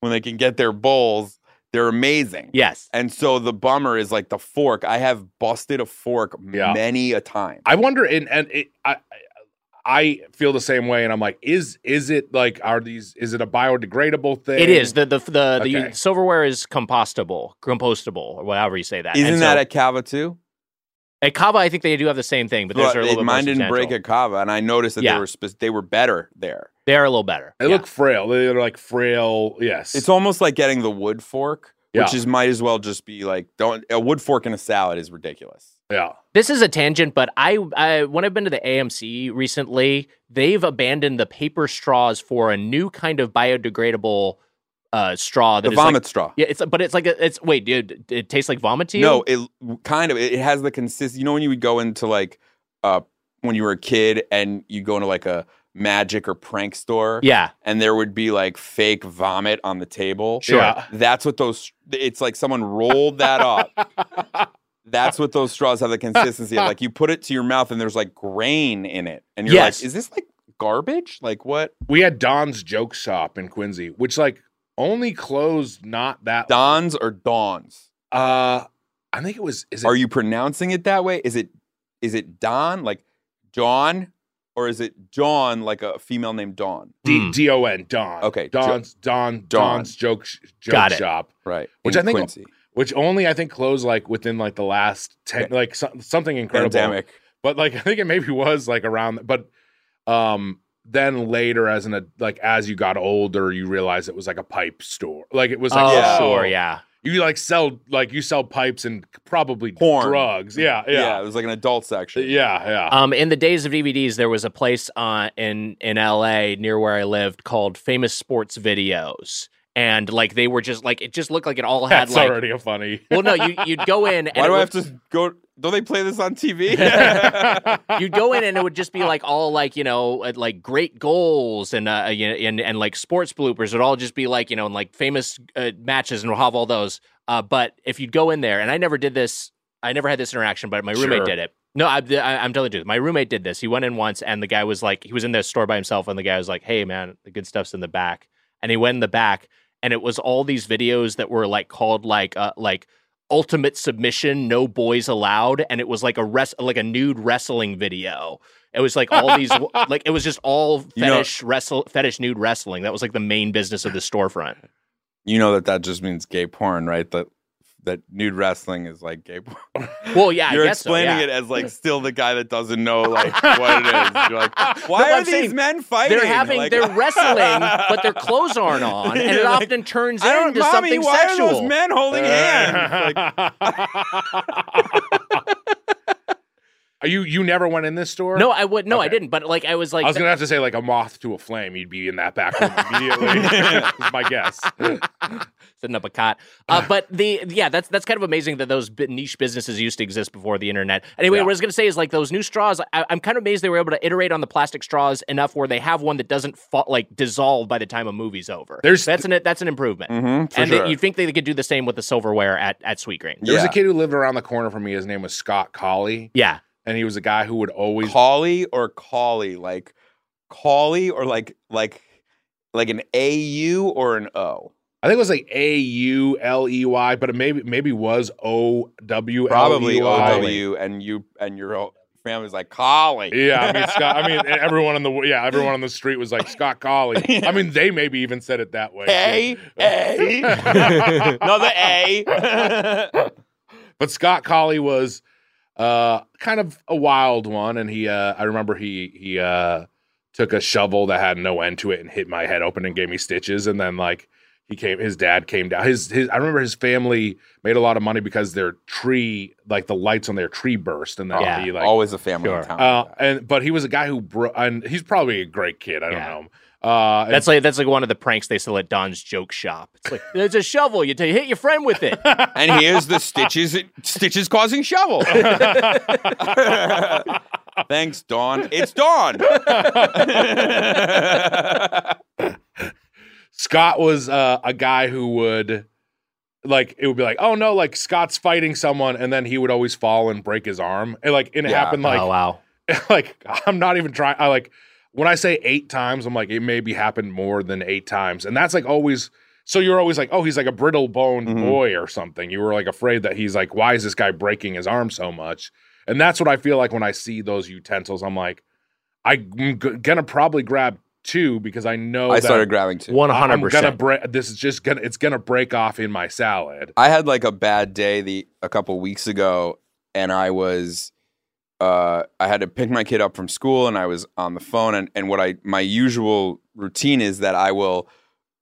Speaker 4: when they can get their bowls, they're
Speaker 3: <laughs>
Speaker 4: amazing.
Speaker 3: Yes.
Speaker 4: And so the bummer is like the fork. I have busted a fork
Speaker 2: Yeah.
Speaker 4: many a time.
Speaker 2: I wonder, and and it, I I feel the same way, and I'm like, is is it like are these is it a biodegradable thing?
Speaker 3: It is. The, the, the, the
Speaker 2: Okay.
Speaker 3: silverware is compostable, compostable, or whatever you say that.
Speaker 4: Isn't
Speaker 3: And so-
Speaker 4: that at Cava too?
Speaker 3: At Kava, I think they do have the same thing, but those
Speaker 4: But
Speaker 3: are a little bit
Speaker 4: mine
Speaker 3: more
Speaker 4: didn't break
Speaker 3: substantial.
Speaker 4: at Cava, and I noticed that
Speaker 3: Yeah.
Speaker 4: they were spe- they were better there.
Speaker 3: They are a little better.
Speaker 2: They look frail. They're like frail. Yes.
Speaker 4: It's almost like getting the wood fork, which
Speaker 2: Yeah.
Speaker 4: is might as well just be like don't a wood fork in a salad is ridiculous.
Speaker 2: yeah.
Speaker 3: This is a tangent, but I, I when I've been to the AMC recently, they've abandoned the paper straws for a new kind of biodegradable uh, straw. That
Speaker 4: The
Speaker 3: is like-
Speaker 4: vomit straw.
Speaker 3: yeah, it's but it's like a, it's wait, dude, it tastes like vomit to you.
Speaker 4: No, it kind of it it has the consist. You know when you would go into like uh when you were a kid and you go into like a magic or prank store.
Speaker 3: yeah,
Speaker 4: and there would be like fake vomit on the table.
Speaker 2: Sure. Yeah.
Speaker 4: That's what those it's like someone rolled that up.
Speaker 2: <laughs>
Speaker 4: That's what those straws have the consistency of. Like you put it to your mouth and there's like grain in it. And you're
Speaker 3: Yes.
Speaker 4: like, is this like garbage? Like what?
Speaker 2: We had Don's joke shop in Quincy, which like only closed not that.
Speaker 4: Dons or Dons?
Speaker 2: Uh, I think it was. Is it,
Speaker 4: Are you pronouncing it that way? Is it is it Don like John? Or is it John like a female named Dawn?
Speaker 2: D
Speaker 3: Hmm.
Speaker 2: D O N Don?
Speaker 4: Okay, Jo-
Speaker 2: Don's Don
Speaker 4: Don.
Speaker 2: Don's joke sh- joke
Speaker 3: Got it.
Speaker 2: shop,
Speaker 4: Right.
Speaker 2: Which
Speaker 4: in
Speaker 2: I think-
Speaker 4: Quincy.
Speaker 2: which only I think closed like within like the last ten, like some, something incredible.
Speaker 4: pandemic.
Speaker 2: But like <laughs> I think it maybe was like around, but um, then later as an ad- like as you got older, you realized it was like a pipe store. Like it was like
Speaker 3: oh
Speaker 4: yeah.
Speaker 3: sure, yeah,
Speaker 2: You like sell like you sell pipes and probably
Speaker 4: Porn.
Speaker 2: drugs. Yeah,
Speaker 4: Yeah,
Speaker 2: yeah,
Speaker 4: it was like an adult
Speaker 2: yeah,
Speaker 4: section.
Speaker 2: yeah.
Speaker 3: Um, in the days of DVDs, there was a place uh, in in LA near where I lived called Famous Sports Videos, and like they were just like it just looked like it all had
Speaker 2: That's
Speaker 3: like
Speaker 2: already a funny.
Speaker 3: <laughs> well, no, you you'd go in. And
Speaker 4: <laughs> Why
Speaker 3: it
Speaker 4: do I
Speaker 3: would-
Speaker 4: have to go? Don't they play this on
Speaker 3: <laughs>
Speaker 4: <laughs> TV?
Speaker 3: you'd go in and it would just be like all like you know uh, like great goals and uh you know, and and like sports bloopers would all just be like you know and like famous uh, matches and we'll have all those uh but if you'd go in there and i never did this i never had this interaction but my roommate
Speaker 13: Sure.
Speaker 3: did it no I, I, i'm telling you my roommate did this he went in once and the guy was like he was in the store by himself and the guy was like hey man the good stuff's in the back and he went in the back and it was all these videos that were like called like uh like ultimate submission no boys allowed and it was like a rest like a nude wrestling video it was like all these
Speaker 4: <laughs>
Speaker 3: like it was just all
Speaker 4: You know-
Speaker 3: fetish wrestle fetish nude wrestling that was like the main business of the
Speaker 4: <laughs>
Speaker 3: storefront
Speaker 4: you know that that just means gay porn, right? That that nude wrestling is like gay porn.
Speaker 3: <laughs> Well, yeah, I
Speaker 4: you're
Speaker 3: guess so,
Speaker 4: explaining
Speaker 3: yeah.
Speaker 4: it as like still the guy that doesn't
Speaker 3: <laughs>
Speaker 4: know like what it is. You're like, why
Speaker 3: No,
Speaker 4: are
Speaker 3: I'm
Speaker 4: these
Speaker 3: saying
Speaker 4: men fighting?
Speaker 3: they're having
Speaker 4: Like- <laughs>
Speaker 3: they're wrestling but their clothes aren't on and
Speaker 4: You're
Speaker 3: it
Speaker 4: <laughs> like,
Speaker 3: often turns
Speaker 4: I don't-
Speaker 3: into
Speaker 4: mommy,
Speaker 3: something
Speaker 4: why are
Speaker 3: sexual Uh,
Speaker 4: those men holding
Speaker 3: <laughs>
Speaker 4: hands?
Speaker 2: <laughs> Are you you never went in this store?
Speaker 3: no i would no i
Speaker 2: Okay.
Speaker 3: didn't but like i was like
Speaker 2: I was gonna have to say like a moth to a flame. You'd be in that back room
Speaker 3: <laughs>
Speaker 2: immediately. is my guess.
Speaker 3: setting up a cot. Uh, but the yeah, that's that's kind of amazing that those bi- niche businesses used to exist before the internet. Anyway, what I was gonna say is like those new straws. I, I'm kind of amazed they were able to iterate on the plastic straws enough where they have one that doesn't fa- like dissolve by the time a movie's over.
Speaker 2: There's-
Speaker 3: that's an that's an improvement.
Speaker 4: Mhm, for
Speaker 3: and they-
Speaker 4: sure.
Speaker 3: you'd think they could do the same with the silverware at at Sweetgreen.
Speaker 2: There was a kid who lived around the corner from me. His name was Scott Colley.
Speaker 3: Yeah.
Speaker 2: And he was a guy who would always
Speaker 4: Collie or collie, like collie or like like like an A U or an O.
Speaker 2: I think it was like A U L E Y, but it maybe maybe was O W L E Y.
Speaker 4: Probably O W and you and your whole family's like collie.
Speaker 2: Yeah, I mean Scott. I mean e, everyone on the yeah everyone on the street was like Scott Colley. I mean they maybe even said it that way.
Speaker 4: A
Speaker 2: <laughs>
Speaker 4: A another A.
Speaker 2: but Scott Colley was uh, kind of a wild one, and he uh, I remember he he uh, took a shovel that had no end to it and hit my head open and gave me stitches, and then like he came, his dad came down. His his I remember his family made a lot of money because their tree, like the lights on their tree burst, and then
Speaker 4: Yeah.
Speaker 2: he like
Speaker 4: Always a family in town.
Speaker 2: Uh, and but he was a guy who bro- and he's probably a great kid. I don't know him. Uh, and-
Speaker 3: That's like that's like one of the pranks they sell at Don's joke shop. It's like there's a shovel. You, t- you hit your friend with it.
Speaker 4: and here's the stitches stitches causing shovel.
Speaker 2: <laughs>
Speaker 4: Thanks, Dawn.
Speaker 2: <laughs>
Speaker 4: It's Dawn. <laughs>
Speaker 2: Scott was uh, a guy who would like it would be like, oh no, like Scott's fighting someone, and then he would always fall and break his arm. And like and it
Speaker 3: Yeah.
Speaker 2: happened like
Speaker 3: Oh, wow.
Speaker 2: <laughs> like I'm not even trying I like when I say eight times, I'm like, it maybe happened more than eight times. And that's like always so you're always like, oh, he's like a brittle boned
Speaker 4: Mm-hmm.
Speaker 2: boy or something. You were like afraid that he's like, why is this guy breaking his arm so much? And that's what I feel like when I see those utensils. I'm like, I'm g- gonna probably grab two because I know
Speaker 4: I
Speaker 2: that-
Speaker 4: started grabbing two.
Speaker 2: I'm gonna
Speaker 4: 100%.
Speaker 2: break. This is just gonna. It's gonna break off in my salad.
Speaker 4: I had like a bad day the a couple weeks ago, and I was uh, I had to pick my kid up from school, and I was on the phone, and and what I my usual routine is that I will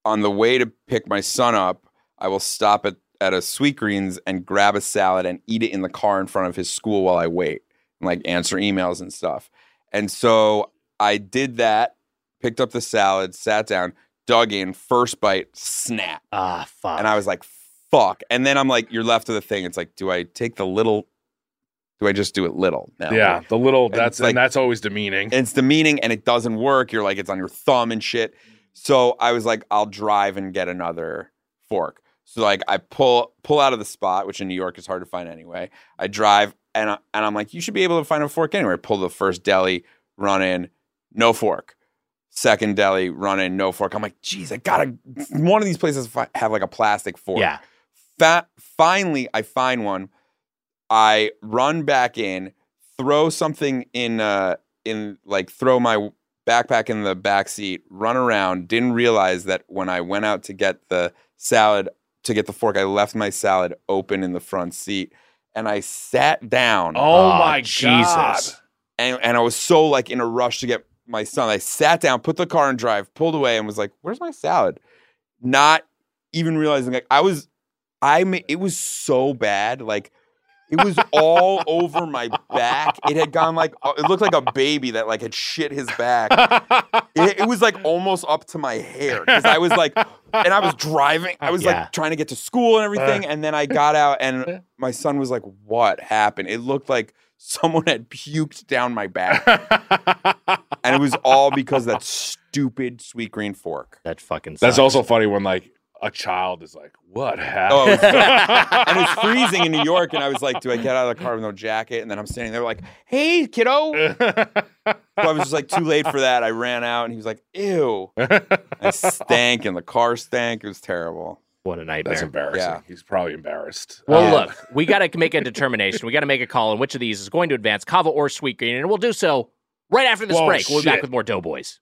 Speaker 4: on the way to pick my son up, I will stop at at a Sweetgreens and grab a salad and eat it in the car in front of his school while I wait and like answer emails and stuff. And so I did that, picked up the salad, sat down, dug in, first bite, snap.
Speaker 3: Ah, fuck.
Speaker 4: And I was like, fuck. And then I'm like, you're left with a thing. It's like, do I take the little? Do I just do it little? now?
Speaker 2: yeah, the little.
Speaker 4: And
Speaker 2: That's
Speaker 4: it's like-
Speaker 2: and that's always demeaning.
Speaker 4: and it's demeaning and it doesn't work. You're like, it's on your thumb and shit. So I was like, I'll drive and get another fork. So like I pull pull out of the spot, which in New York is hard to find anyway. I drive and I, and I'm like, you should be able to find a fork anywhere. Pull the first deli, run in, no fork. Second deli, run in, no fork. I'm like, geez, I gotta. One of these places fi- have like a plastic fork.
Speaker 3: Yeah.
Speaker 4: Fa- finally, I find one. I run back in, throw something in uh in like throw my backpack in the back seat, run around, didn't realize that when I went out to get the salad to get the fork, I left my salad open in the front seat and I sat down.
Speaker 2: Oh Ah, my Jesus. God.
Speaker 4: And and I was so like in a rush to get my son. I sat down, put the car in drive, pulled away and was like, "Where's my salad?" Not even realizing like I was I ma- it was so bad like It was all over my back. It had gone like uh, it looked like a baby that like had shit his back. It, it was like almost up to my hair because I was like, and I was driving. I was
Speaker 14: Yeah.
Speaker 4: like trying to get to school and everything,
Speaker 14: Uh.
Speaker 4: and then I got out,
Speaker 14: <laughs>
Speaker 4: and my son was like, "What happened?" It looked like someone had puked down my back,
Speaker 2: <laughs>
Speaker 4: and it was all because of that stupid sweet green fork.
Speaker 3: That fucking.
Speaker 2: That's also funny when like a child is like, "What
Speaker 4: Oh, it
Speaker 2: <laughs> happened?"
Speaker 4: was so- and it's freezing in New York, and I was like, "Do I get out of the car with no jacket?" And then I'm standing there like, "Hey, kiddo!"
Speaker 14: <laughs>
Speaker 4: so I was just like, too late for that. I ran out, and he was like, "Ew!" I stank, and the car stank. It was terrible.
Speaker 3: What a nightmare!
Speaker 2: That's embarrassing.
Speaker 4: Yeah.
Speaker 2: He's probably embarrassed.
Speaker 3: Well,
Speaker 2: Um,
Speaker 3: look, we got to make a determination. We got to make a call on which of these is going to advance, Kava or Sweet Green, and we'll do so right after this
Speaker 15: Whoa,
Speaker 3: break. We'll be back
Speaker 15: shit.
Speaker 3: with more Doughboys.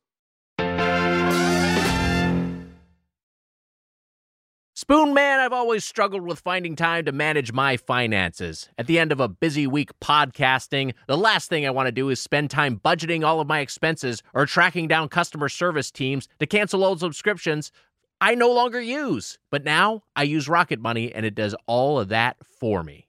Speaker 3: Spoon Man, I've always struggled with finding time to manage my finances. At the end of a busy week podcasting, the last thing I want to do is spend time budgeting all of my expenses or tracking down customer service teams to cancel old subscriptions I no longer use. But now I use Rocket Money and it does all of that for me.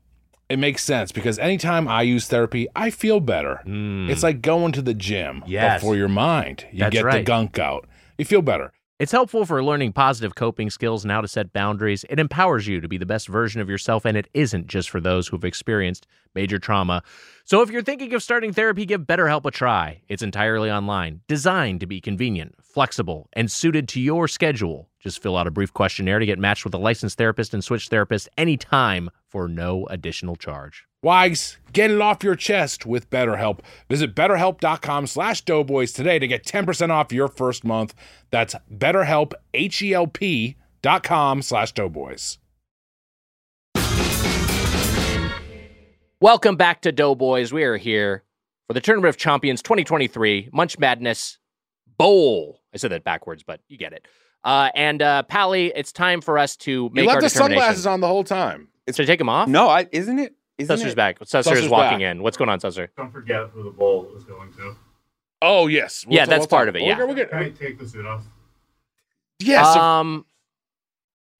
Speaker 2: It makes sense because anytime I use therapy, I feel better.
Speaker 3: Hmm.
Speaker 2: It's like going to the gym
Speaker 3: Yes.
Speaker 2: but for your mind. You
Speaker 3: That's
Speaker 2: get the
Speaker 3: right.
Speaker 2: gunk out. You feel better.
Speaker 3: It's helpful for learning positive coping skills and how to set boundaries. It empowers you to be the best version of yourself, and it isn't just for those who've experienced major trauma. So, if you're thinking of starting therapy, give BetterHelp a try. It's entirely online, designed to be convenient, flexible, and suited to your schedule. Just fill out a brief questionnaire to get matched with a licensed therapist and switch therapist anytime for no additional charge.
Speaker 2: Wags, get it off your chest with BetterHelp. Visit betterhelp.com slash doughboys today to get 10% off your first month. That's betterhelp, H-E-L-P dot com slash doughboys.
Speaker 3: Welcome back to Doughboys. We are here for the Tournament of Champions 2023 Munch Madness Bowl. I said that backwards, but you get it. Uh, and uh, Pally, it's time for us to make our determination.
Speaker 2: on the whole time.
Speaker 3: Should I take them off?
Speaker 4: No, I isn't it? Isn't
Speaker 3: Susser's
Speaker 4: it-
Speaker 3: back. Susser
Speaker 4: Susser's
Speaker 3: is walking
Speaker 4: back.
Speaker 3: in. What's going on, Susser?
Speaker 9: Don't forget who the bowl is going to.
Speaker 2: Oh, yes.
Speaker 3: Yeah, that's part of it, yeah.
Speaker 9: Can I take the suit off?
Speaker 2: Yes.
Speaker 3: Um,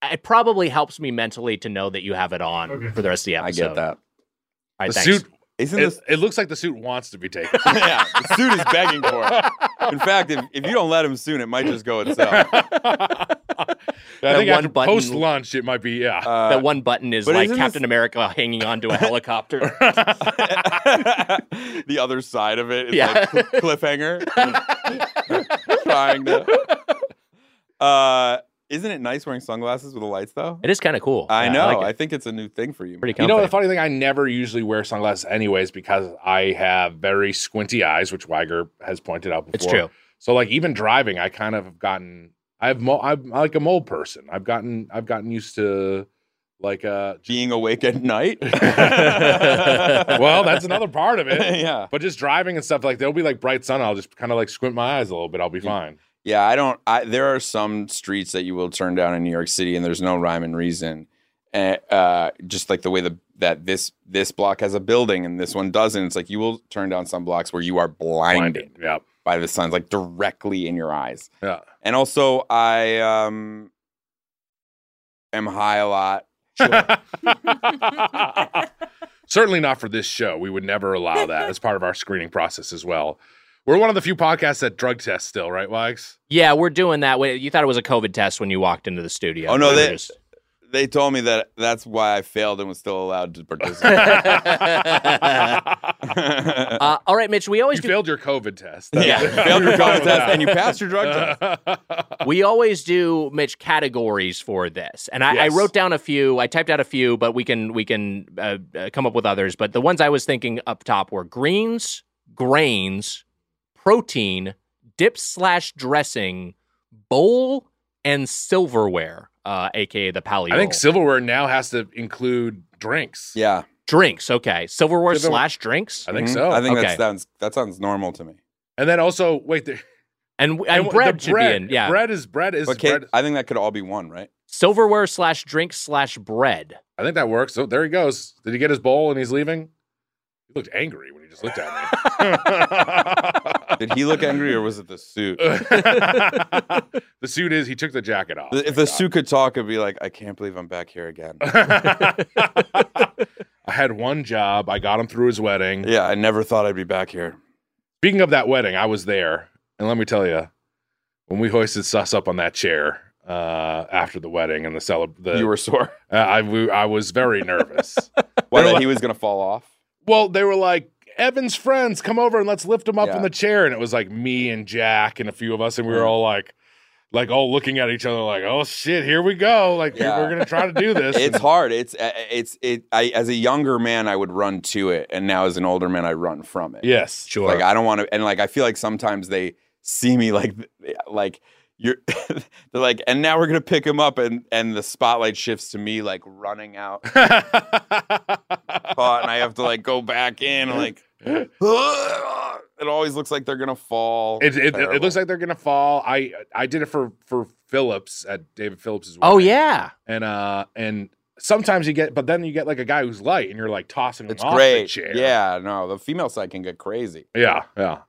Speaker 3: it probably helps me mentally to know that you have it on for the rest of the
Speaker 4: I
Speaker 3: episode.
Speaker 4: get that.
Speaker 3: All right,
Speaker 2: The
Speaker 3: thanks.
Speaker 2: suit,
Speaker 4: Isn't
Speaker 2: it,
Speaker 4: this-
Speaker 2: it looks like the suit wants to be taken.
Speaker 4: yeah, the suit is begging for it. In fact, if, if you don't let him soon, it might just
Speaker 3: <laughs>
Speaker 4: go itself.
Speaker 2: I
Speaker 3: That
Speaker 2: think
Speaker 3: one
Speaker 2: after
Speaker 3: button-
Speaker 2: post lunch, it might be, yeah.
Speaker 4: Uh,
Speaker 3: that one button is
Speaker 4: but
Speaker 3: like
Speaker 4: isn't
Speaker 3: Captain America hanging onto
Speaker 4: <laughs>
Speaker 3: a helicopter. Uh,
Speaker 2: <laughs>
Speaker 4: The other side of it is
Speaker 3: Yeah.
Speaker 4: like cl- cliffhanger. <laughs> trying to. Uh, isn't it nice wearing sunglasses with the lights though?
Speaker 3: it is kind of cool.
Speaker 4: I
Speaker 3: Yeah,
Speaker 4: know. I,
Speaker 3: like it.
Speaker 4: think it's a new thing for you.
Speaker 3: Pretty
Speaker 2: You know, the
Speaker 3: comfy.
Speaker 2: funny thing, I never usually wear sunglasses anyways because I have very squinty eyes, which Weiger has pointed out before.
Speaker 3: It's true.
Speaker 2: So, like, even driving, I kind of have gotten, I've mo- I'm like a mole person. I've gotten I've gotten used to like
Speaker 3: <laughs>
Speaker 2: uh
Speaker 4: being awake at night.
Speaker 2: well, that's another part of it.
Speaker 4: <laughs> Yeah.
Speaker 2: But just driving and stuff like there'll be like bright sun. I'll just kind of like squint my eyes a little bit. I'll be fine.
Speaker 4: Yeah, I don't. I, there are some streets that you will turn down in New York City, and there's no rhyme and reason. And, uh, just like the way the, that this this block has a building and this one doesn't, it's like you will turn down some blocks where you are blinded,
Speaker 2: yeah.
Speaker 4: by the signs, like directly in your eyes.
Speaker 2: Yeah.
Speaker 4: And also, I um, am high a lot.
Speaker 3: <laughs>
Speaker 2: Certainly not for this show. We would never allow that as part of our screening process as well. We're one of the few podcasts that drug test still, right,
Speaker 4: <laughs>
Speaker 2: Wags?
Speaker 3: Yeah, we're doing that. Wait, You thought it was a COVID test when you walked into the studio.
Speaker 4: Oh no,
Speaker 3: We're
Speaker 4: they
Speaker 3: just-
Speaker 4: they told me that that's why I failed and was still allowed
Speaker 2: <laughs>
Speaker 4: to participate.
Speaker 3: Uh, all right, Mitch. We always
Speaker 2: You
Speaker 3: do,
Speaker 2: failed your COVID test.
Speaker 4: Yeah, you failed your drug test and you passed your drug
Speaker 2: test.
Speaker 3: <laughs> we always do Mitch categories for this, and I,
Speaker 2: Yes.
Speaker 3: I wrote down a few. I typed out a few, but we can we can uh, uh, come up with others. But the ones I was thinking up top were greens, grains, protein, dip slash dressing, bowl, and silverware, uh, aka the pally.
Speaker 2: <laughs> I think
Speaker 3: roll.
Speaker 2: silverware now has to include drinks.
Speaker 4: <laughs> yeah,
Speaker 3: drinks. Okay, silverware
Speaker 2: Silverware-
Speaker 3: slash drinks.
Speaker 2: I think
Speaker 4: Mhm.
Speaker 2: so.
Speaker 4: I think
Speaker 3: Okay.
Speaker 4: that sounds that sounds normal to me.
Speaker 2: And then also, wait, there,
Speaker 3: And,
Speaker 2: <laughs>
Speaker 3: and,
Speaker 2: the
Speaker 3: bread should be in. Yeah,
Speaker 2: bread is bread is
Speaker 4: But Kate,
Speaker 2: bread.
Speaker 4: I think that could all be one, right?
Speaker 3: silverware slash drink slash bread.
Speaker 2: I think that works. So there he goes. Did he get his bowl and he's leaving? He looked angry when he just looked at me.
Speaker 4: Did he look angry or was it
Speaker 2: <laughs>
Speaker 4: the suit? <laughs>
Speaker 2: Oh the suit is he took the jacket off. <laughs>
Speaker 4: if the suit could talk, it'd be like, I can't believe I'm back here again.
Speaker 2: I had one job. I got him through his wedding.
Speaker 4: yeah, I never thought I'd be back here.
Speaker 2: Speaking of that wedding, I was there, and let me tell you, when we hoisted Sus up on that chair uh, after the wedding and the celeb, the,
Speaker 4: you were sore. <laughs>
Speaker 2: uh, I we- I was very nervous.
Speaker 4: Why that he was gonna fall off?
Speaker 2: Well, they were like, Evan's friends, come over and let's lift him up
Speaker 4: Yeah. Mm-hmm.
Speaker 2: in the chair. And it was like me and Jack and a few of us, and we were all like, like all looking at each other, like, oh shit, here we go. Like
Speaker 4: Yeah.
Speaker 2: we're gonna try to do
Speaker 4: <laughs>
Speaker 2: this.
Speaker 4: It's
Speaker 2: And
Speaker 4: hard. It's uh, it's it. I as a younger man, I would run to it, and now as an older man, I run from it.
Speaker 2: yes,
Speaker 3: Sure.
Speaker 4: Like I don't want to, and like I feel like sometimes they see me like eh, like you're <laughs> they're like, and now we're gonna pick him up, and and the spotlight shifts to me like running
Speaker 2: <laughs>
Speaker 4: out, caught, and I have to like go back in, and like <laughs> it always looks like they're gonna fall.
Speaker 2: it, it,
Speaker 4: Terrible.
Speaker 2: it looks like they're gonna fall. I I did it for for Phillips at David Phillips's.
Speaker 3: Oh
Speaker 2: wedding.
Speaker 3: yeah.
Speaker 2: and uh and sometimes you get, but then you get like a guy who's light, and you're like tossing him
Speaker 4: it's
Speaker 2: off
Speaker 4: great.
Speaker 2: the chair.
Speaker 4: Yeah, no, the female side can get crazy.
Speaker 2: Yeah, yeah.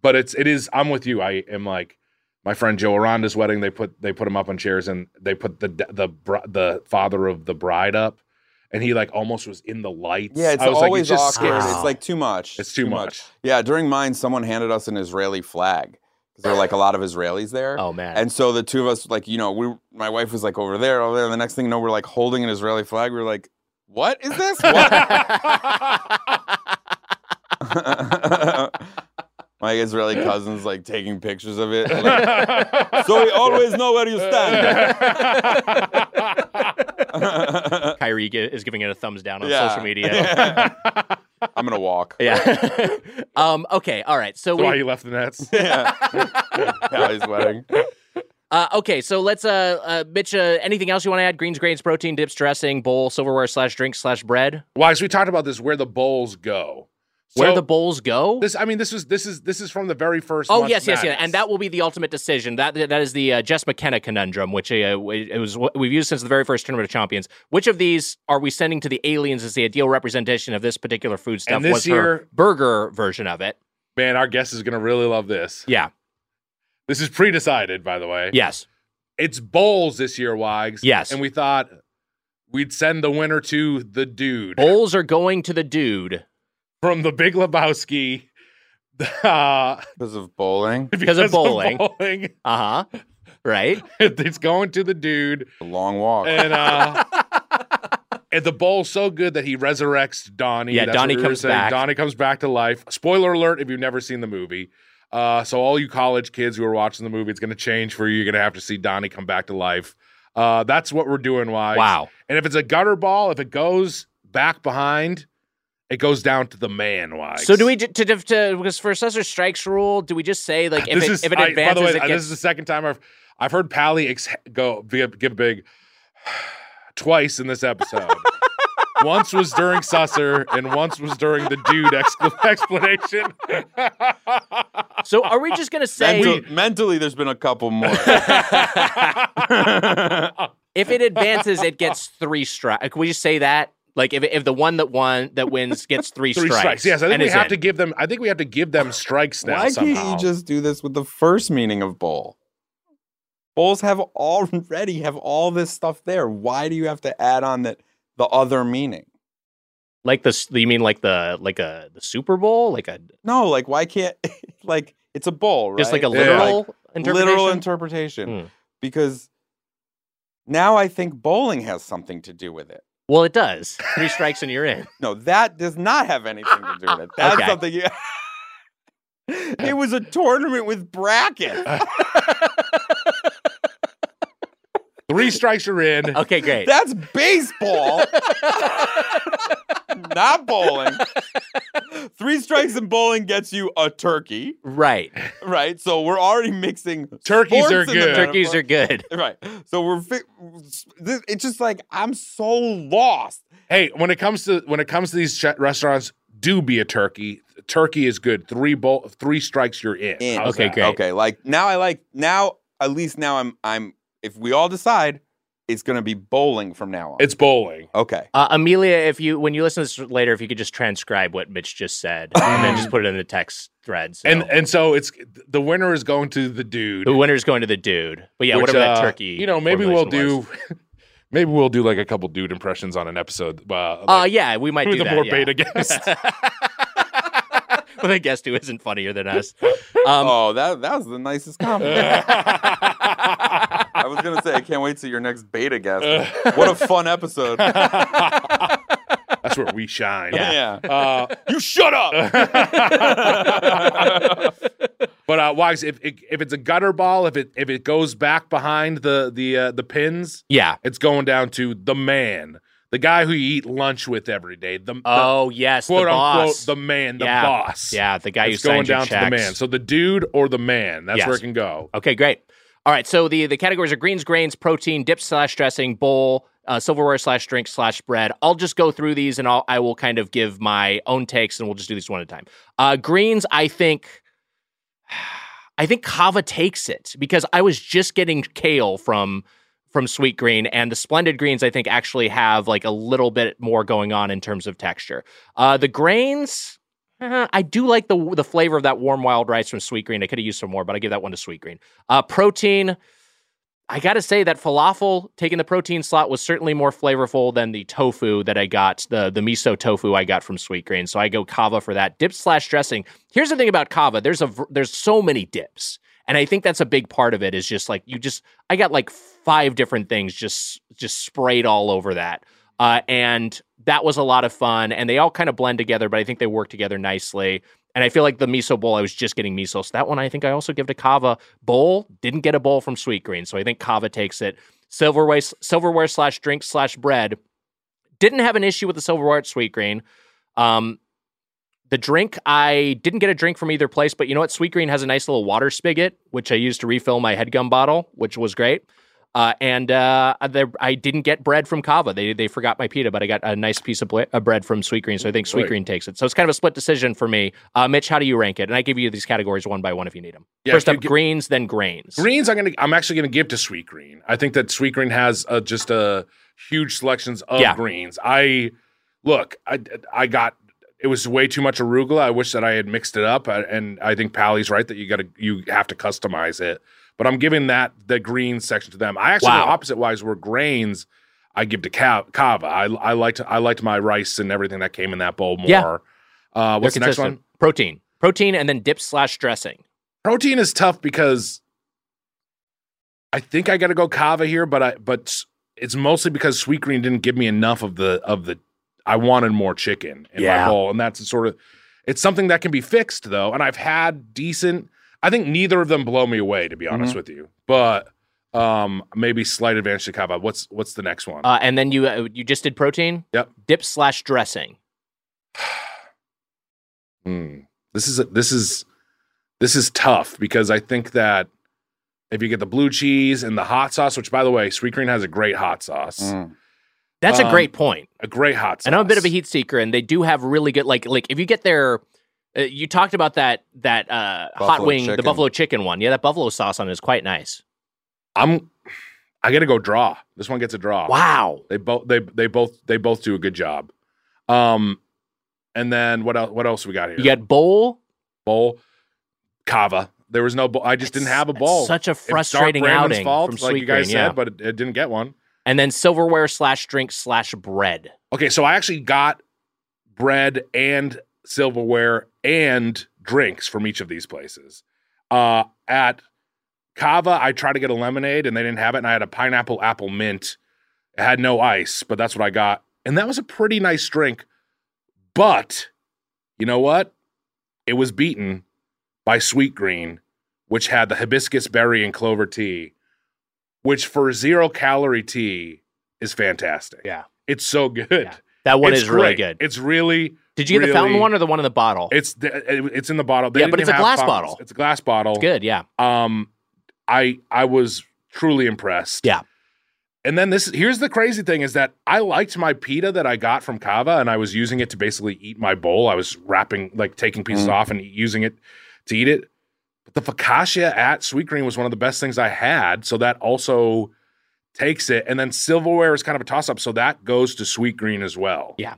Speaker 2: But it's it is. I'm with you. I am like my friend Joe Aranda's wedding. They put they put him up on chairs and they put the the br- the father of the bride up, and he like almost was in the lights.
Speaker 4: Yeah, it's
Speaker 2: I was like,
Speaker 4: always awkward.
Speaker 2: scared.
Speaker 4: It's like too much.
Speaker 2: It's too, much.
Speaker 4: Yeah, during mine, someone handed us an Israeli flag because there were like a lot of Israelis there.
Speaker 3: Oh man. <laughs>
Speaker 4: And so the two of us, like, you know, we my wife was like over there, over there. And the next thing you know, we're like holding an Israeli flag. We're like, what <laughs> is this?
Speaker 3: <laughs>
Speaker 4: What? my Israeli cousin's like taking pictures
Speaker 3: <laughs>
Speaker 4: of it.
Speaker 2: <laughs>
Speaker 4: Like, so we always know where you stand. <laughs>
Speaker 3: Kyrie gi- is giving it a thumbs down on
Speaker 4: Yeah.
Speaker 3: social media.
Speaker 4: Yeah. I'm gonna walk.
Speaker 3: <laughs> yeah. <laughs> um, okay. All right. So,
Speaker 2: That's why
Speaker 3: we,
Speaker 2: he left the Nets.
Speaker 4: <laughs> Yeah. Callie's wedding.
Speaker 3: uh, okay. So let's, uh, uh Mitch, uh, anything else you want to add? Greens, grains, protein, dips, dressing, bowl, silverware slash drink slash bread.
Speaker 2: Why? So we talked about this. Where the bowls go?
Speaker 3: Where
Speaker 2: So
Speaker 3: the bowls go?
Speaker 2: this? I mean, this was this is this is from the very first.
Speaker 3: Oh
Speaker 2: March
Speaker 3: yes, yes, yes,
Speaker 2: Madness.
Speaker 3: and that will be the ultimate decision. That that is the uh, Jess McKenna conundrum, which uh, w- it was what we've used since the very first tournament of champions. Which of these are we sending to the aliens as the ideal representation of this particular food stuff?
Speaker 2: And this
Speaker 3: was her
Speaker 2: year-
Speaker 3: burger version of it.
Speaker 2: man. Our guest is gonna really love this.
Speaker 3: Yeah.
Speaker 2: This is pre-decided, by the way.
Speaker 3: Yes.
Speaker 2: it's bowls this year, Wags.
Speaker 3: Yes.
Speaker 2: And we thought we'd send the winner to the dude
Speaker 3: Bowls are going to
Speaker 2: <laughs>
Speaker 3: the dude
Speaker 2: from the Big Lebowski. <laughs>
Speaker 3: <laughs>
Speaker 2: Uh,
Speaker 4: Because of bowling.
Speaker 3: because of bowling.
Speaker 2: bowling. <laughs>
Speaker 3: Uh huh. Right.
Speaker 2: it's going to the dude.
Speaker 4: A long walk.
Speaker 2: And
Speaker 3: <laughs>
Speaker 2: uh and the bowl's so good that he resurrects Donnie.
Speaker 3: Yeah,
Speaker 2: what
Speaker 3: Donnie
Speaker 2: we were
Speaker 3: comes
Speaker 2: saying.
Speaker 3: back.
Speaker 2: Donnie comes back to life. Spoiler alert if you've never seen the movie. Uh, so all you college kids who are watching the movie, it's gonna change for you. You're gonna have to see Donnie come back to life. Uh, that's what we're doing, Wags.
Speaker 3: Wow.
Speaker 2: And if it's a gutter ball, if it goes back behind, it goes down to the man. Wise.
Speaker 3: So do we ju- to, to, to because for Susser strikes rule, do we just say like if
Speaker 2: this
Speaker 3: it
Speaker 2: is <laughs>
Speaker 3: if it
Speaker 2: I- by
Speaker 3: advances,
Speaker 2: the way,
Speaker 3: it
Speaker 2: this
Speaker 3: gets
Speaker 2: is the second time I've I've heard Pally ex- go give, give big <sighs> twice in this
Speaker 3: <laughs>
Speaker 2: episode. once was during Susser, and once was during the dude excla- <laughs> explanation.
Speaker 3: so are we
Speaker 2: <laughs>
Speaker 3: just gonna say
Speaker 4: Mental- mentally? There's been a
Speaker 3: <laughs>
Speaker 4: couple more.
Speaker 3: if it advances, it gets three strikes? Can we just say that? Like if, if the one that won that wins gets three,
Speaker 2: <laughs> Three strikes. Yes, I think
Speaker 3: and
Speaker 2: we
Speaker 3: is
Speaker 2: have
Speaker 3: in.
Speaker 2: to give them. I think we have to give them strikes now.
Speaker 4: Why
Speaker 2: somehow.
Speaker 4: can't you just do this with the first meaning of bowl? Bowls have already have all this stuff there. Why do you have to add on that the other meaning?
Speaker 3: like this. You mean like the like a the Super Bowl? Like a
Speaker 4: No, like why can't <laughs> like it's a bowl, right?
Speaker 3: Just like a
Speaker 4: It's like
Speaker 3: literal interpretation? Hmm.
Speaker 4: literal interpretation because now I think bowling has something to do with it.
Speaker 3: well, it does. Three strikes and you're
Speaker 4: <laughs>
Speaker 3: in.
Speaker 4: No, that does not have anything to do
Speaker 3: <laughs>
Speaker 4: with it. That's
Speaker 3: Okay.
Speaker 4: something you. <laughs> it was a tournament with brackets.
Speaker 2: Three strikes, you're
Speaker 3: <laughs>
Speaker 2: in.
Speaker 3: Okay, great.
Speaker 4: That's
Speaker 3: <laughs>
Speaker 4: baseball, not bowling. Three strikes in bowling gets you a turkey,
Speaker 3: Right.
Speaker 4: right? So we're already mixing
Speaker 2: Turkeys
Speaker 4: sports
Speaker 2: are
Speaker 4: in <laughs> the
Speaker 2: good.
Speaker 3: Turkeys are good.
Speaker 4: metaphor. right. So we're fi- this, it's just like I'm so lost.
Speaker 2: Hey, when it comes to when it comes to these ch- restaurants, do be a turkey. Turkey is good. Three bowl, three strikes, you're in.
Speaker 4: In.
Speaker 2: How's
Speaker 3: Okay,
Speaker 2: that?
Speaker 3: great.
Speaker 4: Okay, like now I like now at least now I'm I'm if we all decide it's gonna be bowling from now on.
Speaker 2: It's bowling.
Speaker 4: okay.
Speaker 3: Uh, Amelia, if you when you listen to this later, if you could just transcribe what Mitch just
Speaker 4: <laughs>
Speaker 3: said and then just put it in the text thread. So.
Speaker 2: And and so it's the winner is going to the dude.
Speaker 3: the winner's going to the dude. But yeah,
Speaker 2: which,
Speaker 3: whatever that
Speaker 2: uh,
Speaker 3: turkey.
Speaker 2: You know, maybe we'll
Speaker 3: formulation
Speaker 2: do.
Speaker 3: was.
Speaker 2: <laughs> Maybe we'll do like a couple dude impressions on an episode. Uh,
Speaker 3: Uh,
Speaker 2: like,
Speaker 3: yeah, we might
Speaker 2: who
Speaker 3: do
Speaker 2: the
Speaker 3: that,
Speaker 2: more
Speaker 3: yeah.
Speaker 2: beta guest?
Speaker 3: <laughs>
Speaker 2: <laughs>
Speaker 3: Well, the guest who isn't funnier than
Speaker 2: <laughs>
Speaker 3: us. Um,
Speaker 4: oh, that that was the
Speaker 3: <laughs>
Speaker 4: nicest compliment. I was gonna say I can't wait to your next beta guest.
Speaker 3: <laughs>
Speaker 4: What a fun episode.
Speaker 2: That's where we shine.
Speaker 4: <laughs> yeah.
Speaker 2: Uh,
Speaker 4: You shut up.
Speaker 2: <laughs> But uh, Wags, if, if if it's a gutter ball, if it if it goes back behind the the uh, the pins,
Speaker 3: Yeah.
Speaker 2: it's going down to the man, the guy who you eat lunch with every day, the, the
Speaker 3: Oh yes,
Speaker 2: quote
Speaker 3: the
Speaker 2: unquote
Speaker 3: boss.
Speaker 2: the man, the
Speaker 3: yeah.
Speaker 2: boss.
Speaker 3: Yeah, the guy
Speaker 2: it's
Speaker 3: who
Speaker 2: going
Speaker 3: signed your
Speaker 2: down to the
Speaker 3: checks.
Speaker 2: man. So the dude or the man, that's
Speaker 3: Yes.
Speaker 2: where it can go.
Speaker 3: Okay, great. All right, so the the categories are greens, grains, protein, dip slash dressing, bowl, uh, silverware slash drink slash bread. I'll just go through these and I'll I will kind of give my own takes and we'll just do these one at a time. Uh, greens, I think. <sighs> I think Kava takes it because I was just getting kale from from Sweet Green, and the Splendid Greens I think actually have like a little bit more going on in terms of texture. Uh, the grains, eh, <laughs> I do like the the flavor of that warm wild rice from Sweet Green. I could have used some more, but I give that one to Sweet Green. Uh, protein, I gotta say that falafel taking the protein slot was certainly more flavorful than the tofu that I got the the miso tofu I got from Sweet Green. So I go kava for that dip slash dressing. Here's the thing about kava: there's a v- there's so many dips, and I think that's a big part of it. Is just like you just I got like five different things just just sprayed all over that, uh, and that was a lot of fun. And they all kind of blend together, but I think they work together nicely. And I feel like the miso bowl, I was just getting miso. So that one I think I also give to Kava. Bowl, didn't get a bowl from Sweet Green. So I think Kava takes it. Silverware, silverware slash drink slash bread. Didn't have an issue with the silverware at Sweet Green. Um, the drink, I didn't get a drink from either place, but you know what? Sweet Green has a nice little water spigot, which I used to refill my headgum bottle, which was great. Uh, and uh, there, I didn't get bread from Kava. They they forgot my pita, but I got a nice piece of ble- uh, bread from Sweet Green. So I think Sweet
Speaker 2: Right.
Speaker 3: Green takes it. So it's kind of a split decision for me. Uh, Mitch, how do you rank it? And I give you these categories one by one if you need them.
Speaker 2: Yeah, if
Speaker 3: First up,
Speaker 2: you get-
Speaker 3: greens, then grains.
Speaker 2: Greens, I'm gonna I'm actually gonna give to Sweet Green. I think that Sweet Green has uh, just a huge selections of
Speaker 3: Yeah.
Speaker 2: greens. I look, I I got it was way too much arugula. I wish that I had mixed it up, I- and I think Pally's right that you gotta you have to customize it. But I'm giving that the green section to them. I actually
Speaker 3: Wow.
Speaker 2: the opposite wise where grains I give to Cav- Kava. I I liked I liked my rice and everything that came in that bowl more.
Speaker 3: Yeah.
Speaker 2: Uh,
Speaker 3: They're
Speaker 2: what's the next
Speaker 3: consistent.
Speaker 2: one?
Speaker 3: Protein, protein, and then dip slash dressing.
Speaker 2: protein is tough because I think I got to go kava here, but I but it's mostly because sweet green didn't give me enough of the of the I wanted more chicken in
Speaker 3: Yeah.
Speaker 2: my bowl, and that's sort of it's something that can be fixed though, and I've had decent. I think neither of them blow me away to be honest with you, but um maybe slight advantage to kava. What's what's the next one?
Speaker 3: Uh, and then you uh, you just did protein.
Speaker 2: Yep.
Speaker 3: Dip slash dressing.
Speaker 2: Hmm. This is this is this is tough because I think that If you get the blue cheese and the hot sauce, which by the way, Sweet Green has a great hot sauce.
Speaker 4: Mm.
Speaker 3: That's
Speaker 2: Um,
Speaker 3: a great point.
Speaker 2: A great hot sauce.
Speaker 3: And I'm a bit of a heat seeker, and they do have really good like like if you get their. Uh, you talked about that that uh, hot
Speaker 2: Buffalo
Speaker 3: wing, the
Speaker 2: chicken.
Speaker 3: buffalo chicken one. Yeah, that buffalo sauce on it is quite nice.
Speaker 2: I'm I gotta go draw. This one gets a draw.
Speaker 3: Wow.
Speaker 2: They both they they both they both do a good job. Um and then what else what else we got here?
Speaker 3: You got bowl,
Speaker 2: bowl, kava. There was no bowl. I just didn't have a bowl.
Speaker 3: such a
Speaker 2: It's Doc
Speaker 3: frustrating
Speaker 2: Brandon's
Speaker 3: outing
Speaker 2: fault,
Speaker 3: from
Speaker 2: like
Speaker 3: Sweet
Speaker 2: you guys
Speaker 3: Green,
Speaker 2: said,
Speaker 3: yeah.
Speaker 2: but it, it didn't get one.
Speaker 3: and then silverware slash drink slash bread.
Speaker 2: Okay, so I actually got bread and silverware and drinks from each of these places. Uh, at Kava, I tried to get a lemonade and they didn't have it, and I had a pineapple apple mint. It had no ice, but that's what I got. And that was a pretty nice drink. But you know what? It was beaten by Sweet Green, which had the hibiscus berry and clover tea, which for zero calorie tea is fantastic.
Speaker 3: Yeah.
Speaker 2: It's so good.
Speaker 3: That one
Speaker 2: It's
Speaker 3: is really
Speaker 2: great.
Speaker 3: good.
Speaker 2: It's really.
Speaker 3: Did you get the fountain
Speaker 2: really-
Speaker 3: one or the one in the bottle?
Speaker 2: It's the- it- it's in the bottle. They
Speaker 3: Yeah, but
Speaker 2: didn't
Speaker 3: it's a
Speaker 2: have
Speaker 3: glass
Speaker 2: fountains.
Speaker 3: bottle.
Speaker 2: It's a glass bottle.
Speaker 3: It's good, yeah.
Speaker 2: Um, I I was truly impressed.
Speaker 3: Yeah.
Speaker 2: And then this here's the crazy thing is that I liked my pita that I got from Kava and I was using it to basically eat my bowl. I was wrapping like taking pieces
Speaker 4: Mm.
Speaker 2: off and e, using it to eat it. But the focaccia at Sweet Green was one of the best things I had, so that also takes it. And then silverware is kind of a toss up, so that goes to Sweet Green as well.
Speaker 3: Yeah.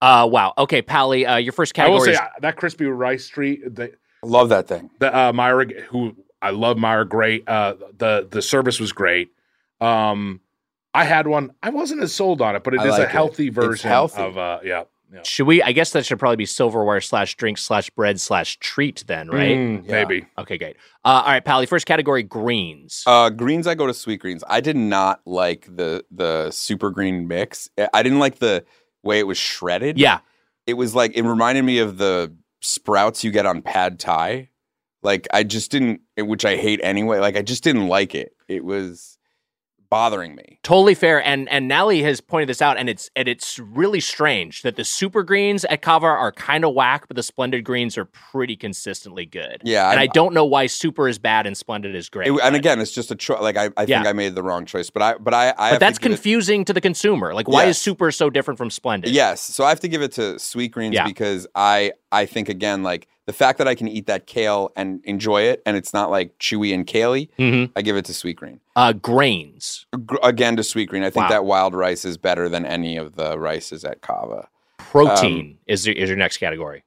Speaker 3: Uh, wow. Okay, Pally, uh, your first category.
Speaker 2: I will say
Speaker 3: is-
Speaker 2: uh, that crispy rice treat. The,
Speaker 4: I love that thing.
Speaker 2: the uh, Myra, who I love Myra, great. Uh, the the service was great. Um, I had one. I wasn't as sold on it, but it is
Speaker 3: I like
Speaker 2: a
Speaker 3: it.
Speaker 2: healthy
Speaker 3: It's
Speaker 2: version
Speaker 3: healthy.
Speaker 2: of uh, yeah. yeah.
Speaker 3: Should we? I guess that should probably be silverware slash drink slash bread slash treat then, right?
Speaker 2: Mm, Yeah. maybe.
Speaker 3: Okay, great. Uh, all right, Pally. First category: greens.
Speaker 4: Uh, greens, I go to sweet greens. I did not like the the super green mix. I- I didn't like the way it was shredded.
Speaker 3: Yeah.
Speaker 4: it was like it reminded me of the sprouts you get on pad thai. Like I just didn't, which I hate anyway. Like I just didn't like it. It was bothering me.
Speaker 3: Totally fair. And and Nally has pointed this out, and it's and it's really strange that the super greens at Kava are kind of whack, but the splendid greens are pretty consistently good.
Speaker 4: Yeah,
Speaker 3: and I,
Speaker 4: I-
Speaker 3: don't know why super is bad and splendid is great.
Speaker 4: It- and again, it's just a choice. Like I, I think
Speaker 3: Yeah.
Speaker 4: I made the wrong choice. But I, but I, I have
Speaker 3: but
Speaker 4: to
Speaker 3: that's
Speaker 4: give it-
Speaker 3: confusing to the consumer. Like, why
Speaker 4: Yes.
Speaker 3: is super so different from splendid?
Speaker 4: Yes. So I have to give it to Sweet Greens
Speaker 3: Yeah.
Speaker 4: because I I think again like the fact that I can eat that kale and enjoy it and it's not like chewy and caley,
Speaker 3: Mhm.
Speaker 4: I give it to Sweet Green.
Speaker 3: Uh, grains.
Speaker 4: Gr- again to Sweet Green. I think
Speaker 3: Wow.
Speaker 4: that wild rice is better than any of the rices at Kava.
Speaker 3: Protein is your, is your next category.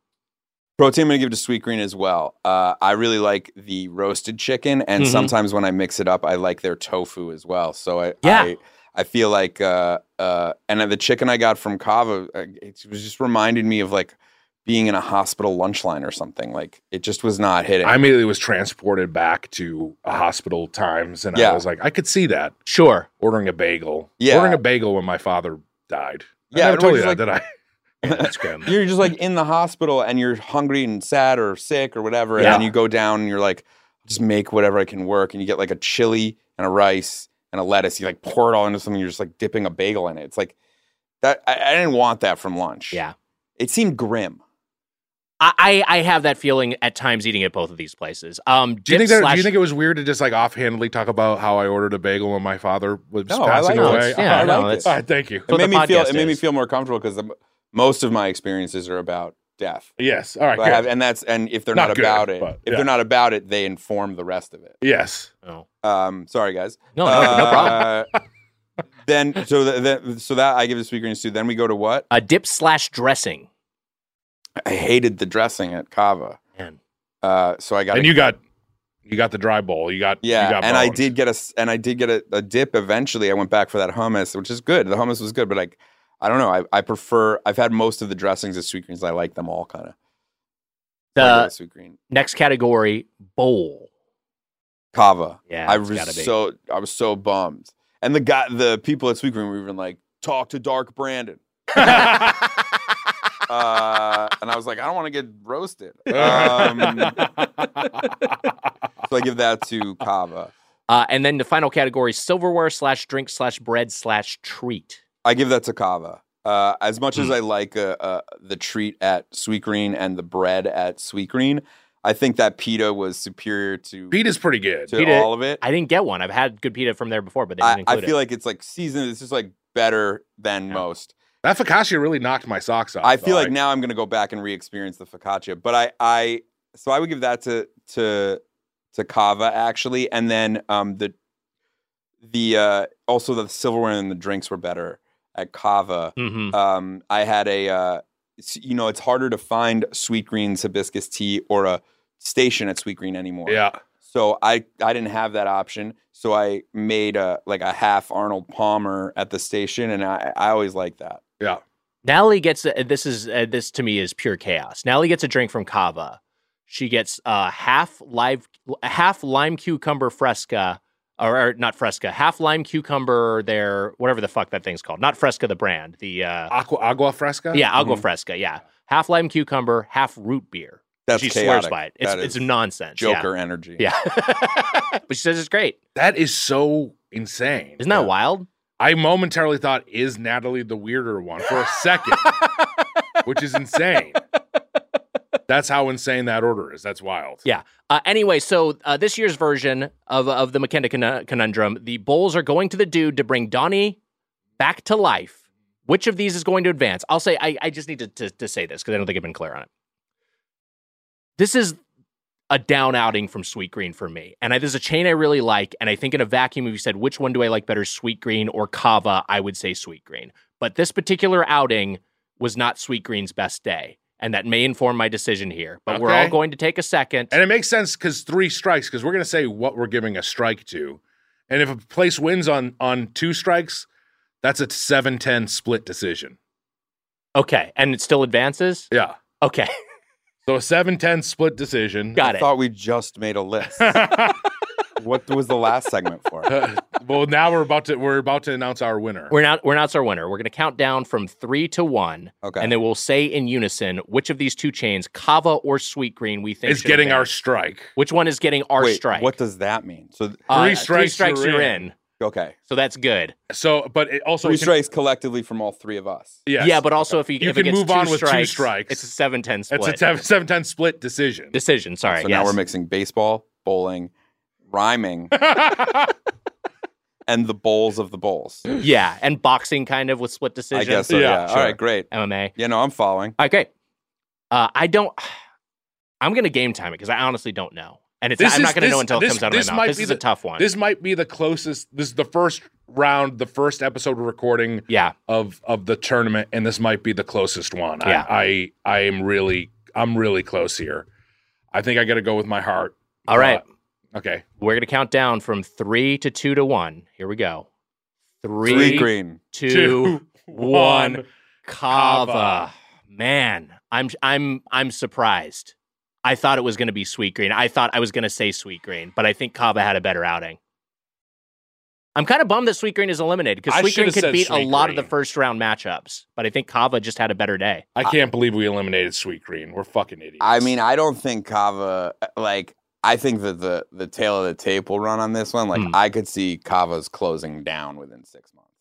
Speaker 4: Protein I'm going to give to Sweet Green as well. Uh, I really like the roasted chicken and
Speaker 3: Mhm.
Speaker 4: sometimes when I mix it up I like their tofu as well. So I
Speaker 3: Yeah.
Speaker 4: I, I feel like uh, uh, and the chicken I got from Kava uh, it was just reminded me of like being in a hospital lunch line or something. Like it just was not hitting.
Speaker 2: I immediately was transported back to a hospital times, and I
Speaker 4: Yeah.
Speaker 2: was like, I could see that.
Speaker 3: Sure.
Speaker 2: Ordering a bagel.
Speaker 4: Yeah.
Speaker 2: Ordering a bagel when my father died. I
Speaker 4: Yeah,
Speaker 2: never told you that,
Speaker 4: everyone's
Speaker 2: did I?
Speaker 3: <laughs>
Speaker 2: Yeah, that's grim.
Speaker 4: you're just like in the hospital and you're hungry and sad or sick or whatever,
Speaker 2: Yeah.
Speaker 4: and then you go down and you're like, just make whatever I can work, and you get like a chili and a rice and a lettuce. You like pour it all into something. You're just like dipping a bagel in it. It's like that. I, I didn't want that from lunch.
Speaker 3: Yeah.
Speaker 4: it seemed grim.
Speaker 3: I, I I have that feeling at times eating at both of these places. Um,
Speaker 2: Do you
Speaker 3: dip
Speaker 2: think that,
Speaker 3: slash-
Speaker 2: do you think it was weird to just like offhandly talk about how I ordered a bagel when my father was
Speaker 4: No, I
Speaker 2: passing
Speaker 4: like
Speaker 2: away?
Speaker 4: it.
Speaker 2: <laughs>
Speaker 4: Yeah,
Speaker 2: Oh,
Speaker 4: no,
Speaker 2: all
Speaker 4: it's-
Speaker 2: right, thank you.
Speaker 4: It made me feel. It made me feel more comfortable because most of my experiences are about death.
Speaker 2: Yes. All right.
Speaker 4: But I
Speaker 2: good.
Speaker 4: have- and that's and if they're
Speaker 2: Not
Speaker 4: not,
Speaker 2: good,
Speaker 4: about it,
Speaker 2: but,
Speaker 4: if
Speaker 2: yeah.
Speaker 4: they're not about it, they inform the rest of it.
Speaker 2: Yes.
Speaker 3: Oh.
Speaker 4: Um, sorry guys.
Speaker 3: No, no, no
Speaker 4: Uh, problem. then so th- th- so that I give the sweet greens to. Then we go to what?
Speaker 3: A dip slash dressing.
Speaker 4: I hated the dressing at Kava.
Speaker 3: Man.
Speaker 4: Uh, so I got
Speaker 2: and you got you got the dry bowl. You got
Speaker 4: yeah,
Speaker 2: You got
Speaker 4: and I
Speaker 2: bones.
Speaker 4: did get a s- and I did get a, a dip eventually. I went back for that hummus, which is good. The hummus was good, but like I don't know. I, I prefer. I've had most of the dressings at sweet greens. I like them all kind of.
Speaker 3: The
Speaker 4: sweet green.
Speaker 3: next category bowl.
Speaker 4: Kava.
Speaker 3: Yeah,
Speaker 4: I
Speaker 3: it's
Speaker 4: was
Speaker 3: gotta be. <laughs>
Speaker 4: so I was so bummed. And the guy, the people at Sweet Green were even like, "Talk to
Speaker 3: <laughs>
Speaker 4: Dark Brandon," uh, and I was like, "I don't want to get
Speaker 3: <laughs>
Speaker 4: roasted." Um, so I give that to Kava.
Speaker 3: Uh, and then the final category: silverware slash drink slash bread slash treat.
Speaker 4: I give that to Kava. Uh,
Speaker 3: Hmm.
Speaker 4: as much as I like uh, uh, the treat at Sweet Green and the bread at Sweet Green, I think that PETA was superior to
Speaker 2: PETA's pretty good.
Speaker 4: to all of it.
Speaker 3: I didn't get one. I've had good pita from there before, but they didn't
Speaker 4: I, I
Speaker 3: include
Speaker 4: feel
Speaker 3: it.
Speaker 4: like it's like seasoned. It's just like better than most.
Speaker 2: That focaccia really knocked my socks off.
Speaker 4: I feel
Speaker 2: though.
Speaker 4: like now I'm gonna go back and re-experience the focaccia. But I, I so I would give that to to to Kava actually, and then um the the uh also the silverware and the drinks were better at Kava.
Speaker 3: Mhm.
Speaker 4: Um, I had a uh, s- you know it's harder to find Sweet Green's hibiscus tea or a station at Sweet Green anymore.
Speaker 2: Yeah.
Speaker 4: So I I didn't have that option. So I made a like a half Arnold Palmer at the station, and I I always like that.
Speaker 2: Yeah.
Speaker 3: Natalie gets a, this is uh, this to me is pure chaos. Natalie gets a drink from Kava. She gets uh, half live half lime cucumber fresca or, or not fresca, half lime cucumber their whatever the fuck that thing's called. Not fresca the brand. The uh,
Speaker 2: Aqua agua fresca.
Speaker 3: Yeah, agua
Speaker 4: Mm-hmm.
Speaker 2: Mhm.
Speaker 3: fresca, yeah. Half lime cucumber, half root beer.
Speaker 4: That's
Speaker 3: she swears
Speaker 4: chaotic.
Speaker 3: by it. It's
Speaker 4: That
Speaker 3: it's
Speaker 4: is
Speaker 3: nonsense. yeah.
Speaker 4: Joker energy.
Speaker 3: Yeah. <laughs> but she says it's great.
Speaker 2: That is so insane.
Speaker 3: Isn't that wild?
Speaker 2: I momentarily thought, is Natalie the weirder one for a
Speaker 4: <laughs>
Speaker 2: second, which is insane. That's how insane that order is. That's wild.
Speaker 3: Yeah. Uh, anyway, so uh, this year's version of of the McKenna conun- conundrum, the Bulls are going to the dude to bring Donnie back to life. Which of these is going to advance? I'll say I, I just need to, to to say this because I don't think I've been clear on it. This is a down outing from Sweet Green for me, and I, this is a chain I really like. And I think in a vacuum, if you said which one do I like better, Sweet Green or Kava, I would say Sweet Green. But this particular outing was not Sweet Green's best day, and that may inform my decision here. But we're all
Speaker 2: Okay.
Speaker 3: going to take a second.
Speaker 2: And it makes sense because three strikes, because we're going to say what we're giving a strike to. And if a place wins on on two strikes, that's a 7 10 split decision.
Speaker 3: Okay. And it still advances?
Speaker 2: Yeah.
Speaker 3: Okay. <laughs>
Speaker 2: So a 7 10 split decision.
Speaker 3: Got
Speaker 4: I thought we just made
Speaker 3: <laughs>
Speaker 4: a list. what was the last segment for?
Speaker 2: Uh, well, now we're about to we're about to announce our winner.
Speaker 3: We're not we're not our winner. We're gonna count down from three to one.
Speaker 4: Okay.
Speaker 3: And then we'll say in unison which of these two chains, Kava or Sweet Green, we think
Speaker 2: Is
Speaker 3: should
Speaker 2: getting our
Speaker 3: advance.
Speaker 2: strike.
Speaker 3: which one is getting <laughs> our
Speaker 4: Wait,
Speaker 3: strike.
Speaker 4: What does that mean? So th-
Speaker 3: Uh,
Speaker 2: Three strikes,
Speaker 3: you're,
Speaker 2: you're
Speaker 3: in.
Speaker 2: in.
Speaker 4: okay,
Speaker 3: So that's good.
Speaker 2: So, but it also
Speaker 4: three
Speaker 2: can-
Speaker 4: strikes collectively from all three of us.
Speaker 2: Yes.
Speaker 3: Yeah, but also if you,
Speaker 2: You
Speaker 3: if it
Speaker 2: can
Speaker 3: gets
Speaker 2: move on
Speaker 3: two
Speaker 2: with two
Speaker 3: strikes,
Speaker 2: strikes.
Speaker 3: It's a 7-10 split.
Speaker 2: it's a 7 10 split decision.
Speaker 3: decision. Sorry.
Speaker 4: So
Speaker 3: yes.
Speaker 4: now we're mixing baseball, bowling,
Speaker 3: <laughs>
Speaker 4: rhyming, and the bowls of the bowls.
Speaker 3: yeah, and boxing kind of with split
Speaker 4: I
Speaker 3: decision.
Speaker 4: guess so. Yeah. All
Speaker 3: Sure.
Speaker 4: right. Great.
Speaker 3: MMA.
Speaker 4: Yeah. No, I'm following.
Speaker 3: All right, great. Uh, I don't. <sighs> I'm gonna game time it because I honestly don't know, and it's I'm not gonna know until it comes out of my mouth. This
Speaker 2: be
Speaker 3: is a
Speaker 2: the-
Speaker 3: tough one.
Speaker 2: This might be the closest. This is the first round, the first episode of recording
Speaker 3: yeah,
Speaker 2: of of the tournament, and this might be the closest one.
Speaker 3: Yeah.
Speaker 2: I I, I am really I'm really close here. I think I got to go with my heart.
Speaker 3: All right.
Speaker 2: Uh, okay.
Speaker 3: we're gonna count down from three to two to one. Here we go. Three,
Speaker 4: Three green.
Speaker 3: two,
Speaker 2: Two,
Speaker 3: one.
Speaker 2: one,
Speaker 3: Kava.
Speaker 2: Kava.
Speaker 3: Man, I'm I'm I'm surprised. I thought it was gonna be Sweet Green. I thought I was gonna say Sweet Green, but I think Kava had a better outing. I'm kind of bummed that Sweet Green is eliminated because
Speaker 2: I
Speaker 3: Sweet Green
Speaker 2: should've
Speaker 3: could
Speaker 2: said
Speaker 3: beat a
Speaker 2: Sweet
Speaker 3: lot of the
Speaker 2: Green.
Speaker 3: first round matchups, but I think Kava just had a better day.
Speaker 2: I can't believe we eliminated Sweet Green. We're fucking idiots.
Speaker 4: I mean, I don't think Kava uh, like. I think that the the tail of the tape will run on this one. Like
Speaker 3: Hmm.
Speaker 4: I could see Kava's closing down within six months.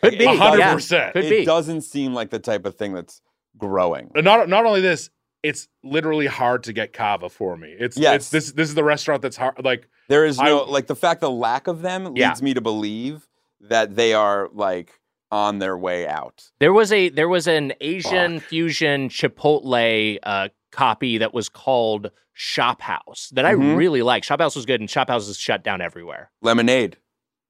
Speaker 3: Could be.
Speaker 4: It doesn't-
Speaker 2: 100%.
Speaker 3: Could
Speaker 4: it
Speaker 3: be.
Speaker 4: doesn't seem like the type of thing that's growing.
Speaker 2: And not not only this, it's literally hard to get kava for me. It's
Speaker 4: Yes.
Speaker 2: it's this this is the restaurant that's hard. Like
Speaker 4: There is
Speaker 2: I-
Speaker 4: no like the fact the lack of them
Speaker 3: Yeah.
Speaker 4: leads me to believe that they are like on their way out.
Speaker 3: There was a there was an Asian fusion Chipotle uh, copy that was called Shop House that I
Speaker 2: Mm-hmm.
Speaker 4: Mhm.
Speaker 3: really like. Shop House was good, and Shop House is shut down everywhere.
Speaker 4: Lemonade.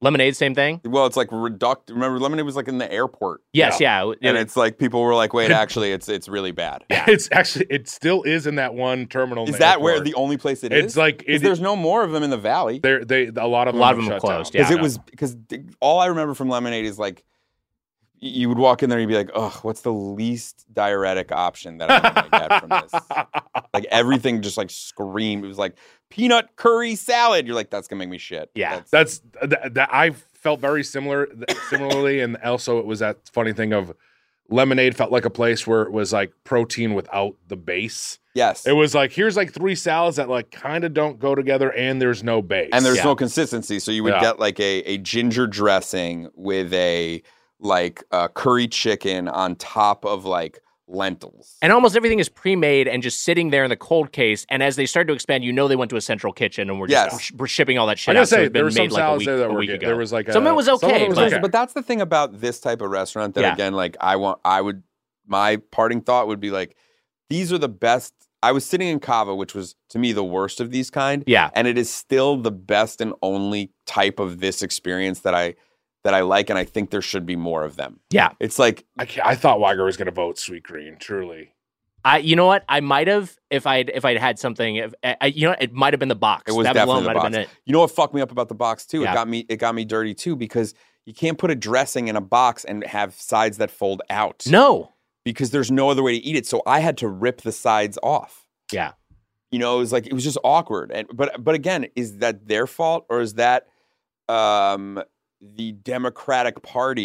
Speaker 3: Lemonade, same thing.
Speaker 4: Well, it's like reduct. Remember, lemonade was like in the airport,
Speaker 3: Yes, yeah, it-
Speaker 4: and it's like people were like,
Speaker 2: <laughs>
Speaker 4: "Wait, actually, it's it's really bad."
Speaker 2: it's actually it still is in that one terminal. in
Speaker 4: Is
Speaker 2: the
Speaker 4: that where
Speaker 2: airport.
Speaker 4: the only place it is?
Speaker 2: It's like
Speaker 4: 'Cause
Speaker 2: it-
Speaker 4: there's no more of them in the valley.
Speaker 2: They're, they a lot of
Speaker 3: A
Speaker 2: them
Speaker 3: lot
Speaker 2: have
Speaker 3: of them
Speaker 2: shut
Speaker 3: closed,
Speaker 2: down.
Speaker 4: Because
Speaker 3: yeah.
Speaker 2: <laughs>
Speaker 4: it was because d- all I remember from lemonade is like y- you would walk in there and you'd be like, "Oh, what's the least diuretic option that I'm gonna get from this?"
Speaker 3: <laughs>
Speaker 4: Like everything just like screamed. It was like peanut curry salad. You're like, that's gonna make me shit.
Speaker 3: Yeah.
Speaker 4: That's-
Speaker 2: That's that, that I felt very similar similarly, and also it was that funny thing of lemonade felt like a place where it was like protein without the base.
Speaker 4: yes.
Speaker 2: It was like here's like three salads that like kind of don't go together, and there's no base.
Speaker 4: and there's
Speaker 3: Yeah.
Speaker 4: no consistency. So you would
Speaker 2: Yeah.
Speaker 4: get like a, a ginger dressing with a like uh, curry chicken on top of like lentils.
Speaker 3: And almost everything is pre-made and just sitting there in the cold case. And as they start to expand, you know they went to a central kitchen and we're just
Speaker 4: Yes.
Speaker 3: we're shipping all that shit
Speaker 2: I gotta
Speaker 3: out. so
Speaker 2: say,
Speaker 3: it's been
Speaker 2: there were some
Speaker 3: made like a
Speaker 2: salads
Speaker 3: week,
Speaker 2: there that
Speaker 3: a
Speaker 2: were
Speaker 3: week
Speaker 2: good.
Speaker 3: ago.
Speaker 2: There was like
Speaker 3: some of
Speaker 2: a-
Speaker 3: it was
Speaker 2: some of it
Speaker 3: okay,
Speaker 2: was
Speaker 3: but
Speaker 2: okay.
Speaker 4: But that's the thing about this type of restaurant that
Speaker 3: Yeah.
Speaker 4: again, like I want, I would, my parting thought would be like, these are the best. I was sitting in Cava, which was to me the worst of these kind.
Speaker 3: Yeah.
Speaker 4: and it is still the best and only type of this experience that I that I like, and I think there should be more of them.
Speaker 3: yeah.
Speaker 4: It's like
Speaker 2: I, ca- I thought Weiger was going to vote Sweet Green.
Speaker 3: <laughs>
Speaker 2: Truly,
Speaker 3: I you know what I might have if I would if I'd had something if I, I- you know it might have been the box.
Speaker 4: It was
Speaker 3: that
Speaker 4: definitely
Speaker 3: alone
Speaker 4: the
Speaker 3: might
Speaker 4: box.
Speaker 3: have been it.
Speaker 4: You know what fucked me up about the box too?
Speaker 3: Yeah.
Speaker 4: It got me. It got me dirty too because you can't put a dressing in a box and have sides that fold out.
Speaker 3: No.
Speaker 4: because there's no other way to eat it. So I had to rip the sides off.
Speaker 3: Yeah.
Speaker 4: You know, it was like it was just awkward. And but but again, is that their fault or is that um the
Speaker 3: <laughs>
Speaker 4: Democratic Party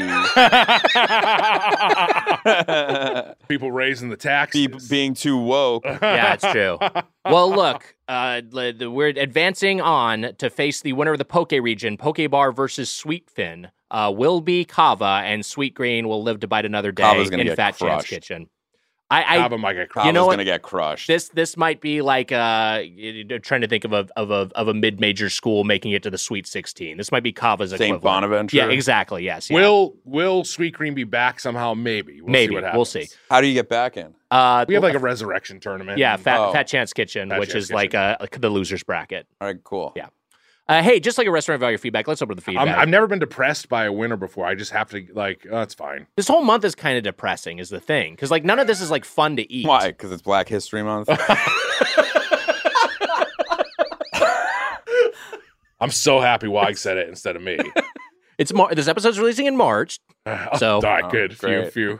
Speaker 2: people raising the tax,
Speaker 4: be,
Speaker 2: <laughs>
Speaker 4: being too woke?
Speaker 3: Yeah, it's true. <laughs>
Speaker 4: <laughs>
Speaker 3: well, look, uh, le- the- we're advancing on to face the winner of the Poke region, Poke Bar versus Sweetfin. Uh, will be Kava, and Sweet Green will live to bite another day
Speaker 4: Kava's gonna
Speaker 3: in
Speaker 4: get
Speaker 3: Fat Chance
Speaker 4: crushed.
Speaker 3: Kitchen. I, I
Speaker 2: Cava might get
Speaker 4: I
Speaker 2: crushed.
Speaker 3: You know
Speaker 4: was
Speaker 3: what?
Speaker 4: gonna get crushed.
Speaker 3: this this might be like uh, you know, trying to think of a of a of a mid major school making it to the Sweet Sixteen. This might be Kava's
Speaker 4: St.
Speaker 3: equivalent.
Speaker 4: Bonaventure.
Speaker 3: Yeah, exactly. Yes. yeah.
Speaker 2: Will Will Sweet Green be back somehow? Maybe. We'll
Speaker 3: maybe
Speaker 2: See what
Speaker 3: we'll
Speaker 2: happens.
Speaker 3: see.
Speaker 4: How do you get back in?
Speaker 3: Uh,
Speaker 2: We have like a resurrection tournament.
Speaker 3: yeah,
Speaker 2: and-
Speaker 3: fat,
Speaker 4: Oh.
Speaker 3: fat Chance Kitchen,
Speaker 2: Fat
Speaker 3: which
Speaker 2: Chance
Speaker 3: is like uh, the losers bracket.
Speaker 4: All right, cool.
Speaker 3: Yeah. Uh, hey, just like a restaurant value feedback, let's open the feedback.
Speaker 2: I'm, I've never been depressed by a winner before. I just have to like, oh, it's fine.
Speaker 3: this whole month is kind of depressing, is the thing, because like none of this is like fun to eat.
Speaker 4: Why? Because it's Black
Speaker 3: <laughs>
Speaker 4: History Month.
Speaker 2: I'm so happy
Speaker 3: <laughs>
Speaker 2: Wag said it instead of me. <laughs>
Speaker 3: It's Mar- this episode's releasing in March, so
Speaker 2: All right, good.
Speaker 4: oh, great.
Speaker 2: Few, few.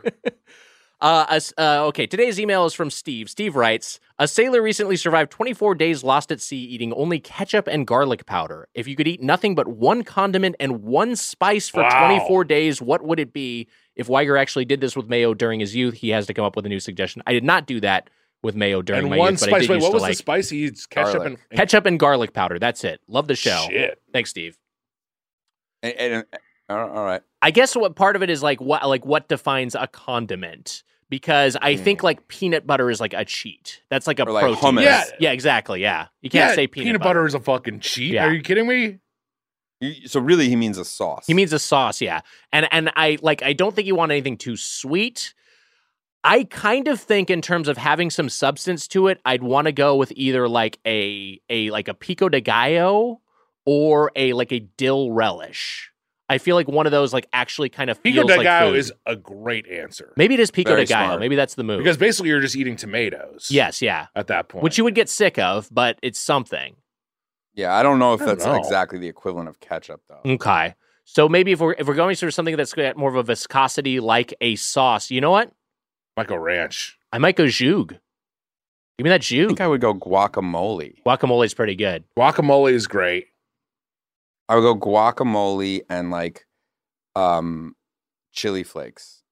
Speaker 3: Uh, us- uh, okay, today's email is from Steve. Steve writes A sailor recently survived 24 days lost at sea eating only ketchup and garlic powder. If you could eat nothing but one condiment and one spice for
Speaker 2: Wow.
Speaker 3: 24 days, what would it be? If Weiger actually did this with mayo during his youth, he has to come up with a new suggestion. I did not do that with mayo <laughs> during
Speaker 2: and
Speaker 3: my
Speaker 2: one
Speaker 3: youth, but I
Speaker 2: spice.
Speaker 3: did
Speaker 2: Wait,
Speaker 3: used
Speaker 2: what
Speaker 3: to
Speaker 2: was
Speaker 3: like
Speaker 2: the spice? He eats ketchup
Speaker 4: Garlic.
Speaker 2: and, and
Speaker 3: ketchup and garlic powder. That's it. Love the show.
Speaker 2: Shit.
Speaker 3: Thanks, Steve.
Speaker 4: and, and, all all right.
Speaker 3: I guess what part of it is like what like what defines a condiment because I think like peanut butter is like a cheat. That's like a
Speaker 4: Mm. Or like
Speaker 3: protein.
Speaker 4: hummus.
Speaker 3: Yeah, yeah, exactly. Yeah, you can't
Speaker 2: Yeah,
Speaker 3: say peanut, butter.
Speaker 2: is a fucking cheat.
Speaker 3: Yeah.
Speaker 2: Are you kidding me?
Speaker 4: You- So really, he means a sauce.
Speaker 3: He means a sauce. Yeah, and and I like I don't think you want anything too sweet. I kind of think in terms of having some substance to it, I'd want to go with either like a a like a pico de gallo or a like a dill relish. I feel like one of those like actually kind of
Speaker 2: Pico
Speaker 3: feels
Speaker 2: de
Speaker 3: like
Speaker 2: gallo
Speaker 3: food.
Speaker 2: is a great answer
Speaker 3: Maybe it is pico
Speaker 4: Very
Speaker 3: de gallo.
Speaker 4: smart.
Speaker 3: Maybe that's the move.
Speaker 2: because basically you're just eating tomatoes.
Speaker 3: yes, yeah,
Speaker 2: at that point,
Speaker 3: which you would get sick of, but it's something.
Speaker 4: Yeah, I don't know if
Speaker 2: I don't
Speaker 4: that's
Speaker 2: know.
Speaker 4: exactly the equivalent of ketchup though.
Speaker 3: Okay, so maybe if we're if we're going sort of something that's got more of a viscosity, like a sauce, you know what?
Speaker 2: Michael Ranch.
Speaker 3: I might go zhug. Give me that
Speaker 4: I think
Speaker 3: zhug.
Speaker 4: I would go guacamole.
Speaker 3: Guacamole's pretty good.
Speaker 2: Guacamole is great.
Speaker 4: I would go guacamole and like um chili flakes.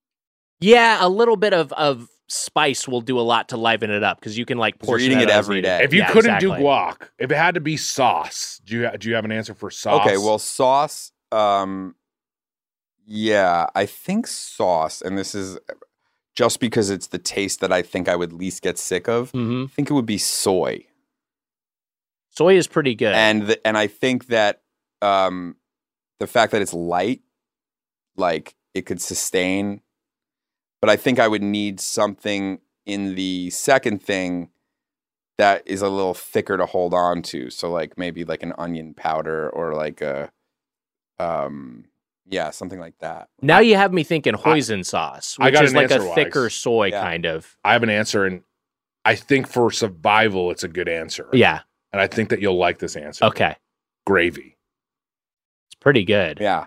Speaker 3: Yeah, a little bit of of spice will do a lot to liven it up because you can like
Speaker 4: 'Cause You're
Speaker 3: portion
Speaker 4: eating
Speaker 3: it
Speaker 4: it
Speaker 3: out as
Speaker 4: every
Speaker 3: needed.
Speaker 4: day.
Speaker 2: If you
Speaker 3: Yeah,
Speaker 2: couldn't do
Speaker 3: exactly.
Speaker 2: guac, if it had to be sauce, do you do you have an answer for sauce?
Speaker 4: Okay, well sauce um yeah, I think sauce and this is uh, just because it's the taste that I think I would least get sick of.
Speaker 3: Mhm.
Speaker 4: I think it would be soy.
Speaker 3: soy is pretty good.
Speaker 4: And the, and I think that um the fact that it's light like it could sustain but I think I would need something in the second thing that is a little thicker to hold on to. So like maybe like an onion powder or like a um yeah, something like that.
Speaker 3: now you have me thinking hoisin sauce,
Speaker 2: I
Speaker 3: which
Speaker 2: got
Speaker 3: is
Speaker 2: an
Speaker 3: like a
Speaker 2: answer, Wise.
Speaker 3: thicker soy
Speaker 4: Yeah.
Speaker 3: kind of.
Speaker 2: I have an answer, and I think for survival, it's a good answer.
Speaker 3: Yeah.
Speaker 2: and I think that you'll like this answer.
Speaker 3: Okay.
Speaker 2: gravy.
Speaker 3: It's pretty good.
Speaker 4: Yeah.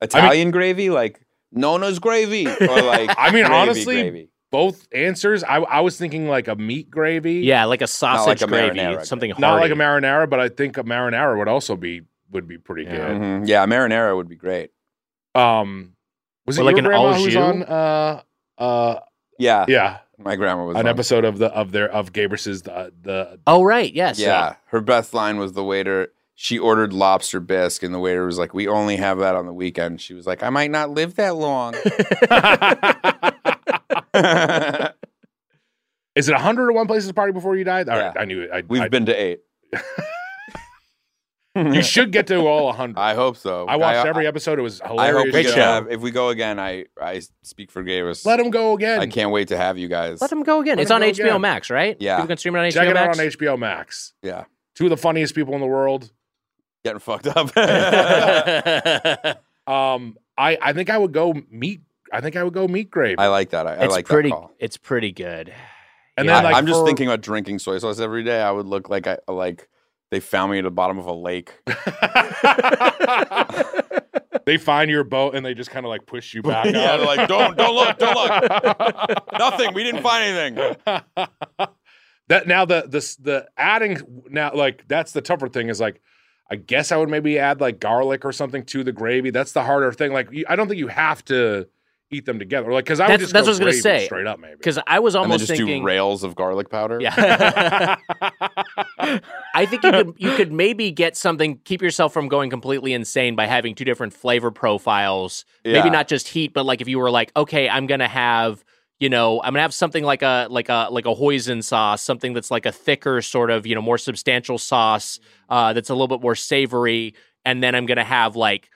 Speaker 4: Italian gravy like Nona's gravy or like
Speaker 2: <laughs> I mean,
Speaker 4: gravy
Speaker 2: honestly,
Speaker 4: gravy.
Speaker 2: Both answers. I, I was thinking like a meat gravy.
Speaker 3: Yeah, like a
Speaker 4: like
Speaker 3: sausage
Speaker 4: a
Speaker 3: gravy,
Speaker 4: marinara.
Speaker 3: something hard.
Speaker 2: not like a marinara, but I think a marinara would also be would be pretty
Speaker 3: Yeah.
Speaker 2: good.
Speaker 4: Mhm. Yeah, marinara would be great. Mm-hmm.
Speaker 2: Um, was it
Speaker 3: Or like
Speaker 2: your
Speaker 3: an
Speaker 2: grandma
Speaker 3: au
Speaker 2: who was
Speaker 3: jus?
Speaker 2: on? Uh, uh,
Speaker 4: Yeah.
Speaker 2: yeah,
Speaker 4: My grandma was
Speaker 2: an
Speaker 4: on
Speaker 2: episode of the of their of Gabrus's the
Speaker 3: <laughs>
Speaker 2: the <laughs>
Speaker 3: Oh right, yes,
Speaker 4: Yeah, her best line was the waiter. She ordered lobster bisque, and the waiter was like, "We only have that on the weekend." She was like, "I might not live that long."
Speaker 2: Is it 101 places to party before you died? All right, I knew it. I,
Speaker 4: We've
Speaker 2: I-
Speaker 4: been to eight.
Speaker 2: You should
Speaker 4: <laughs>
Speaker 2: get to all 100.
Speaker 4: I hope so.
Speaker 2: I watched
Speaker 4: I-
Speaker 2: every episode. It was
Speaker 4: I
Speaker 2: hilarious.
Speaker 4: hope we
Speaker 2: show.
Speaker 4: can have, if we go again, I, I speak for Gavis.
Speaker 2: Let him go again.
Speaker 4: I can't wait to have you guys.
Speaker 3: Let them go again.
Speaker 2: Let
Speaker 3: it's
Speaker 2: them
Speaker 3: on
Speaker 2: go
Speaker 3: HBO
Speaker 2: again.
Speaker 3: Max, right?
Speaker 4: Yeah.
Speaker 3: People can stream it on HBO
Speaker 2: Check it out
Speaker 3: Max.
Speaker 2: on HBO Max.
Speaker 4: Yeah.
Speaker 2: Two of the funniest people in the world.
Speaker 4: Getting fucked up.
Speaker 2: um, I I think I would go meat. I think I would go meat grave.
Speaker 4: I like that. I, I
Speaker 2: It's
Speaker 4: like
Speaker 2: pretty-
Speaker 4: that call.
Speaker 3: It's pretty good.
Speaker 2: And
Speaker 4: Yeah,
Speaker 2: then like
Speaker 4: I'm just
Speaker 2: for-
Speaker 4: thinking about drinking soy sauce every day. I would look like I like they found me at the bottom of
Speaker 2: <laughs>
Speaker 4: a lake.
Speaker 2: they find your boat and they just kind of like push you back.
Speaker 4: <laughs> Yeah,
Speaker 2: up.
Speaker 4: they're like, "Don't- don't look,
Speaker 2: <laughs>
Speaker 4: don't look." Nothing. We didn't find anything.
Speaker 2: <laughs> that now the the the adding now like that's the tougher thing is like I guess I would maybe add like garlic or something to the gravy. That's the harder thing. Like you, I don't think you have to eat them together. Like because I would
Speaker 3: That's,
Speaker 2: just
Speaker 3: that's what I
Speaker 2: go
Speaker 3: was gonna
Speaker 2: gravy
Speaker 3: say.
Speaker 2: straight up maybe.
Speaker 3: Because I was
Speaker 4: And then
Speaker 3: almost
Speaker 4: just
Speaker 3: thinking.
Speaker 4: do rails of garlic powder.
Speaker 3: yeah. <laughs> I think you could you could maybe get something keep yourself from going completely insane by having two different flavor profiles.
Speaker 4: Yeah.
Speaker 3: Maybe not just heat, but like if you were like, okay, I'm gonna have you know I'm gonna have something like a like a like a hoisin sauce, something that's like a thicker sort of you know more substantial sauce uh, that's a little bit more savory, and then I'm gonna have like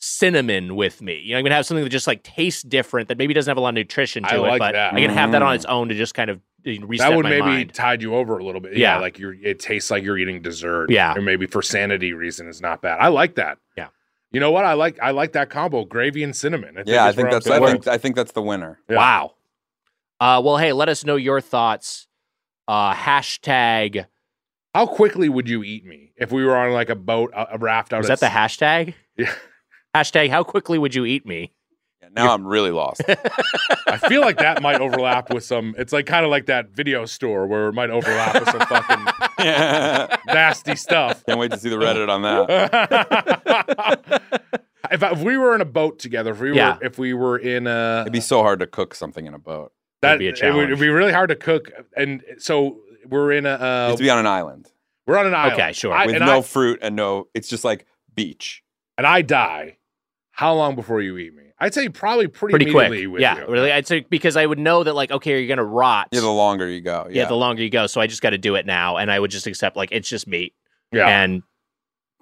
Speaker 3: cinnamon with me. You know, I'm gonna have something that just like tastes different that maybe doesn't have a lot of nutrition to
Speaker 2: I
Speaker 3: it,
Speaker 2: like
Speaker 3: but
Speaker 2: that.
Speaker 3: I can have that on
Speaker 2: Mm.
Speaker 3: its own to just kind of you know, reset
Speaker 2: that would
Speaker 3: my
Speaker 2: maybe
Speaker 3: mind.
Speaker 2: tide you over a little bit. Yeah,
Speaker 3: Yeah.
Speaker 2: like you're it tastes like you're eating dessert.
Speaker 3: Yeah.
Speaker 2: and maybe for sanity reason is not bad. I like that.
Speaker 3: Yeah.
Speaker 2: you know what? I like I like that combo gravy and cinnamon. I
Speaker 4: Yeah, I
Speaker 2: is where
Speaker 4: think
Speaker 2: I'm
Speaker 4: that's I
Speaker 2: thinking.
Speaker 4: think, I think that's the winner.
Speaker 2: Yeah.
Speaker 3: Wow. Uh, well, hey, let us know your thoughts. Uh, hashtag
Speaker 2: How quickly would you eat me if we were on like a boat, a, a raft out?
Speaker 3: was
Speaker 2: at
Speaker 3: that the
Speaker 2: sea?
Speaker 3: hashtag?
Speaker 2: Yeah.
Speaker 3: Hashtag how quickly would you eat me?
Speaker 4: Now I'm really <laughs> lost.
Speaker 2: I feel like that might overlap with some. It's like kind of like that video store where it might overlap with some fucking
Speaker 4: Can't
Speaker 2: nasty stuff.
Speaker 4: wait to see the Reddit on that.
Speaker 2: If, I, if we were in a boat together, if we were
Speaker 4: Yeah.
Speaker 2: if we were in a
Speaker 4: It'd be so hard to cook something in a boat.
Speaker 2: that
Speaker 3: be a
Speaker 2: it would
Speaker 3: challenge.
Speaker 2: it'd be really hard to cook, and so we're in a
Speaker 4: You
Speaker 2: uh,
Speaker 4: have to be on an island
Speaker 2: we're on an island.
Speaker 3: Okay, sure.
Speaker 2: I-
Speaker 4: with
Speaker 2: and
Speaker 4: no
Speaker 2: I,
Speaker 4: fruit and no. It's just like beach.
Speaker 2: and I die. How long before you eat me? I'd say probably pretty,
Speaker 3: Pretty quick.
Speaker 2: immediately with
Speaker 3: Yeah,
Speaker 2: you.
Speaker 3: really. I'd say because I would know that like okay, you're gonna rot.
Speaker 4: Yeah, the longer you go.
Speaker 3: Yeah, the longer you go, so I just got to do it now, and I would just accept like it's just meat,
Speaker 2: Yeah.
Speaker 3: and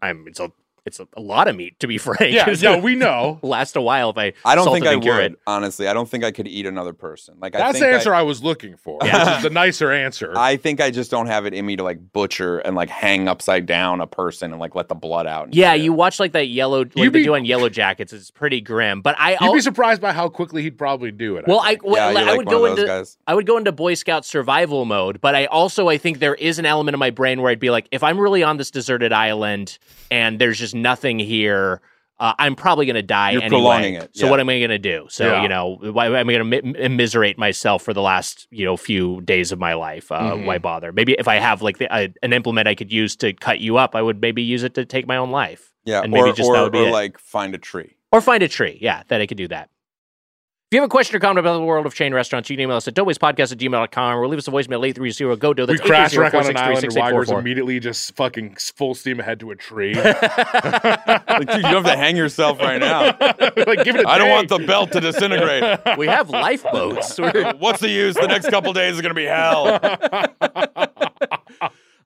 Speaker 3: I'm it's a it's a, lot of meat to be <laughs> frank.
Speaker 2: yeah,
Speaker 3: It's
Speaker 2: yeah,
Speaker 3: gonna
Speaker 2: we know.
Speaker 3: last a while if I
Speaker 4: I don't
Speaker 3: salt
Speaker 4: think
Speaker 3: it
Speaker 4: I
Speaker 3: and cure
Speaker 4: would.
Speaker 3: it.
Speaker 4: Honestly, I don't think I could eat another person. Like I
Speaker 2: That's
Speaker 4: think
Speaker 2: the answer
Speaker 4: I,
Speaker 2: I, was looking for,
Speaker 3: Yeah.
Speaker 2: which is the nicer answer.
Speaker 3: <laughs>
Speaker 4: I think I just don't have it in me to like butcher and like hang upside down a person and like let the blood out. and
Speaker 3: Yeah,
Speaker 4: shit.
Speaker 3: you watch like that yellow like
Speaker 2: You'd
Speaker 3: they
Speaker 2: be-
Speaker 3: do on Yellow Jackets. It's pretty grim, but I
Speaker 2: You'd
Speaker 3: al-
Speaker 2: be surprised by how quickly he'd probably do it.
Speaker 3: Well,
Speaker 2: think.
Speaker 3: I, well, like,
Speaker 4: Yeah, you're
Speaker 3: I
Speaker 4: like
Speaker 3: would
Speaker 4: one
Speaker 3: go
Speaker 4: of those
Speaker 3: into
Speaker 4: guys.
Speaker 3: I would go into Boy Scout survival mode, but I also I think there is an element of my brain where I'd be like, if I'm really on this deserted island and there's just nothing here, uh, I'm probably gonna die.
Speaker 4: You're
Speaker 3: anyway.
Speaker 4: prolonging it,
Speaker 3: So
Speaker 4: yeah.
Speaker 3: what am I gonna do? So
Speaker 2: Yeah.
Speaker 3: you know, why am I gonna mi- immiserate myself for the last you know few days of my life? Uh,
Speaker 2: Mhm.
Speaker 4: Mm-hmm.
Speaker 3: Why bother? Maybe if I have like the, uh, an implement I could use to cut you up, I would maybe use it to take my own life.
Speaker 4: yeah,
Speaker 3: and maybe
Speaker 4: or,
Speaker 3: just
Speaker 4: or,
Speaker 3: that would be
Speaker 4: or
Speaker 3: it.
Speaker 4: like find a tree.
Speaker 3: Or find a tree. Yeah, that I could do that. If you have a question or comment about the world of chain restaurants, you can email us at doughwayspodcast at gmail.com or leave us a voicemail at 830 go do
Speaker 2: we
Speaker 3: That's
Speaker 2: crash wreck on an island and Weiger's
Speaker 3: 830-463-6844.
Speaker 2: immediately just fucking s- full steam ahead to a tree.
Speaker 3: <laughs>
Speaker 2: <laughs>
Speaker 4: Like, dude, you don't have to hang yourself right now.
Speaker 2: like, give it a
Speaker 4: I don't
Speaker 2: day.
Speaker 3: Uh,
Speaker 4: want the belt to disintegrate.
Speaker 3: We
Speaker 2: <laughs>
Speaker 3: have lifeboats. We're-
Speaker 4: What's the use? The next couple days is gonna be hell.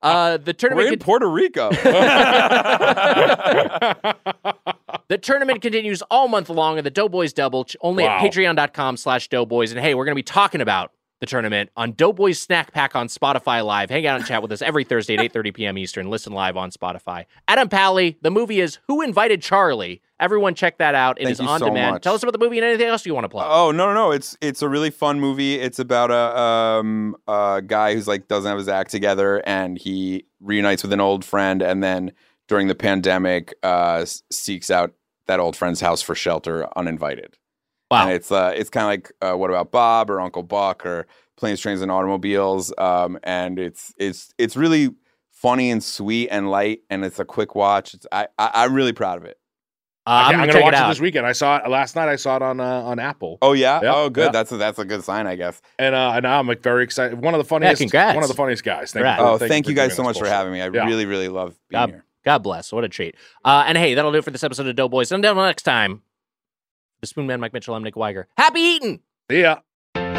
Speaker 3: uh, the tournament
Speaker 4: We're in
Speaker 3: con-
Speaker 4: Puerto Rico.
Speaker 3: The tournament continues all month long at the Doughboys Double, ch- only
Speaker 2: Wow.
Speaker 3: at patreon.com slash doughboys. And hey, we're going to be talking about the tournament on Doughboys Snack Pack on Spotify Live. Hang out and chat with us every Thursday at 8.30 p.m. Eastern. Listen live on Spotify. Adam Pally, the movie is Who Invited Charlie? Everyone check that out. It is
Speaker 4: Thank you
Speaker 3: on
Speaker 4: so
Speaker 3: demand.
Speaker 4: much.
Speaker 3: Tell us about the movie and anything else you want to plug.
Speaker 4: Oh no, no, no! It's it's a really fun movie. It's about a um a guy who's like doesn't have his act together, and he reunites with an old friend, and then during the pandemic, uh, s- seeks out that old friend's house for shelter uninvited.
Speaker 3: Wow.
Speaker 4: And it's uh, it's kind of like uh, what about Bob or Uncle Buck or Planes, Trains, and Automobiles. Um, and it's it's it's really funny and sweet and light, and it's a quick watch. It's I, I I'm really proud of it.
Speaker 3: Uh,
Speaker 2: Okay,
Speaker 3: I'm
Speaker 2: I'm
Speaker 3: going to
Speaker 2: gonna
Speaker 3: check
Speaker 2: watch
Speaker 3: it
Speaker 2: it,
Speaker 3: out.
Speaker 2: this weekend. I saw it last night. I saw it on uh, on Apple,
Speaker 4: Oh yeah,
Speaker 2: Yeah,
Speaker 4: oh good.
Speaker 2: yeah.
Speaker 4: That's a, that's a good sign, I guess.
Speaker 2: and uh, and I'm like very excited. One of the funniest,
Speaker 3: congrats.
Speaker 2: one of the funniest guys. Thank you
Speaker 3: Congrats.
Speaker 2: for-
Speaker 4: Oh, thank,
Speaker 2: for
Speaker 4: you guys
Speaker 2: doing
Speaker 4: so
Speaker 2: this
Speaker 4: much for
Speaker 2: bullshit.
Speaker 4: having me. I
Speaker 2: Yeah.
Speaker 4: really, really love being
Speaker 3: God,
Speaker 4: here.
Speaker 3: God bless. What a treat. Uh, and hey, that'll do it for this episode of Doughboys. Until next time, the Spoon Man, Mike Mitchell, I'm Nick Weiger. Happy eating!
Speaker 2: See ya.
Speaker 16: Thank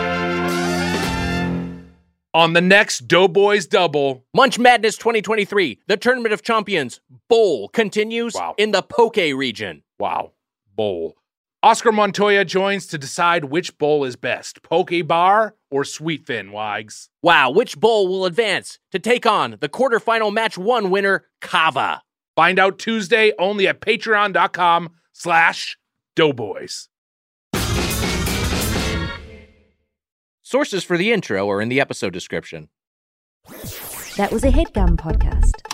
Speaker 2: On the next Doughboys Double,
Speaker 3: Munch Madness 2023, the Tournament of Champions Bowl continues in the Poke region.
Speaker 2: Wow. Bowl. Oscar Montoya joins to decide which bowl is best, Poke Bar or Sweetfin, Wags.
Speaker 3: Wow, which bowl will advance to take on the quarterfinal match one winner, Kava?
Speaker 2: Find out Tuesday only at patreon.com slash doughboys.
Speaker 3: Sources for the intro are in the episode description.
Speaker 10: That was a headgum podcast.